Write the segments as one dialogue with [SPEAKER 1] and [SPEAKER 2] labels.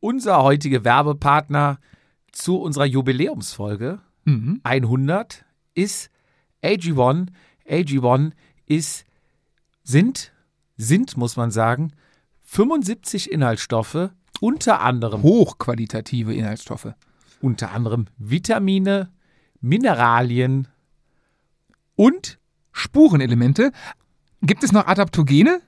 [SPEAKER 1] unser heutiger Werbepartner zu unserer Jubiläumsfolge
[SPEAKER 2] Mhm.
[SPEAKER 1] 100 ist AG1. AG1 ist, sind, sind, muss man sagen, 75 Inhaltsstoffe, unter anderem
[SPEAKER 2] Hochqualitative Inhaltsstoffe.
[SPEAKER 1] unter anderem Vitamine, Mineralien und
[SPEAKER 2] Spurenelemente. Gibt es noch Adaptogene?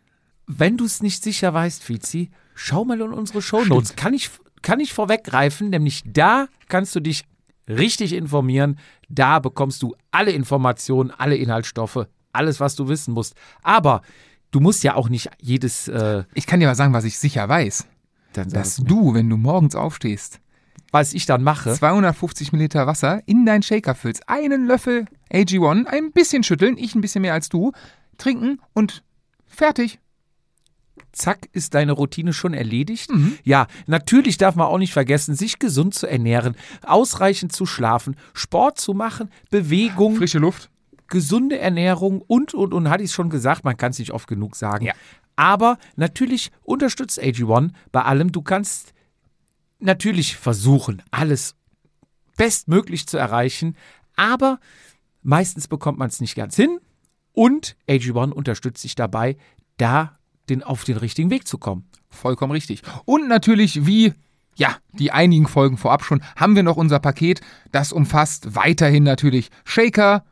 [SPEAKER 1] wenn du es nicht sicher weißt, Fizi, schau mal in unsere Shownotes. Kann ich, kann ich vorweggreifen, nämlich da kannst du dich richtig informieren. Da bekommst du alle Informationen, alle Inhaltsstoffe, alles, was du wissen musst. Aber du musst ja auch nicht jedes... Äh,
[SPEAKER 2] Ich kann dir mal sagen, was ich sicher weiß.
[SPEAKER 1] dann sag
[SPEAKER 2] Dass du, wenn du morgens aufstehst,
[SPEAKER 1] was ich dann mache.
[SPEAKER 2] 250 Milliliter Wasser in deinen Shaker füllst, einen Löffel AG1, ein bisschen schütteln, ich ein bisschen mehr als du, trinken und fertig.
[SPEAKER 1] Zack, ist deine Routine schon erledigt. Ja, natürlich darf man auch nicht vergessen, sich gesund zu ernähren, ausreichend zu schlafen, Sport zu machen, Bewegung.
[SPEAKER 2] Frische Luft.
[SPEAKER 1] gesunde Ernährung und, und, und, hatte ich schon gesagt, man kann es nicht oft genug sagen.
[SPEAKER 2] Ja.
[SPEAKER 1] Aber natürlich unterstützt AG1 bei allem. Du kannst natürlich versuchen, alles bestmöglich zu erreichen, aber meistens bekommt man es nicht ganz hin. Und AG1 unterstützt dich dabei, da den, auf den richtigen Weg zu kommen.
[SPEAKER 2] Vollkommen richtig. Und natürlich, wie ja, die einigen Folgen vorab schon, haben wir noch unser Paket. Das umfasst weiterhin natürlich Shaker,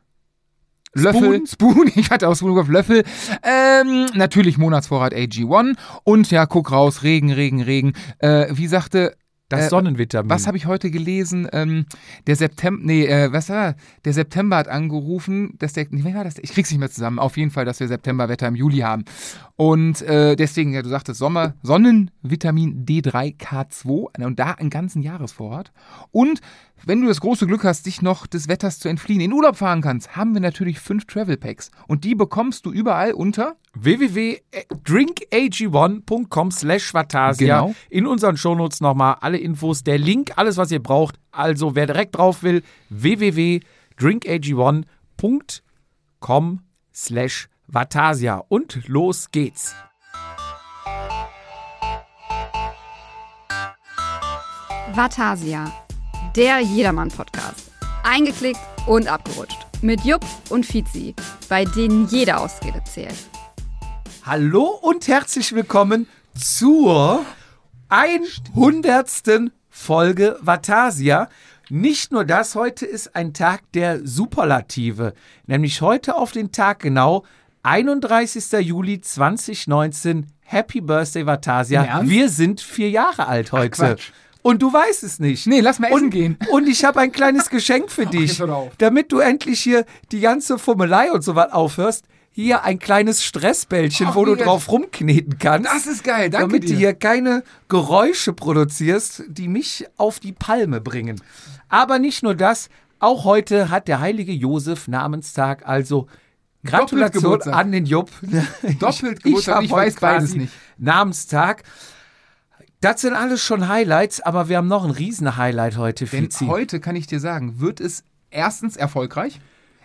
[SPEAKER 2] Löffel, Spoon, ich hatte auch Spoon auf Löffel, ähm, natürlich Monatsvorrat AG1 und ja, guck raus, Regen, Regen, Regen. Äh, wie sagte
[SPEAKER 1] Das
[SPEAKER 2] Äh,
[SPEAKER 1] Sonnenvitamin.
[SPEAKER 2] was habe ich heute gelesen? Ähm, der September, nee, äh, was war? Der September hat angerufen, dass der, nee, wer war das? Ich krieg's nicht mehr zusammen. Auf jeden Fall, dass wir Septemberwetter im Juli haben. Und äh, deswegen, ja, du sagtest Sommer, Sonnenvitamin D3K2 äh, und da einen ganzen Jahresvorrat. Und wenn du das große Glück hast, dich noch des Wetters zu entfliehen, in Urlaub fahren kannst, haben wir natürlich fünf Travel Packs. Und die bekommst du überall unter.
[SPEAKER 1] www.drinkag1.com slash Vatasia.
[SPEAKER 2] Genau.
[SPEAKER 1] In unseren Shownotes nochmal alle Infos, der Link, alles, was ihr braucht. Also, wer direkt drauf will, www.drinkag1.com slash Vatasia. Und los geht's.
[SPEAKER 3] Vatasia, der Jedermann-Podcast. Eingeklickt und abgerutscht. Mit Jupp und Fizi, bei denen jede Ausrede zählt.
[SPEAKER 1] Hallo und herzlich willkommen zur 100. Folge Vatasia. Nicht nur das, heute ist ein Tag der Superlative, nämlich heute auf den Tag genau 31. Juli 2019. Happy Birthday
[SPEAKER 2] Im
[SPEAKER 1] Vatasia.
[SPEAKER 2] Ernst?
[SPEAKER 1] Wir sind vier Jahre alt heute.
[SPEAKER 2] Quatsch.
[SPEAKER 1] und du weißt es nicht.
[SPEAKER 2] Nee, lass mal essen
[SPEAKER 1] und,
[SPEAKER 2] gehen.
[SPEAKER 1] Und ich habe ein kleines Geschenk für dich,
[SPEAKER 2] jetzt hör doch auf.
[SPEAKER 1] damit du endlich hier die ganze Fummelei und sowas aufhörst. Hier ein kleines Stressbällchen,
[SPEAKER 2] Ach,
[SPEAKER 1] wo du
[SPEAKER 2] mega.
[SPEAKER 1] drauf rumkneten kannst.
[SPEAKER 2] Das ist geil, danke
[SPEAKER 1] Damit du
[SPEAKER 2] dir.
[SPEAKER 1] hier keine Geräusche produzierst, die mich auf die Palme bringen. Aber nicht nur das, auch heute hat der heilige Josef Namenstag, also Gratulation
[SPEAKER 2] Doppelgeburtstag.
[SPEAKER 1] an den Jupp.
[SPEAKER 2] Doppelt Geburtstag,
[SPEAKER 1] hab
[SPEAKER 2] ich
[SPEAKER 1] heute
[SPEAKER 2] weiß beides
[SPEAKER 1] quasi
[SPEAKER 2] nicht.
[SPEAKER 1] Namenstag. Das sind alles schon Highlights, aber wir haben noch ein Riesen-Highlight heute,
[SPEAKER 2] Denn
[SPEAKER 1] Fizi.
[SPEAKER 2] heute kann ich dir sagen, wird es erstens erfolgreich.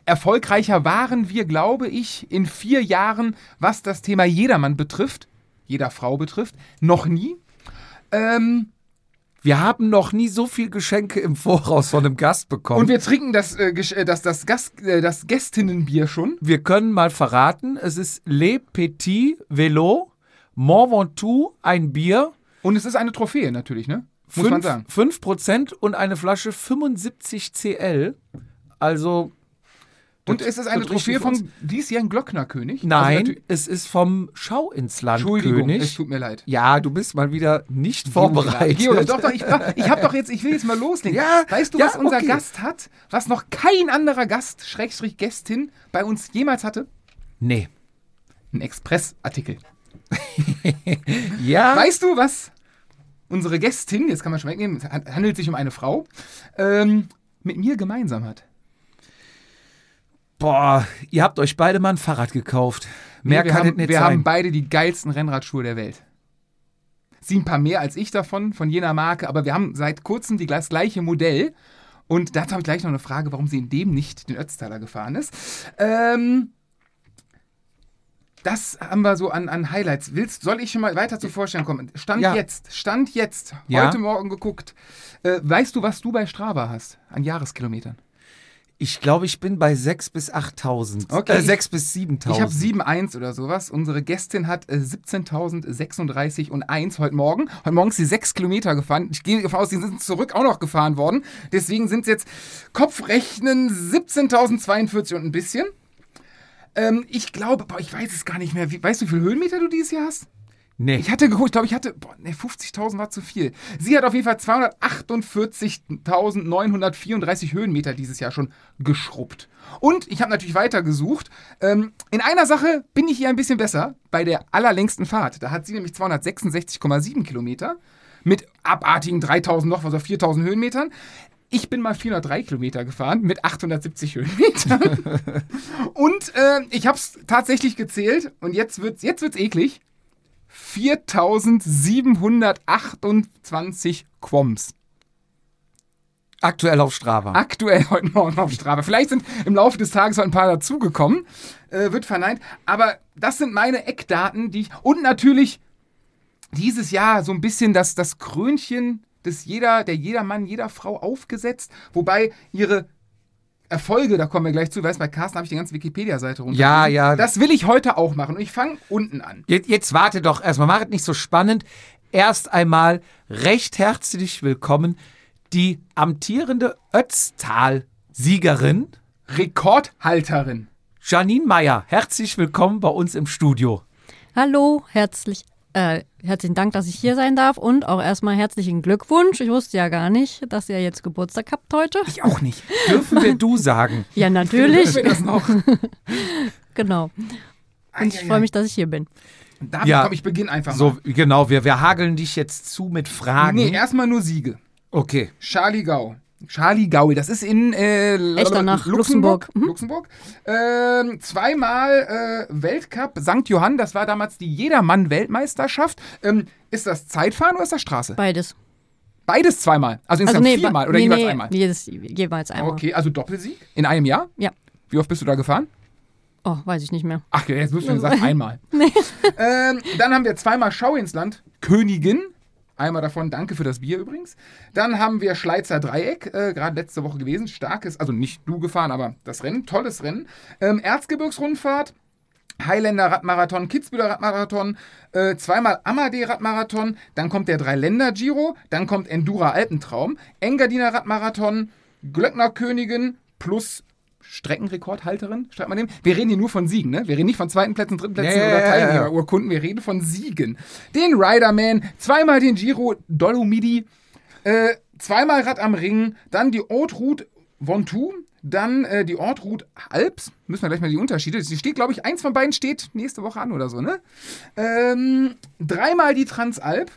[SPEAKER 2] Erfolgreicher waren wir, glaube ich, in vier Jahren, was das Thema jedermann betrifft, jeder Frau betrifft, noch nie. Ähm,
[SPEAKER 1] Wir haben noch nie so viel Geschenke im Voraus von einem Gast bekommen.
[SPEAKER 2] und wir trinken das, äh, Gesch- äh, das, das, Gast, äh, das Gästinnenbier schon.
[SPEAKER 1] wir können mal verraten, es ist Le Petit Vélo, Mont Ventoux, ein Bier,
[SPEAKER 2] Und es ist eine Trophäe natürlich, ne? Muss man
[SPEAKER 1] fünf-
[SPEAKER 2] sagen.
[SPEAKER 1] 5% und eine Flasche 75 CL. Also
[SPEAKER 2] Und es ist eine
[SPEAKER 1] das riecht
[SPEAKER 2] Trophäe
[SPEAKER 1] für uns.
[SPEAKER 2] vom diesjährigen Glocknerkönig.
[SPEAKER 1] nein,
[SPEAKER 2] Also natü-
[SPEAKER 1] es ist vom Schau ins Land
[SPEAKER 2] Entschuldigung, es
[SPEAKER 1] König.
[SPEAKER 2] tut mir leid.
[SPEAKER 1] Ja, du bist mal wieder nicht vorbereitet.
[SPEAKER 2] Georg, doch, doch, ich, war- ich habe doch jetzt, ich will jetzt mal loslegen.
[SPEAKER 1] Ja,
[SPEAKER 2] weißt du,
[SPEAKER 1] ja,
[SPEAKER 2] was unser
[SPEAKER 1] okay.
[SPEAKER 2] Gast hat, was noch kein anderer Gast, Schrägstrich Gästin, bei uns jemals hatte?
[SPEAKER 1] Nee.
[SPEAKER 2] Ein Expressartikel.
[SPEAKER 1] Ja.
[SPEAKER 2] Weißt du, was unsere Gästin, jetzt kann man schon wegnehmen, es han- handelt sich um eine Frau, ähm, mit mir gemeinsam hat?
[SPEAKER 1] Boah, ihr habt euch beide mal ein Fahrrad gekauft. Mehr
[SPEAKER 2] wir
[SPEAKER 1] kann
[SPEAKER 2] haben,
[SPEAKER 1] es nicht
[SPEAKER 2] Wir
[SPEAKER 1] sein.
[SPEAKER 2] haben beide die geilsten Rennradschuhe der Welt. Sie ein paar mehr als ich davon, von jener Marke, aber wir haben seit kurzem die, das gleiche Modell. Und dazu habe ich gleich noch eine Frage, warum sie in dem nicht den Ötztaler gefahren ist. Ähm, Das haben wir so an, an Highlights. Willst, soll ich schon mal weiter zur Vorstellung kommen? Stand
[SPEAKER 1] Ja.
[SPEAKER 2] jetzt, Stand jetzt,
[SPEAKER 1] Ja.
[SPEAKER 2] heute Morgen geguckt. Äh, weißt du, was du bei Strava hast an Jahreskilometern?
[SPEAKER 1] Ich glaube, ich bin bei 6.000 bis 8.000.
[SPEAKER 2] Okay,
[SPEAKER 1] Äh,
[SPEAKER 2] ich-
[SPEAKER 1] 6.000 bis 7.000.
[SPEAKER 2] Ich habe 7,1 oder sowas. Unsere Gästin hat äh, 17.036 und 1 heute Morgen. Heute Morgen ist sie 6 Kilometer gefahren. Ich gehe davon aus, sie sind zurück auch noch gefahren worden. Deswegen sind es jetzt Kopfrechnen 17.042 und ein bisschen. Ähm, ich glaube, boah, ich weiß es gar nicht mehr. Wie, weißt du, wie viele Höhenmeter du dieses Jahr hast?
[SPEAKER 1] Nee.
[SPEAKER 2] Ich hatte geguckt, ich glaube, ich hatte, boah, nee, 50.000 war zu viel. Sie hat auf jeden Fall 248.934 Höhenmeter dieses Jahr schon geschrubbt. Und ich habe natürlich weitergesucht. Ähm, in einer Sache bin ich ihr ein bisschen besser, bei der allerlängsten Fahrt. Da hat sie nämlich 266,7 Kilometer mit abartigen 3.000 noch, was auf 4.000 Höhenmetern. Ich bin mal 403 Kilometer gefahren mit 870 Höhenmetern. Und äh, ich habe es tatsächlich gezählt und jetzt wird es jetzt wird's eklig. 4728 Quoms.
[SPEAKER 1] aktuell auf Strava.
[SPEAKER 2] Aktuell heute Morgen auf Strafe. Vielleicht sind im Laufe des Tages noch ein paar dazugekommen. Äh, wird verneint. Aber das sind meine Eckdaten, die ich. Und natürlich dieses Jahr so ein bisschen das, das Krönchen des jeder, der jeder Mann, jeder Frau aufgesetzt. Wobei ihre. Erfolge, da kommen wir gleich zu. Weißt du, bei Carsten habe ich die ganze Wikipedia-Seite runter.
[SPEAKER 1] Ja, ja.
[SPEAKER 2] Das will ich heute auch machen. Und ich fange unten an.
[SPEAKER 1] Jetzt, jetzt warte doch erstmal, mach es nicht so spannend. Erst einmal recht herzlich willkommen die amtierende Ötztal-Siegerin
[SPEAKER 2] Rekordhalterin.
[SPEAKER 1] Janine Meyer. Herzlich willkommen bei uns im Studio.
[SPEAKER 4] Hallo, herzlich, äh, herzlichen Dank, dass ich hier sein darf und auch erstmal herzlichen Glückwunsch. Ich wusste ja gar nicht, dass ihr jetzt Geburtstag habt heute.
[SPEAKER 2] Ich auch nicht.
[SPEAKER 1] Dürfen wir du sagen?
[SPEAKER 4] Ja, natürlich,
[SPEAKER 2] Dürfen wir das noch?
[SPEAKER 4] genau. Und ich freue mich, dass ich hier bin.
[SPEAKER 2] Damit
[SPEAKER 1] Ja.
[SPEAKER 2] komm, ich beginne einfach mal.
[SPEAKER 1] So, genau, wir, wir hageln dich jetzt zu mit Fragen.
[SPEAKER 2] Nee, erstmal nur Siege.
[SPEAKER 1] Okay.
[SPEAKER 2] Charligau. Charligaul, das ist in äh, L-
[SPEAKER 4] Echternach,
[SPEAKER 2] Luxemburg.
[SPEAKER 4] Luxemburg. Mhm.
[SPEAKER 2] Luxemburg. Ähm, zweimal äh, Weltcup St. Johann, das war damals die Jedermann-Weltmeisterschaft. Ähm, ist das Zeitfahren oder ist das Straße?
[SPEAKER 4] Beides.
[SPEAKER 2] Beides zweimal. Also insgesamt viermal
[SPEAKER 4] ba-
[SPEAKER 2] oder
[SPEAKER 4] nee,
[SPEAKER 2] jeweils
[SPEAKER 4] nee,
[SPEAKER 2] einmal.
[SPEAKER 4] Jedes, jeweils einmal.
[SPEAKER 2] Okay, also Doppelsieg in einem Jahr.
[SPEAKER 4] Ja.
[SPEAKER 2] Wie oft bist du da gefahren?
[SPEAKER 4] Oh, weiß ich nicht mehr.
[SPEAKER 2] Ach, ja, jetzt wirst du gesagt, einmal. ähm, dann haben wir zweimal Schau ins Land, Königin. Einmal davon, danke für das Bier übrigens. Dann haben wir Schleizer Dreieck, äh, gerade letzte Woche gewesen. Starkes, also nicht du gefahren, aber das Rennen, tolles Rennen. Ähm, Erzgebirgsrundfahrt, Highlander Radmarathon, Kitzbüheler Radmarathon, äh, zweimal Amadee Radmarathon, dann kommt der Dreiländer Giro, dann kommt Endura Alpentraum, Engadiner Radmarathon, Glöckner Königin plus Streckenrekordhalterin, schreibt man dem. Wir reden hier nur von Siegen, ne? Wir reden nicht von zweiten Plätzen, dritten Plätzen
[SPEAKER 1] Ja, ja,
[SPEAKER 2] oder
[SPEAKER 1] ja, ja, ja.
[SPEAKER 2] Teilnehmerurkunden, wir reden von Siegen. Den Riderman, zweimal den Giro Dolomidi, äh, zweimal Rad am Ring, dann die Haute Route Ventoux, dann äh, die Haute Route Alps. Müssen wir gleich mal die Unterschiede. Die steht, glaube ich, eins von beiden steht nächste Woche an oder so, ne? Ähm, dreimal die Transalp,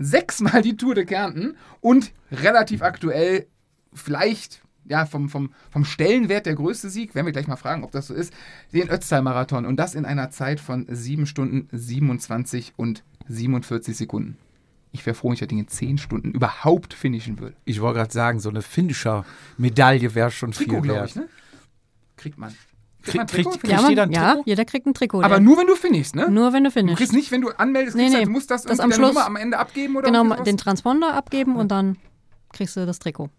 [SPEAKER 2] sechsmal die Tour de Kärnten und relativ aktuell vielleicht. Ja, vom, vom, vom Stellenwert der größte Sieg, werden wir gleich mal fragen, ob das so ist, den Ötztal-Marathon. Und das in einer Zeit von 7 Stunden 27 und 47 Sekunden. Ich wäre froh, wenn ich das Ding in 10 Stunden überhaupt finishen würde.
[SPEAKER 1] Ich wollte gerade sagen, so eine finnischer Medaille wäre schon
[SPEAKER 2] Trikot,
[SPEAKER 1] viel
[SPEAKER 2] glaube
[SPEAKER 1] wert.
[SPEAKER 2] ich, ne? Kriegt man.
[SPEAKER 1] Krieg-
[SPEAKER 2] man
[SPEAKER 1] kriegt-
[SPEAKER 2] Trikot?
[SPEAKER 1] kriegt-
[SPEAKER 4] ja,
[SPEAKER 1] steht da ein
[SPEAKER 4] ja,
[SPEAKER 1] Trikot?
[SPEAKER 4] jeder kriegt ein Trikot.
[SPEAKER 2] Aber
[SPEAKER 4] ja.
[SPEAKER 2] nur, wenn du finishst, ne?
[SPEAKER 4] nur, wenn du
[SPEAKER 2] Du kriegst
[SPEAKER 4] findest.
[SPEAKER 2] nicht, wenn du anmeldest,
[SPEAKER 4] Nee,
[SPEAKER 2] kriegst du
[SPEAKER 4] nee,
[SPEAKER 2] halt, du musst das,
[SPEAKER 4] das
[SPEAKER 2] irgendwie
[SPEAKER 4] am
[SPEAKER 2] deine
[SPEAKER 4] Schluss.
[SPEAKER 2] Nummer am Ende abgeben oder
[SPEAKER 4] Genau,
[SPEAKER 2] irgendwie sowas?
[SPEAKER 4] den Transponder abgeben und dann kriegst du das Trikot.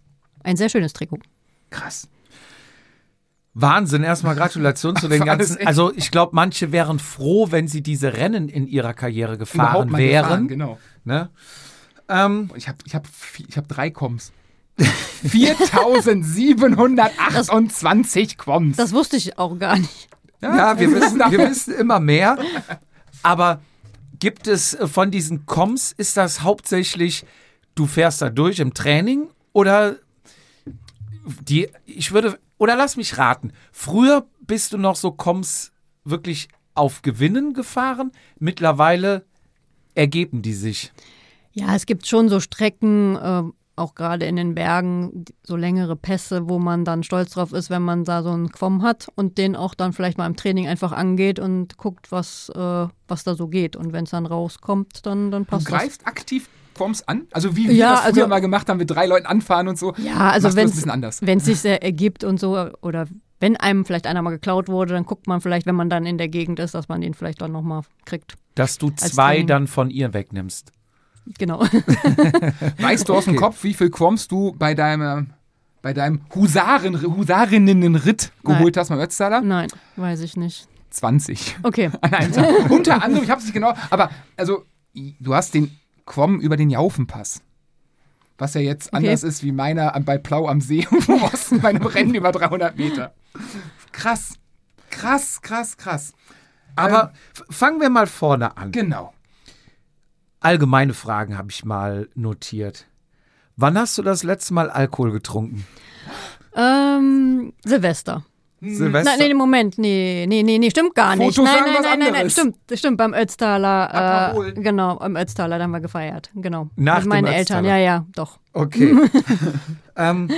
[SPEAKER 4] Ein sehr schönes Trikot.
[SPEAKER 2] Krass.
[SPEAKER 1] Wahnsinn, erstmal Gratulation zu den
[SPEAKER 2] Für alles
[SPEAKER 1] ganzen.
[SPEAKER 2] echt.
[SPEAKER 1] Also ich glaube, manche wären froh, wenn sie diese Rennen in ihrer Karriere
[SPEAKER 2] Überhaupt
[SPEAKER 1] gefahren
[SPEAKER 2] mal
[SPEAKER 1] wären.
[SPEAKER 2] gefahren, genau.
[SPEAKER 1] Ne? Ähm,
[SPEAKER 2] Und ich habe ich hab, vi- ich hab drei Koms. 4728 Quoms.
[SPEAKER 4] Das wusste ich auch gar nicht.
[SPEAKER 1] ja, wir wissen, wir wissen immer mehr. Aber gibt es äh, von diesen Coms, ist das hauptsächlich, du fährst da durch im Training oder die, ich würde, oder lass mich raten, früher bist du noch so Coms wirklich auf Gewinnen gefahren, mittlerweile ergeben die sich.
[SPEAKER 4] Ja, es gibt schon so Strecken, ähm, auch gerade in den Bergen, die- so längere Pässe, wo man dann stolz drauf ist, wenn man da so einen Quom hat und den auch dann vielleicht mal im Training einfach angeht und guckt, was, äh, was da so geht. Und wenn es dann rauskommt, dann, dann
[SPEAKER 2] Du
[SPEAKER 4] passt das.
[SPEAKER 2] greifst aktiv Quoms an? Also wie wir
[SPEAKER 4] Ja,
[SPEAKER 2] das früher
[SPEAKER 4] also-
[SPEAKER 2] mal gemacht haben, mit drei Leuten anfahren und so.
[SPEAKER 4] Ja, also
[SPEAKER 2] Machst du das
[SPEAKER 4] wenn
[SPEAKER 2] ein bisschen anders.
[SPEAKER 4] es sich sehr ergibt und so, oder wenn einem vielleicht einer mal geklaut wurde, dann guckt man vielleicht, wenn man dann in der Gegend ist, dass man den vielleicht dann nochmal kriegt.
[SPEAKER 1] Dass du zwei
[SPEAKER 4] Training.
[SPEAKER 1] dann von ihr wegnimmst.
[SPEAKER 4] Genau.
[SPEAKER 2] Weißt du aus dem
[SPEAKER 1] Okay.
[SPEAKER 2] Kopf, wie viel Quoms du bei deinem, bei deinem Husaren, Husarinnenritt geholt hast beim Ötztaler?
[SPEAKER 4] Nein, weiß ich nicht.
[SPEAKER 2] 20.
[SPEAKER 4] Okay.
[SPEAKER 2] An einem Tag. Unter anderem, ich hab's nicht genau, aber also, i- du hast den Quom über den Jaufenpass. Was ja jetzt
[SPEAKER 4] Okay.
[SPEAKER 2] anders ist wie meiner am- bei Plau am See und im Osten bei einem Rennen über 300 Meter. Krass. Krass, krass, krass.
[SPEAKER 1] Aber f- fangen wir mal vorne an.
[SPEAKER 2] Genau.
[SPEAKER 1] Allgemeine Fragen habe ich mal notiert. Wann hast du das letzte Mal Alkohol getrunken?
[SPEAKER 4] Ähm, Silvester.
[SPEAKER 1] Silvester?
[SPEAKER 4] Hm. Nein, nee, Moment, nee, nee, nee, nee, stimmt gar nicht.
[SPEAKER 2] Fotos
[SPEAKER 4] nein,
[SPEAKER 2] sagen
[SPEAKER 4] nein,
[SPEAKER 2] was
[SPEAKER 4] nein, nein, nein,
[SPEAKER 2] anderes.
[SPEAKER 4] stimmt, stimmt, beim Ötztaler.
[SPEAKER 2] Aperol.
[SPEAKER 4] Äh, genau, am Ötztaler, da haben wir gefeiert, genau.
[SPEAKER 1] Nach
[SPEAKER 4] Mit
[SPEAKER 1] dem
[SPEAKER 4] meinen Eltern,
[SPEAKER 1] Ötztaler.
[SPEAKER 4] ja, ja, doch.
[SPEAKER 1] Okay. ähm,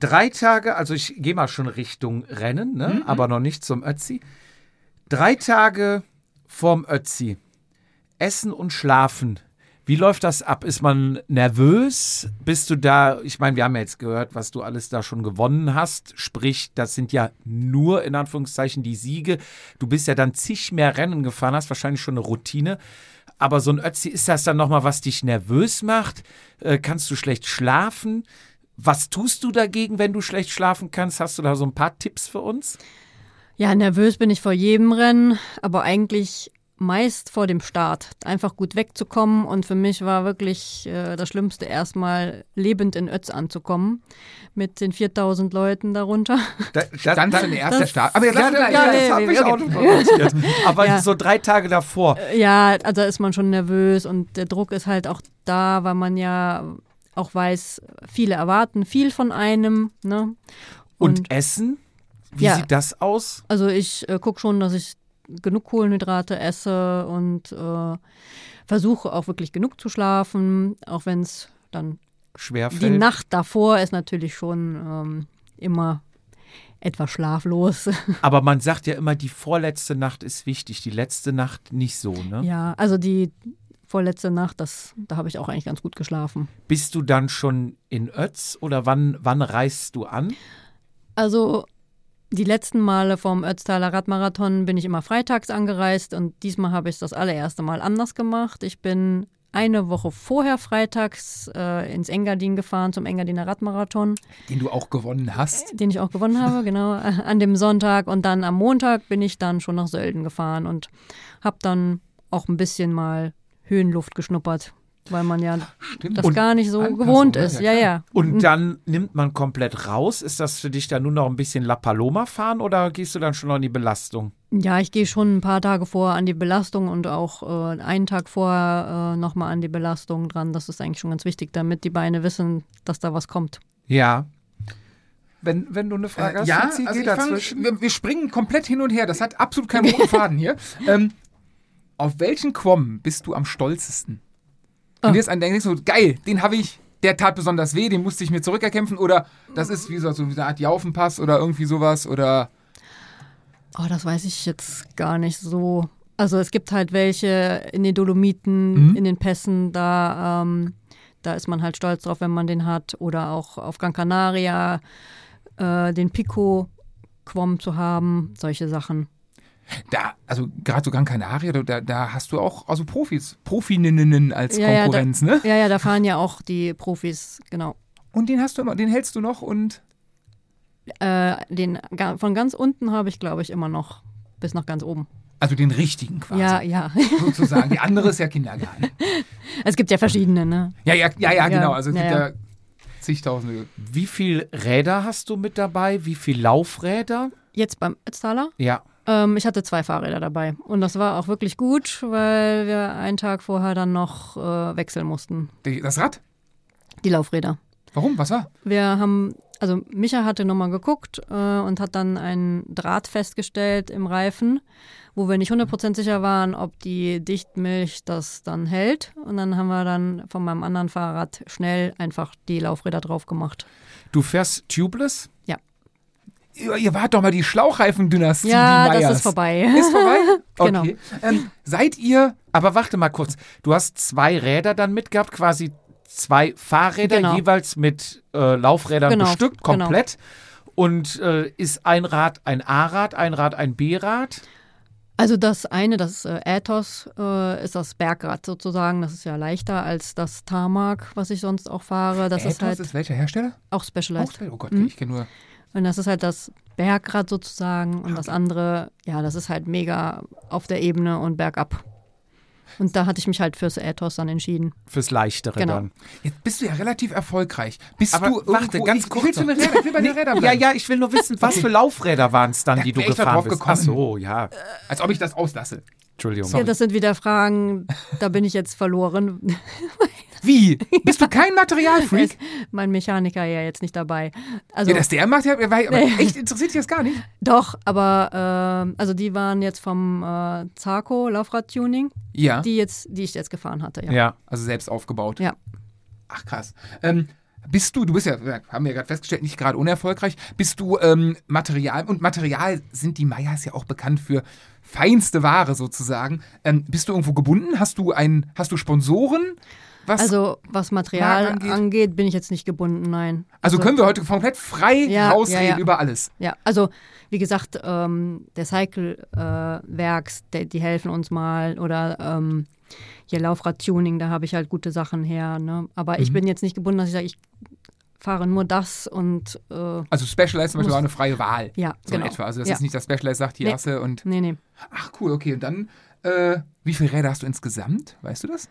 [SPEAKER 1] drei Tage, also ich gehe mal schon Richtung Rennen, ne? aber noch nicht zum Ötzi. Drei Tage vorm Ötzi. Essen und Schlafen. Wie läuft das ab? Ist man nervös? Bist du da? Ich meine, wir haben ja jetzt gehört, was du alles da schon gewonnen hast. Sprich, das sind ja nur in Anführungszeichen die Siege. Du bist ja dann zig mehr Rennen gefahren, hast wahrscheinlich schon eine Routine. Aber so ein Ötzi, ist das dann nochmal, was dich nervös macht? Äh, kannst du schlecht schlafen? Was tust du dagegen, wenn du schlecht schlafen kannst? Hast du da so ein paar Tipps für uns?
[SPEAKER 4] Ja, nervös bin ich vor jedem Rennen, aber eigentlich meist vor dem Start. Einfach gut wegzukommen und für mich war wirklich äh, das Schlimmste erstmal lebend in Ötz anzukommen. Mit den 4000 Leuten darunter.
[SPEAKER 2] Dann war der erste Start. Aber jetzt
[SPEAKER 1] Ja,
[SPEAKER 2] lass uns
[SPEAKER 1] ja,
[SPEAKER 2] gleich-
[SPEAKER 1] ja,
[SPEAKER 2] jetzt
[SPEAKER 4] nee,
[SPEAKER 2] hab
[SPEAKER 4] nee,
[SPEAKER 2] ich
[SPEAKER 4] okay.
[SPEAKER 2] auch noch-
[SPEAKER 1] Aber
[SPEAKER 4] Ja.
[SPEAKER 1] so drei Tage davor.
[SPEAKER 4] Ja, also ist man schon nervös und der Druck ist halt auch da, weil man ja auch weiß, viele erwarten viel von einem. Ne?
[SPEAKER 1] Und, Essen? Wie
[SPEAKER 4] Ja.
[SPEAKER 1] sieht das aus?
[SPEAKER 4] Also ich äh, gucke schon, dass ich genug Kohlenhydrate esse und äh, versuche auch wirklich genug zu schlafen, auch wenn es dann
[SPEAKER 1] Schwerfällt.
[SPEAKER 4] die Nacht davor ist natürlich schon ähm, immer etwas schlaflos.
[SPEAKER 1] Aber man sagt ja immer, die vorletzte Nacht ist wichtig, die letzte Nacht nicht so. Ne?
[SPEAKER 4] ja, also die vorletzte Nacht, das, da habe ich auch eigentlich ganz gut geschlafen.
[SPEAKER 1] Bist du dann schon in Ötz oder wann, wann reist du an?
[SPEAKER 4] Also die letzten Male vom Ötztaler Radmarathon bin ich immer freitags angereist und diesmal habe ich das allererste Mal anders gemacht. Ich bin eine Woche vorher freitags äh, ins Engadin gefahren zum Engadiner Radmarathon,
[SPEAKER 2] Den du auch gewonnen hast.
[SPEAKER 4] den ich auch gewonnen habe, genau, äh, an dem Sonntag. Und dann am Montag bin ich dann schon nach Sölden gefahren und habe dann auch ein bisschen mal Höhenluft geschnuppert, weil man ja
[SPEAKER 2] Stimmt.
[SPEAKER 4] das
[SPEAKER 2] Und
[SPEAKER 4] gar nicht so
[SPEAKER 2] Anpassung,
[SPEAKER 4] gewohnt
[SPEAKER 2] ne?
[SPEAKER 4] ist.
[SPEAKER 2] Ja,
[SPEAKER 4] Ja, ja.
[SPEAKER 1] Und dann nimmt man komplett raus. Ist das für dich dann nur noch ein bisschen La Paloma fahren oder gehst du dann schon noch in die Belastung?
[SPEAKER 4] Ja, ich gehe schon ein paar Tage vor an die Belastung und auch äh, einen Tag vorher äh, nochmal an die Belastung dran. Das ist eigentlich schon ganz wichtig, damit die Beine wissen, dass da was kommt.
[SPEAKER 1] Ja. Wenn, wenn du eine Frage hast,
[SPEAKER 2] ja,
[SPEAKER 1] Fitzi,
[SPEAKER 2] also
[SPEAKER 1] geh
[SPEAKER 2] ich fang,
[SPEAKER 1] dazwischen.
[SPEAKER 2] wir, wir springen komplett hin und her. Das hat absolut keinen roten Faden hier. Ähm, auf welchen Quom bist du am stolzesten? Wenn
[SPEAKER 4] Ah.
[SPEAKER 2] dir das an denkst, du, geil, den habe ich, der tat besonders weh, den musste ich mir zurückerkämpfen. Oder das ist wie gesagt, so eine Art Jaufenpass oder irgendwie sowas. Oder
[SPEAKER 4] Oh, das weiß ich jetzt gar nicht so. Also es gibt halt welche in den Dolomiten,
[SPEAKER 2] Mhm.
[SPEAKER 4] in den Pässen, da, ähm, da ist man halt stolz drauf, wenn man den hat. Oder auch auf Gran Canaria äh, den Pico Quom zu haben, solche Sachen.
[SPEAKER 2] da, also gerade so Gran Canaria, da, da hast du auch also Profis, Profininnen als Konkurrenz,
[SPEAKER 4] ja, da,
[SPEAKER 2] ne?
[SPEAKER 4] Ja, ja, da fahren ja auch die Profis, genau.
[SPEAKER 2] Und den hast du immer, den hältst du noch und
[SPEAKER 4] Äh, den ga- von ganz unten habe ich, glaube ich, immer noch bis nach ganz oben.
[SPEAKER 2] also den richtigen quasi,
[SPEAKER 4] Ja, ja.
[SPEAKER 2] sozusagen. Die andere ist ja Kindergarten.
[SPEAKER 4] es gibt ja verschiedene, ne?
[SPEAKER 2] Ja, ja, ja, ja,
[SPEAKER 4] Ja,
[SPEAKER 2] genau. Also es
[SPEAKER 4] ja,
[SPEAKER 2] gibt
[SPEAKER 4] ja.
[SPEAKER 2] ja zigtausende.
[SPEAKER 1] Wie viel Räder hast du mit dabei? Wie viel Laufräder?
[SPEAKER 4] Jetzt beim Ötztaler.
[SPEAKER 1] Ja.
[SPEAKER 4] Ähm, ich hatte zwei Fahrräder dabei. Und das war auch wirklich gut, weil wir einen Tag vorher dann noch äh, wechseln mussten.
[SPEAKER 2] Die- Das Rad?
[SPEAKER 4] Die Laufräder.
[SPEAKER 2] Warum? Was war?
[SPEAKER 4] Wir haben, also Micha hatte nochmal geguckt äh, und hat dann einen Draht festgestellt im Reifen, wo wir nicht 100% sicher waren, ob die Dichtmilch das dann hält. Und dann haben wir dann von meinem anderen Fahrrad schnell einfach die Laufräder drauf gemacht.
[SPEAKER 1] Du fährst tubeless?
[SPEAKER 2] Ihr, ihr wart doch mal die Schlauchreifendynastie.
[SPEAKER 4] Ja,
[SPEAKER 2] die Meyers.
[SPEAKER 4] das ist vorbei.
[SPEAKER 2] Ist vorbei?
[SPEAKER 4] Genau.
[SPEAKER 2] Okay. Ähm, seid ihr.
[SPEAKER 1] Aber warte mal kurz. Du hast zwei Räder dann mitgehabt, quasi zwei Fahrräder
[SPEAKER 4] Genau.
[SPEAKER 1] jeweils mit äh, Laufrädern
[SPEAKER 4] Genau,
[SPEAKER 1] bestückt,
[SPEAKER 4] genau.
[SPEAKER 1] komplett. Und äh, ist ein Rad ein A-Rad, ein Rad ein B-Rad?
[SPEAKER 4] Also das eine, das äh, Athos, äh, ist das Bergrad sozusagen. Das ist ja leichter als das Tarmac, was ich sonst auch fahre. Das ist
[SPEAKER 2] Athos
[SPEAKER 4] halt
[SPEAKER 2] ist welcher Hersteller?
[SPEAKER 4] auch
[SPEAKER 2] Auch,
[SPEAKER 4] Specialized.
[SPEAKER 2] oh Gott,
[SPEAKER 4] Mhm.
[SPEAKER 2] ich kenne nur.
[SPEAKER 4] Und das ist halt das Bergrad sozusagen. Und das andere, ja, das ist halt mega auf der Ebene und bergab. Und da hatte ich mich halt fürs Athos dann entschieden.
[SPEAKER 1] Fürs Leichtere
[SPEAKER 4] Genau.
[SPEAKER 1] dann.
[SPEAKER 2] Jetzt bist du ja relativ erfolgreich. Bist
[SPEAKER 1] Aber
[SPEAKER 2] du
[SPEAKER 1] warte,
[SPEAKER 2] irgendwo,
[SPEAKER 1] ganz
[SPEAKER 2] ich,
[SPEAKER 1] kurz
[SPEAKER 2] Ich will, zu den Rädern, ich will bei den Rädern
[SPEAKER 1] Ja,
[SPEAKER 2] bleiben.
[SPEAKER 1] ja, ich will nur wissen, was für Laufräder waren es dann, die du
[SPEAKER 2] wär ich doch
[SPEAKER 1] gefahren
[SPEAKER 2] drauf
[SPEAKER 1] bist?
[SPEAKER 2] gekommen.
[SPEAKER 1] Ach so, ja.
[SPEAKER 2] Als ob ich das auslasse.
[SPEAKER 1] Entschuldigung.
[SPEAKER 4] Ja, das sind wieder Fragen, da bin ich jetzt verloren.
[SPEAKER 2] Wie? Bist du kein Materialfreak?
[SPEAKER 4] mein Mechaniker ja jetzt nicht dabei. Also
[SPEAKER 2] ja, dass der macht, ja, weil, aber echt interessiert dich das gar nicht.
[SPEAKER 4] doch, aber ähm, also die waren jetzt vom äh, Zarco Laufrad Tuning,
[SPEAKER 2] Ja.
[SPEAKER 4] die jetzt, die ich jetzt gefahren hatte. Ja.
[SPEAKER 1] ja.
[SPEAKER 2] Also selbst aufgebaut.
[SPEAKER 4] Ja.
[SPEAKER 2] Ach krass. Ähm, bist du, du bist ja, haben wir ja gerade festgestellt, nicht gerade unerfolgreich. Bist du ähm, Material, und Material sind die Meyers ja auch bekannt für feinste Ware sozusagen. Ähm, bist du irgendwo gebunden? Hast du ein, hast du Sponsoren? Was? Also,
[SPEAKER 4] Also was Material
[SPEAKER 2] Marken
[SPEAKER 4] angeht.
[SPEAKER 2] angeht?
[SPEAKER 4] bin ich jetzt nicht gebunden, nein.
[SPEAKER 2] Also können wir heute komplett frei
[SPEAKER 4] also Ja,
[SPEAKER 2] rausreden
[SPEAKER 4] ja, ja.
[SPEAKER 2] über alles.
[SPEAKER 4] Ja, also wie gesagt, ähm, der Cycle-Werks, die helfen uns mal oder ähm, hier Laufrad-Tuning, da habe ich halt gute Sachen her. Ne? Aber
[SPEAKER 2] Mhm.
[SPEAKER 4] ich bin jetzt nicht gebunden, dass ich sage, ich fahre nur das und äh,
[SPEAKER 2] Also Specialized zum Beispiel
[SPEAKER 4] Muss-
[SPEAKER 2] war eine freie Wahl.
[SPEAKER 4] ja,
[SPEAKER 2] So
[SPEAKER 4] genau.
[SPEAKER 2] in etwa. Also das
[SPEAKER 4] ja.
[SPEAKER 2] ist nicht, dass Specialized sagt, hier
[SPEAKER 4] Nee.
[SPEAKER 2] hast du und.
[SPEAKER 4] Nee, nee.
[SPEAKER 2] Ach cool, okay. Und dann, äh, wie viele Räder hast du insgesamt? Weißt du das?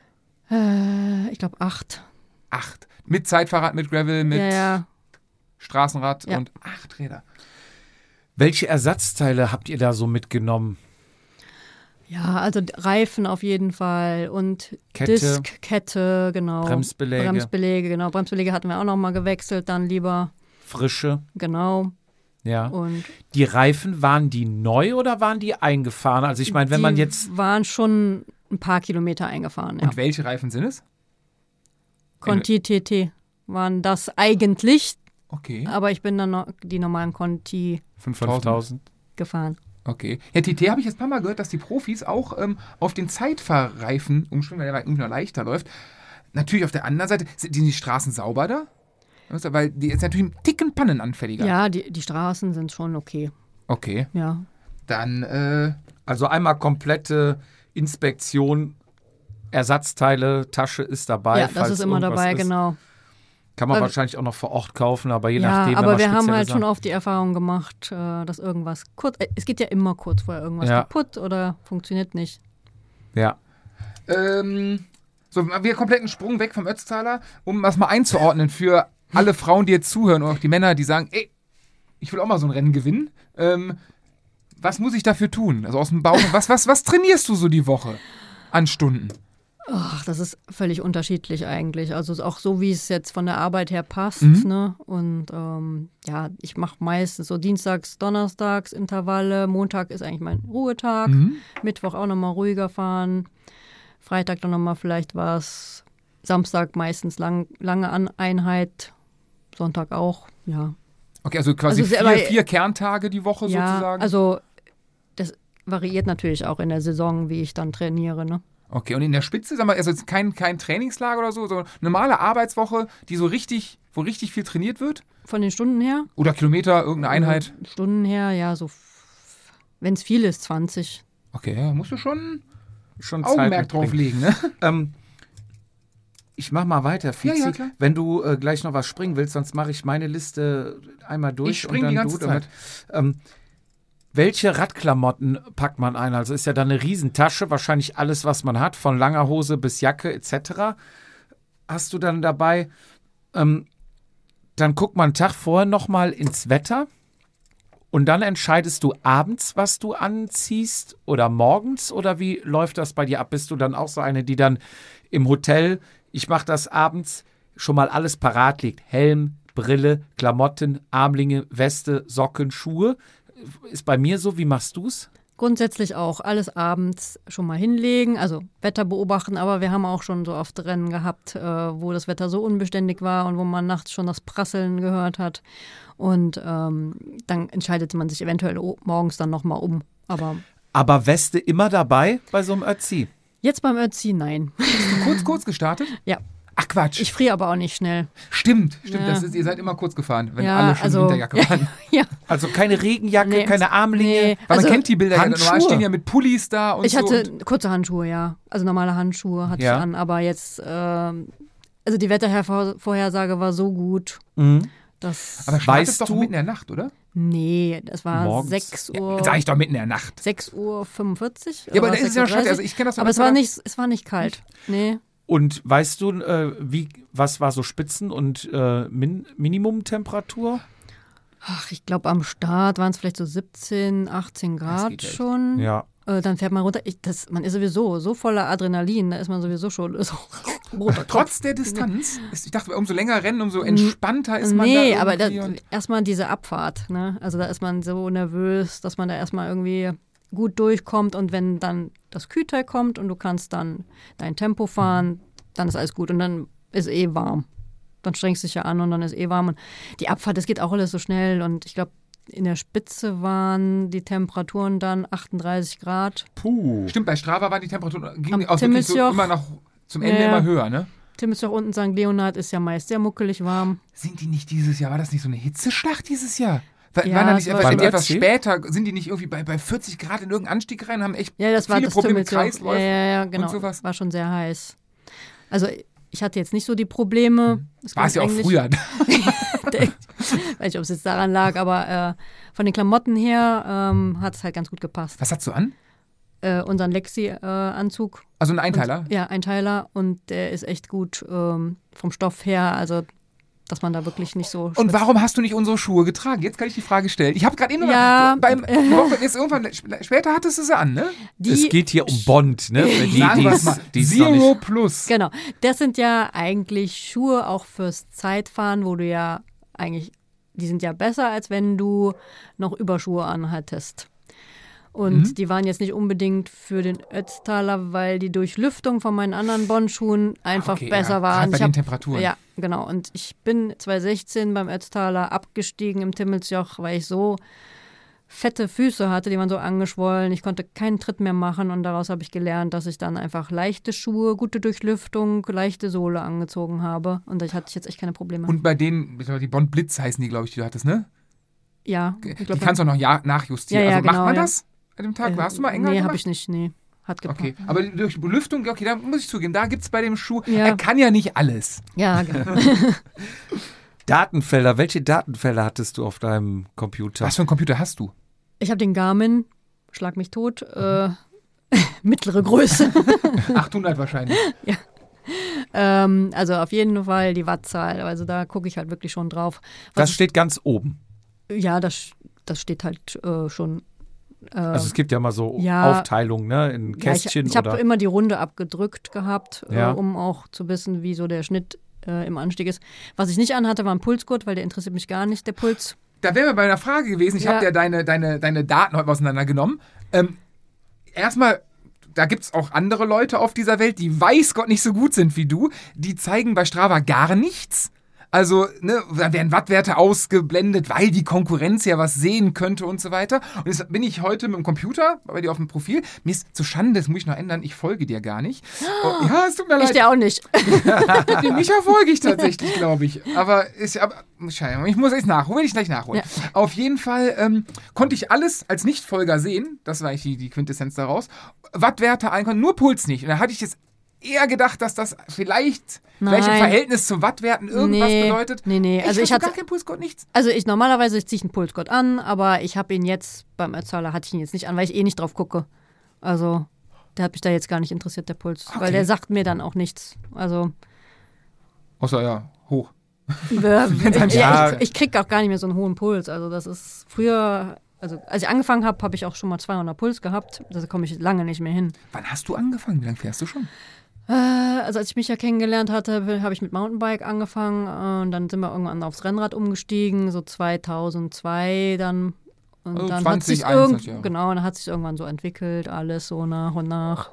[SPEAKER 4] Äh, ich glaube acht.
[SPEAKER 2] Acht. Mit Zeitfahrrad, mit Gravel, mit
[SPEAKER 4] ja, ja.
[SPEAKER 2] Straßenrad
[SPEAKER 4] Ja.
[SPEAKER 2] und acht Räder.
[SPEAKER 1] Welche Ersatzteile habt ihr da so mitgenommen?
[SPEAKER 4] ja, also d- Reifen auf jeden Fall und
[SPEAKER 1] Kette.
[SPEAKER 4] Disk, Kette, genau.
[SPEAKER 1] Bremsbeläge.
[SPEAKER 4] Bremsbeläge, genau. Bremsbeläge hatten wir auch nochmal gewechselt, dann lieber,
[SPEAKER 1] Frische?
[SPEAKER 4] genau.
[SPEAKER 1] Ja.
[SPEAKER 4] Und
[SPEAKER 1] Die Reifen, waren die neu oder waren die eingefahren? Also ich meine, wenn
[SPEAKER 4] die
[SPEAKER 1] man jetzt
[SPEAKER 4] waren schon ein paar Kilometer eingefahren. Ja.
[SPEAKER 2] Und welche Reifen sind es?
[SPEAKER 1] äh,
[SPEAKER 4] Conti TT waren das eigentlich,
[SPEAKER 2] Okay.
[SPEAKER 4] aber ich bin dann noch die normalen Conti
[SPEAKER 1] 5000.
[SPEAKER 4] gefahren.
[SPEAKER 2] Okay. Ja, TT habe ich jetzt ein paar Mal gehört, dass die Profis auch ähm, auf den Zeitfahrreifen umschwimmen, weil der irgendwie noch leichter läuft. Natürlich auf der anderen Seite, sind die Straßen sauber da? Also, Weil die ist natürlich einen Ticken
[SPEAKER 4] Ja,
[SPEAKER 2] Pannenanfälliger.
[SPEAKER 4] die, die Straßen sind schon okay.
[SPEAKER 2] Okay.
[SPEAKER 4] Ja.
[SPEAKER 2] Dann, äh,
[SPEAKER 1] Also einmal äh, komplette Inspektion, Ersatzteile, Tasche ist dabei.
[SPEAKER 4] ja, das
[SPEAKER 1] falls
[SPEAKER 4] ist immer
[SPEAKER 1] irgendwas
[SPEAKER 4] dabei,
[SPEAKER 1] ist.
[SPEAKER 4] genau.
[SPEAKER 1] Kann man
[SPEAKER 4] Weil-
[SPEAKER 1] wahrscheinlich auch noch vor Ort kaufen, aber je
[SPEAKER 4] ja,
[SPEAKER 1] nachdem. wenn
[SPEAKER 4] aber
[SPEAKER 1] man
[SPEAKER 4] wir haben
[SPEAKER 1] spezielle
[SPEAKER 4] halt schon
[SPEAKER 1] Sachen-
[SPEAKER 4] oft die Erfahrung gemacht, äh, dass irgendwas kurz, äh, es geht ja immer kurz vorher irgendwas
[SPEAKER 1] Ja.
[SPEAKER 4] kaputt oder funktioniert nicht.
[SPEAKER 1] Ja.
[SPEAKER 2] ähm, so, wir kompletten Sprung weg vom Ötztaler, um das mal einzuordnen für alle Frauen, die jetzt zuhören und auch die Männer, die sagen, ey, ich will auch mal so ein Rennen gewinnen. Ähm, was muss ich dafür tun? Also aus dem Bauch. Was, was, was trainierst du so die Woche an Stunden?
[SPEAKER 4] Ach, das ist völlig unterschiedlich eigentlich. Also es ist auch so, wie es jetzt von der Arbeit her passt. Ne? Und ähm, ja, ich mache meistens so Dienstags, Donnerstags Intervalle. Montag ist eigentlich mein Ruhetag. Mittwoch auch nochmal ruhiger fahren. Freitag dann nochmal vielleicht was. Samstag meistens lang, lange An Einheit. Sonntag auch, ja.
[SPEAKER 2] Okay, also quasi
[SPEAKER 4] Also
[SPEAKER 2] vier,
[SPEAKER 4] aber-
[SPEAKER 2] vier Kerntage die Woche
[SPEAKER 4] ja,
[SPEAKER 2] sozusagen.
[SPEAKER 4] also das variiert natürlich auch in der Saison, wie ich dann trainiere. Ne?
[SPEAKER 2] okay, und in der Spitze, sag mal, also jetzt kein, kein Trainingslager oder so, sondern eine normale Arbeitswoche, die so richtig, wo richtig viel trainiert wird?
[SPEAKER 4] Von den Stunden her?
[SPEAKER 2] Oder Kilometer, irgendeine
[SPEAKER 4] Mhm.
[SPEAKER 2] Einheit?
[SPEAKER 4] Stunden her, ja, so, wenn es viel ist, 20.
[SPEAKER 2] Okay, ja, musst du schon
[SPEAKER 1] Schon Zeit
[SPEAKER 2] Augenmerk
[SPEAKER 1] mitbringen.
[SPEAKER 2] drauf legen, ne?
[SPEAKER 1] Ähm, ich mach mal weiter, Fizi.
[SPEAKER 2] ja, klar.
[SPEAKER 1] Wenn du äh, gleich noch was springen willst, sonst mache ich meine Liste einmal durch.
[SPEAKER 2] Ich spring
[SPEAKER 1] und dann
[SPEAKER 2] die ganze
[SPEAKER 1] du damit. Ähm, welche Radklamotten packt man ein? Also ist ja dann eine Riesentasche, wahrscheinlich alles, was man hat, von langer Hose bis Jacke etc. Hast du dann dabei? Ähm, dann guckt man einen Tag vorher nochmal ins Wetter und dann entscheidest du abends, was du anziehst oder morgens oder wie läuft das bei dir ab? Bist du dann auch so eine, die dann im Hotel, ich mache das abends, schon mal alles parat liegt? Helm, Brille, Klamotten, Armlinge, Weste, Socken, Schuhe. Ist bei mir so, wie machst du's?
[SPEAKER 4] Grundsätzlich auch alles abends schon mal hinlegen, also Wetter beobachten, aber wir haben auch schon so oft Rennen gehabt, äh, wo das Wetter so unbeständig war und wo man nachts schon das Prasseln gehört hat. Und ähm, dann entscheidet man sich eventuell o- morgens dann nochmal um. Aber
[SPEAKER 1] Aber Weste immer dabei bei so einem Ötzi?
[SPEAKER 4] jetzt beim Ötzi, nein.
[SPEAKER 2] Kurz, kurz gestartet?
[SPEAKER 4] ja,
[SPEAKER 2] Ach Quatsch.
[SPEAKER 4] Ich friere aber auch nicht schnell.
[SPEAKER 2] stimmt, stimmt.
[SPEAKER 4] Ja.
[SPEAKER 2] Das ist, ihr seid immer kurz gefahren, wenn
[SPEAKER 4] Ja,
[SPEAKER 2] alle schon
[SPEAKER 4] also-
[SPEAKER 2] in Winterjacke waren.
[SPEAKER 4] ja,
[SPEAKER 1] Also keine Regenjacke,
[SPEAKER 4] Nee.
[SPEAKER 1] keine Armlinge.
[SPEAKER 4] nee.
[SPEAKER 2] Weil
[SPEAKER 4] also,
[SPEAKER 2] man kennt die Bilder ja. Normal
[SPEAKER 1] Handschuhe.
[SPEAKER 2] stehen ja mit Pullis da und
[SPEAKER 4] ich
[SPEAKER 2] so.
[SPEAKER 4] hatte
[SPEAKER 2] und-
[SPEAKER 4] kurze Handschuhe, ja. Also normale Handschuhe hatte
[SPEAKER 2] Ja.
[SPEAKER 4] ich an, aber jetzt, ähm, also die Wettervorhersage war so gut,
[SPEAKER 1] Mhm.
[SPEAKER 4] dass.
[SPEAKER 2] aber startet
[SPEAKER 1] Weißt
[SPEAKER 2] doch
[SPEAKER 1] du-
[SPEAKER 2] mitten in der Nacht, oder?
[SPEAKER 4] nee, das war
[SPEAKER 1] Morgens.
[SPEAKER 4] 6 Uhr.
[SPEAKER 2] Ja, sag ich doch mitten in der Nacht.
[SPEAKER 4] 6 Uhr 45?
[SPEAKER 2] Ja, aber
[SPEAKER 4] oder
[SPEAKER 2] das ist ja
[SPEAKER 4] 6:30?
[SPEAKER 2] schon, also ich kenne das
[SPEAKER 4] aber es war nicht, es war nicht kalt. Nee.
[SPEAKER 1] Und weißt du, äh, wie, was war so Spitzen- und äh, Min Minimumtemperatur?
[SPEAKER 4] Ach, ich glaube, am Start waren es vielleicht so 17, 18 Grad
[SPEAKER 2] geht echt.
[SPEAKER 4] schon.
[SPEAKER 1] Ja.
[SPEAKER 4] Äh, dann fährt man runter. Ich, das, man ist sowieso so voller Adrenalin, da ist man sowieso schon so roter Kopf.
[SPEAKER 2] Trotz der Distanz, ist, ich dachte, umso länger rennen, umso entspannter ist man
[SPEAKER 4] Nee,
[SPEAKER 2] da
[SPEAKER 4] aber da,
[SPEAKER 2] irgendwie und-
[SPEAKER 4] erstmal diese Abfahrt. Ne? Also da ist man so nervös, dass man da erstmal irgendwie gut durchkommt. Und wenn dann das Kühlteil kommt und du kannst dann dein Tempo fahren, dann ist alles gut. Und dann ist eh warm. Dann strengst du dich ja an und dann ist eh warm. Und die Abfahrt, das geht auch alles so schnell. Und ich glaube, in der Spitze waren die Temperaturen dann 38 Grad.
[SPEAKER 1] Puh.
[SPEAKER 2] Stimmt, bei Strava waren die Temperaturen
[SPEAKER 4] Am
[SPEAKER 2] gingen auch wirklich so
[SPEAKER 4] Timmelsjoch.
[SPEAKER 2] immer noch zum Ende
[SPEAKER 4] Ja.
[SPEAKER 2] immer höher, ne?
[SPEAKER 4] Tim ist doch unten, St. Leonhard ist ja meist sehr muckelig warm.
[SPEAKER 2] Sind die nicht dieses Jahr, war das nicht so eine Hitzeschlacht dieses Jahr? War,
[SPEAKER 4] Ja,
[SPEAKER 2] waren da nicht
[SPEAKER 4] es war
[SPEAKER 2] etwas,
[SPEAKER 1] schon-
[SPEAKER 2] etwas
[SPEAKER 1] Beim
[SPEAKER 2] später, sind die nicht irgendwie bei, bei 40 Grad in irgendeinen Anstieg rein, haben echt
[SPEAKER 4] Ja, das war
[SPEAKER 2] viele
[SPEAKER 4] das
[SPEAKER 2] Probleme mit
[SPEAKER 4] Tümmelchen.
[SPEAKER 2] Kreisläufen?
[SPEAKER 4] Ja, ja, ja, genau.
[SPEAKER 2] und sowas.
[SPEAKER 4] War schon sehr heiß. Also ich hatte jetzt nicht so die Probleme.
[SPEAKER 2] War es Hm. ja auch
[SPEAKER 4] ging eigentlich- Halt
[SPEAKER 2] früher.
[SPEAKER 4] Weiß nicht, ob es jetzt daran lag, aber äh, von den Klamotten her ähm, hat es halt ganz gut gepasst.
[SPEAKER 2] Was hast du an?
[SPEAKER 4] Äh, unseren Lexi-Anzug.
[SPEAKER 2] Also ein Einteiler?
[SPEAKER 4] ja, Einteiler. Und der ist echt gut ähm, vom Stoff her. Also, dass man da wirklich nicht so.
[SPEAKER 2] Und
[SPEAKER 4] schwitzt.
[SPEAKER 2] warum hast du nicht unsere Schuhe getragen? Jetzt kann ich die Frage stellen. Ich habe gerade eben
[SPEAKER 4] Ja.
[SPEAKER 2] noch, beim Woche, jetzt irgendwann sp- später hattest du sie an, ne?
[SPEAKER 1] es
[SPEAKER 4] Die
[SPEAKER 1] geht hier um Bond, ne? Für die,
[SPEAKER 2] Sagen wir's
[SPEAKER 1] die's-
[SPEAKER 2] mal.
[SPEAKER 1] die's noch nicht-
[SPEAKER 2] Zero Plus.
[SPEAKER 4] Genau. Das sind ja eigentlich Schuhe auch fürs Zeitfahren, wo du ja eigentlich, die sind ja besser, als wenn du noch Überschuhe anhattest. Und
[SPEAKER 2] Mhm.
[SPEAKER 4] die waren jetzt nicht unbedingt für den Ötztaler, weil die Durchlüftung von meinen anderen Bonnschuhen einfach
[SPEAKER 2] Okay,
[SPEAKER 4] besser
[SPEAKER 2] ja,
[SPEAKER 4] waren.
[SPEAKER 2] gerade bei
[SPEAKER 4] Ich
[SPEAKER 2] den
[SPEAKER 4] hab-
[SPEAKER 2] Temperaturen.
[SPEAKER 4] Ja, genau. Und ich bin 2016 beim Ötztaler abgestiegen im Timmelsjoch, weil ich so fette Füße hatte, die waren so angeschwollen. Ich konnte keinen Tritt mehr machen und daraus habe ich gelernt, dass ich dann einfach leichte Schuhe, gute Durchlüftung, leichte Sohle angezogen habe und da hatte ich jetzt echt keine Probleme.
[SPEAKER 2] Und bei denen, ich glaub, die Bond Blitz heißen die, glaube ich, die du hattest, ne?
[SPEAKER 4] ja,
[SPEAKER 2] Die
[SPEAKER 4] ich glaub,
[SPEAKER 2] kannst du auch noch ja, nachjustieren.
[SPEAKER 4] Ja, ja,
[SPEAKER 2] also macht
[SPEAKER 4] genau,
[SPEAKER 2] man
[SPEAKER 4] ja.
[SPEAKER 2] das an dem Tag?
[SPEAKER 4] äh,
[SPEAKER 2] Hast du mal enger
[SPEAKER 4] Nee,
[SPEAKER 2] gemacht?
[SPEAKER 4] habe ich nicht, nee. Hat gepasst.
[SPEAKER 2] Okay, aber durch Belüftung, okay, da muss ich zugeben, da gibt es bei dem Schuh,
[SPEAKER 4] Ja.
[SPEAKER 2] er kann ja nicht alles.
[SPEAKER 4] Ja, genau.
[SPEAKER 1] Datenfelder. Welche Datenfelder hattest du auf deinem Computer?
[SPEAKER 2] Was für einen Computer hast du?
[SPEAKER 4] Ich habe den Garmin, schlag mich tot,
[SPEAKER 2] Mhm.
[SPEAKER 4] äh, mittlere Größe.
[SPEAKER 2] 800 wahrscheinlich.
[SPEAKER 4] ähm, also auf jeden Fall die Wattzahl, also da gucke ich halt wirklich schon drauf.
[SPEAKER 1] Das steht ganz oben.
[SPEAKER 4] Ja, das, das steht halt äh, schon
[SPEAKER 1] Also es gibt ja mal so
[SPEAKER 4] Ja.
[SPEAKER 1] Aufteilungen, ne? In
[SPEAKER 4] Ja,
[SPEAKER 1] Kästchen
[SPEAKER 4] ich ich habe
[SPEAKER 1] oder.
[SPEAKER 4] immer die Runde abgedrückt gehabt,
[SPEAKER 1] Ja.
[SPEAKER 4] äh, um auch zu wissen, wie so der Schnitt äh, im Anstieg ist. Was ich nicht anhatte, war ein Pulsgurt, weil der interessiert mich gar nicht, der Puls.
[SPEAKER 2] Da wären wir bei einer Frage gewesen. Ich
[SPEAKER 4] Ja.
[SPEAKER 2] habe ja deine, deine, deine Daten heute mal auseinandergenommen. Ähm, erstmal, da gibt es auch andere Leute auf dieser Welt, die weiß Gott nicht so gut sind wie du. Die zeigen bei Strava gar nichts. Also, ne, da werden Wattwerte ausgeblendet, weil die Konkurrenz ja was sehen könnte und so weiter. Und jetzt bin ich heute mit dem Computer bei dir auf dem Profil. Mir ist zu Schande, das muss ich noch ändern, ich folge dir gar nicht. Oh, ja, es tut mir
[SPEAKER 4] Ich
[SPEAKER 2] leid.
[SPEAKER 4] der auch nicht.
[SPEAKER 2] Den Micha folge ich tatsächlich, glaube ich. Aber ich, aber, scheinbar, ich muss jetzt nachholen, will ich gleich nachholen. Auf jeden Fall ähm, konnte ich alles als Nichtfolger sehen. Das war eigentlich die, die Quintessenz daraus. Wattwerte einkommen, nur Puls nicht. Und da hatte ich jetzt eher gedacht, dass das vielleicht, vielleicht im
[SPEAKER 4] Nein.
[SPEAKER 2] Verhältnis zu Wattwerten irgendwas
[SPEAKER 4] Nee,
[SPEAKER 2] bedeutet.
[SPEAKER 4] nee, nee. Also ich
[SPEAKER 2] hatte
[SPEAKER 4] hatte-
[SPEAKER 2] gar keinen Pulscode, nichts.
[SPEAKER 4] Also ich normalerweise ziehe ich einen Pulsgurt an, aber ich habe ihn jetzt beim Erzahler hatte ich ihn jetzt nicht an, weil ich eh nicht drauf gucke. Also der hat mich da jetzt gar nicht interessiert, der Puls,
[SPEAKER 2] Okay.
[SPEAKER 4] weil der sagt mir dann auch nichts. Also
[SPEAKER 2] Außer ja, hoch.
[SPEAKER 4] Ja,
[SPEAKER 2] dann
[SPEAKER 4] ja,
[SPEAKER 2] ja.
[SPEAKER 4] ich, ich krieg auch gar nicht mehr so einen hohen Puls. Also das ist früher, also als ich angefangen habe, habe ich auch schon mal 200 Puls gehabt. Da komme ich lange nicht mehr hin.
[SPEAKER 2] Wann hast du angefangen? Wie lange fährst du schon?
[SPEAKER 4] Äh, also als ich mich ja kennengelernt hatte, habe ich mit Mountainbike angefangen äh, und dann sind wir irgendwann aufs Rennrad umgestiegen, so 2002 dann. Und
[SPEAKER 2] Also 20,
[SPEAKER 4] dann hat sich irgend-
[SPEAKER 2] 21 Jahre.
[SPEAKER 4] genau, dann hat sich irgendwann so entwickelt, alles so nach und nach.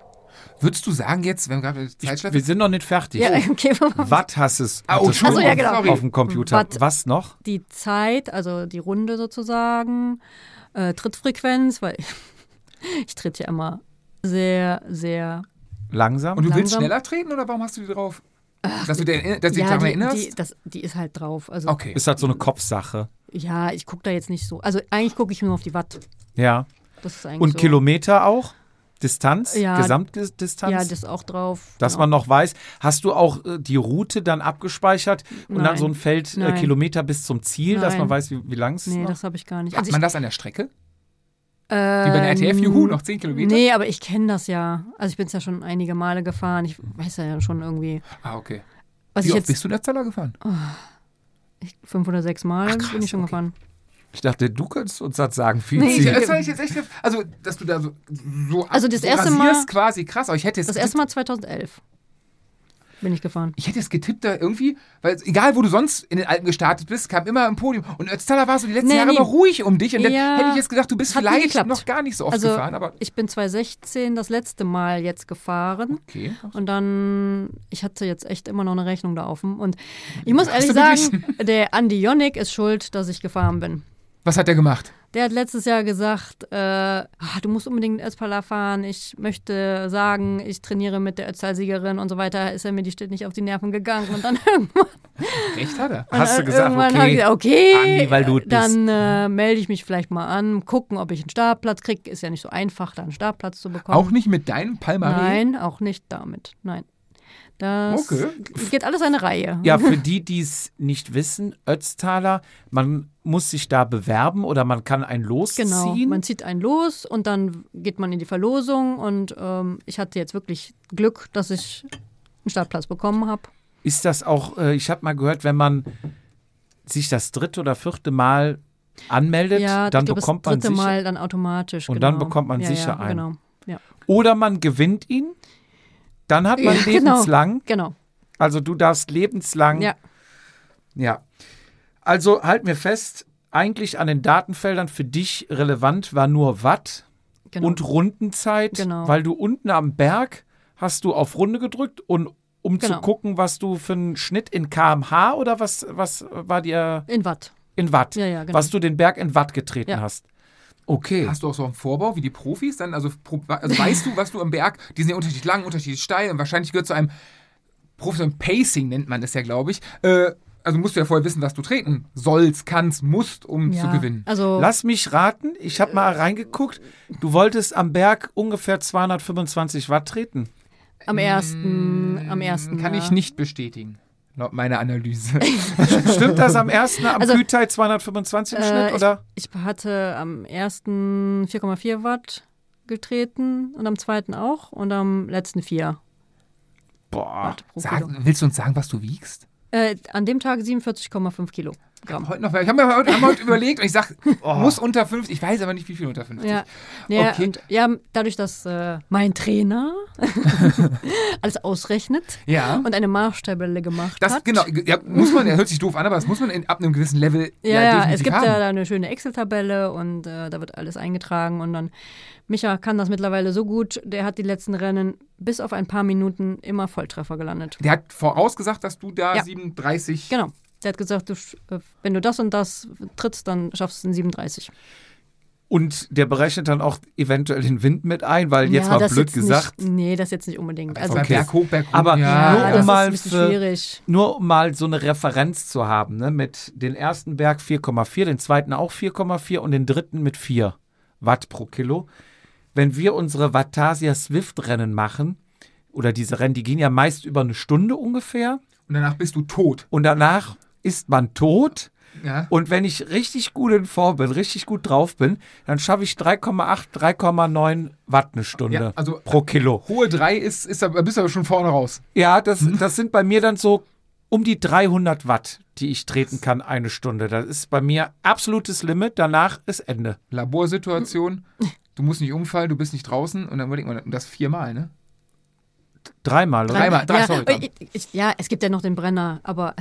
[SPEAKER 2] Würdest du sagen jetzt, wenn wir gerade Zeitschleife...
[SPEAKER 1] Wir sind noch nicht fertig.
[SPEAKER 4] Ja, okay,
[SPEAKER 1] Watt hast es
[SPEAKER 2] Ah, oh,
[SPEAKER 1] hattest du
[SPEAKER 4] Entschuldigung. Ach so, ja, genau.
[SPEAKER 1] auf- auf dem Computer.
[SPEAKER 4] Watt.
[SPEAKER 1] Was noch?
[SPEAKER 4] die Zeit, also die Runde sozusagen, äh, Trittfrequenz, weil ich tritt ja immer sehr, sehr
[SPEAKER 1] Langsam?
[SPEAKER 2] Und du willst
[SPEAKER 4] Langsam.
[SPEAKER 2] schneller treten oder warum hast du die drauf? dass du, dir, dass du dich
[SPEAKER 4] ja,
[SPEAKER 2] daran
[SPEAKER 4] die,
[SPEAKER 2] erinnerst?
[SPEAKER 4] Die, das, die ist halt drauf. Also,
[SPEAKER 2] okay.
[SPEAKER 1] Ist halt so eine Kopfsache.
[SPEAKER 4] Ja, ich gucke da jetzt nicht so. Also eigentlich gucke ich nur auf die Watt.
[SPEAKER 1] Ja.
[SPEAKER 4] Das ist eigentlich
[SPEAKER 1] Und
[SPEAKER 4] so.
[SPEAKER 1] Kilometer auch? Distanz?
[SPEAKER 4] Ja.
[SPEAKER 1] Gesamtdistanz?
[SPEAKER 4] Ja, genau. das ist auch drauf.
[SPEAKER 1] dass man noch weiß, hast du auch äh, die Route dann abgespeichert und dann
[SPEAKER 4] Nein.
[SPEAKER 1] so ein Feld äh,
[SPEAKER 4] Nein.
[SPEAKER 1] Kilometer bis zum Ziel, dass man
[SPEAKER 4] Nein.
[SPEAKER 1] weiß, wie, wie lang es ist?
[SPEAKER 4] Nee,
[SPEAKER 1] noch?
[SPEAKER 4] das habe ich gar nicht.
[SPEAKER 2] Hat
[SPEAKER 4] Also ich,
[SPEAKER 2] man das an der Strecke?
[SPEAKER 4] ähm,
[SPEAKER 2] Wie bei der RTF, juhu, noch 10 Kilometer?
[SPEAKER 4] Nee, aber ich kenne das ja. Also ich bin es ja schon einige Male gefahren. Ich weiß ja schon irgendwie.
[SPEAKER 2] Ah, okay.
[SPEAKER 4] Was
[SPEAKER 2] Wie
[SPEAKER 4] Also ich
[SPEAKER 2] oft
[SPEAKER 4] jetzt
[SPEAKER 2] bist du in der Zeller gefahren?
[SPEAKER 4] ich- fünf oder sechs Mal bin ich schon gefahren.
[SPEAKER 1] Ich dachte, du könntest uns das sagen, viel
[SPEAKER 4] Nee,
[SPEAKER 1] Ziel.
[SPEAKER 4] ich-
[SPEAKER 2] das fand ich jetzt echt, also, dass du da so, so
[SPEAKER 4] Also das
[SPEAKER 2] so
[SPEAKER 4] erste
[SPEAKER 2] rasierst
[SPEAKER 4] Mal-
[SPEAKER 2] quasi krass, aber ich hätte jetzt
[SPEAKER 4] Das erste Mal 2011 bin ich gefahren.
[SPEAKER 2] Ich hätte es getippt da irgendwie, weil egal wo du sonst in den Alpen gestartet bist, kam immer im Podium. Und Öztaler war so die letzten
[SPEAKER 4] Nee,
[SPEAKER 2] Jahre
[SPEAKER 4] nee.
[SPEAKER 2] immer ruhig um dich. Und dann
[SPEAKER 4] Ja,
[SPEAKER 2] hätte ich jetzt gedacht, du bist
[SPEAKER 4] hat nie
[SPEAKER 2] vielleicht
[SPEAKER 4] geklappt.
[SPEAKER 2] noch gar nicht so oft
[SPEAKER 4] also
[SPEAKER 2] gefahren, aber
[SPEAKER 4] ich bin 2016 das letzte Mal jetzt gefahren.
[SPEAKER 2] okay.
[SPEAKER 4] Und dann, ich hatte jetzt echt immer noch eine Rechnung da offen. Und ich muss ehrlich
[SPEAKER 2] du
[SPEAKER 4] sagen, der Andi Jonnik ist schuld, dass ich gefahren bin.
[SPEAKER 2] Was hat er gemacht?
[SPEAKER 4] Der hat letztes Jahr gesagt, äh, ah, du musst unbedingt in Espala fahren. Ich möchte sagen, ich trainiere mit der Ötztal-Siegerin und so weiter. Ist er mir die Stadt nicht auf die Nerven gegangen. Und dann irgendwann,
[SPEAKER 2] Recht hat er.
[SPEAKER 1] Hast du
[SPEAKER 4] äh,
[SPEAKER 1] gesagt,
[SPEAKER 4] irgendwann
[SPEAKER 1] okay,
[SPEAKER 4] habe ich gesagt, okay,
[SPEAKER 1] Andi, weil du es bist.
[SPEAKER 4] dann äh, melde ich mich vielleicht mal an, gucken, ob ich einen Startplatz kriege. Ist ja nicht so einfach, da einen Startplatz zu bekommen.
[SPEAKER 2] Auch nicht mit deinem Palmarin?
[SPEAKER 4] Nein, auch nicht damit. Nein. Das
[SPEAKER 2] Okay.
[SPEAKER 4] geht alles eine Reihe.
[SPEAKER 1] Ja, für die, die es nicht wissen, Ötztaler, man muss sich da bewerben oder man kann ein Los
[SPEAKER 4] Genau,
[SPEAKER 1] ziehen.
[SPEAKER 4] man zieht einen los und dann geht man in die Verlosung und ähm, ich hatte jetzt wirklich Glück, dass ich einen Startplatz bekommen habe.
[SPEAKER 1] Ist das auch, äh, ich habe mal gehört, wenn man sich das dritte oder vierte Mal anmeldet,
[SPEAKER 4] Ja,
[SPEAKER 1] dann
[SPEAKER 4] ich glaub,
[SPEAKER 1] bekommt
[SPEAKER 4] das
[SPEAKER 1] man
[SPEAKER 4] dritte
[SPEAKER 1] sicher.
[SPEAKER 4] Mal dann automatisch.
[SPEAKER 1] Und
[SPEAKER 4] genau.
[SPEAKER 1] dann bekommt man
[SPEAKER 4] ja,
[SPEAKER 1] sicher
[SPEAKER 4] ja,
[SPEAKER 1] einen.
[SPEAKER 4] Genau, ja.
[SPEAKER 1] Oder man gewinnt ihn, dann hat man
[SPEAKER 4] Ja, genau.
[SPEAKER 1] lebenslang.
[SPEAKER 4] genau.
[SPEAKER 1] Also du darfst lebenslang.
[SPEAKER 4] Ja.
[SPEAKER 1] Ja. Also halt mir fest, eigentlich an den Datenfeldern für dich relevant war nur Watt
[SPEAKER 4] Genau.
[SPEAKER 1] und Rundenzeit,
[SPEAKER 4] Genau.
[SPEAKER 1] weil du unten am Berg hast du auf Runde gedrückt und um zu
[SPEAKER 4] Genau.
[SPEAKER 1] gucken, was du für einen Schnitt in kmh oder was, was war dir
[SPEAKER 4] In Watt.
[SPEAKER 1] in Watt,
[SPEAKER 4] Ja, ja, genau.
[SPEAKER 1] was du den Berg in Watt getreten
[SPEAKER 4] Ja.
[SPEAKER 1] hast. Okay.
[SPEAKER 2] Hast du auch so einen Vorbau wie die Profis dann? Also, pro- also weißt du, was du am Berg, die sind ja unterschiedlich lang, unterschiedlich steil und wahrscheinlich gehört zu einem Profi, so ein Pacing nennt man das ja, glaube ich. Äh, also musst du ja vorher wissen, was du treten sollst, kannst, musst, um
[SPEAKER 4] Ja.
[SPEAKER 2] zu gewinnen.
[SPEAKER 4] Also
[SPEAKER 1] Lass mich raten, ich habe mal reingeguckt, du wolltest am Berg ungefähr 225 Watt treten.
[SPEAKER 4] am ersten, am ersten.
[SPEAKER 2] Mm, Kann
[SPEAKER 4] ja.
[SPEAKER 2] ich nicht bestätigen, laut meiner Analyse.
[SPEAKER 1] Stimmt das am ersten am
[SPEAKER 4] Also,
[SPEAKER 1] Kühlteil 225 im
[SPEAKER 4] Äh,
[SPEAKER 1] Schnitt oder?
[SPEAKER 4] Ich, ich hatte am ersten 4,4 Watt getreten und am zweiten auch und am letzten 4
[SPEAKER 1] Boah.
[SPEAKER 4] Watt
[SPEAKER 2] Ah,
[SPEAKER 4] pro
[SPEAKER 2] Sag,
[SPEAKER 4] Kilo.
[SPEAKER 2] willst du uns sagen, was du wiegst?
[SPEAKER 4] Äh, an dem Tag 47,5 Kilo. Gramm.
[SPEAKER 2] Heute noch, ich habe mir heute, haben wir heute überlegt und ich sag, muss unter 50, ich weiß aber nicht, wie viel unter 50.
[SPEAKER 4] Oh. Ja, ja,
[SPEAKER 2] Okay.
[SPEAKER 4] und, ja dadurch, dass äh, mein Trainer alles ausrechnet
[SPEAKER 2] Ja.
[SPEAKER 4] und eine Marschtabelle gemacht
[SPEAKER 2] das,
[SPEAKER 4] hat.
[SPEAKER 2] genau, ja, muss man, ja, hört sich doof an, aber das muss man in, ab einem gewissen Level ja,
[SPEAKER 4] Ja, ja,
[SPEAKER 2] definitiv
[SPEAKER 4] es gibt
[SPEAKER 2] haben.
[SPEAKER 4] ja da eine schöne Excel-Tabelle und äh, da wird alles eingetragen und dann, Micha kann das mittlerweile so gut, der hat die letzten Rennen bis auf ein paar Minuten immer Volltreffer gelandet.
[SPEAKER 2] Der hat vorausgesagt, dass du da
[SPEAKER 4] Ja.
[SPEAKER 2] 37.
[SPEAKER 4] Genau. Der hat gesagt, du, sch- äh, wenn du das und das trittst, dann schaffst du es in 37.
[SPEAKER 1] Und der berechnet dann auch eventuell den Wind mit ein, weil jetzt
[SPEAKER 4] ja,
[SPEAKER 1] mal
[SPEAKER 4] das
[SPEAKER 1] blöd
[SPEAKER 4] jetzt
[SPEAKER 1] gesagt,
[SPEAKER 4] Nicht, nee, das jetzt nicht unbedingt.
[SPEAKER 2] Also
[SPEAKER 4] Also,
[SPEAKER 2] okay. Berg hoch, Berg runter.
[SPEAKER 1] Aber
[SPEAKER 4] ja,
[SPEAKER 2] ja,
[SPEAKER 1] nur
[SPEAKER 4] das
[SPEAKER 1] um
[SPEAKER 4] ist
[SPEAKER 1] mal
[SPEAKER 4] ein bisschen
[SPEAKER 1] für-
[SPEAKER 4] schwierig.
[SPEAKER 1] nur um mal so eine Referenz zu haben, ne? mit den ersten Berg 4,4, den zweiten auch 4,4 und den dritten mit 4 Watt pro Kilo. Wenn wir unsere Wattasia Swift-Rennen machen, oder diese Rennen, die gehen ja meist über eine Stunde ungefähr,
[SPEAKER 2] Und danach bist du tot.
[SPEAKER 1] und danach ist man tot.
[SPEAKER 2] Ja.
[SPEAKER 1] Und wenn ich richtig gut in Form bin, richtig gut drauf bin, dann schaffe ich 3,8, 3,9 Watt eine Stunde
[SPEAKER 2] Ja, also-
[SPEAKER 1] pro Kilo.
[SPEAKER 2] Hohe 3 ist, ist, aber- bist aber schon vorne raus.
[SPEAKER 1] Ja, das,
[SPEAKER 2] Hm.
[SPEAKER 1] das sind bei mir dann so um die 300 Watt, die ich treten kann, eine Stunde. Das ist bei mir absolutes Limit. Danach ist Ende.
[SPEAKER 2] Laborsituation. Du musst nicht umfallen, du bist nicht draußen und dann überlegt man und das viermal, ne?
[SPEAKER 1] Dreimal, oder?
[SPEAKER 2] Drei- Dreimal, drei,
[SPEAKER 4] ja,
[SPEAKER 2] sorry,
[SPEAKER 4] aber ich, ich, ja, es gibt ja noch den Brenner, aber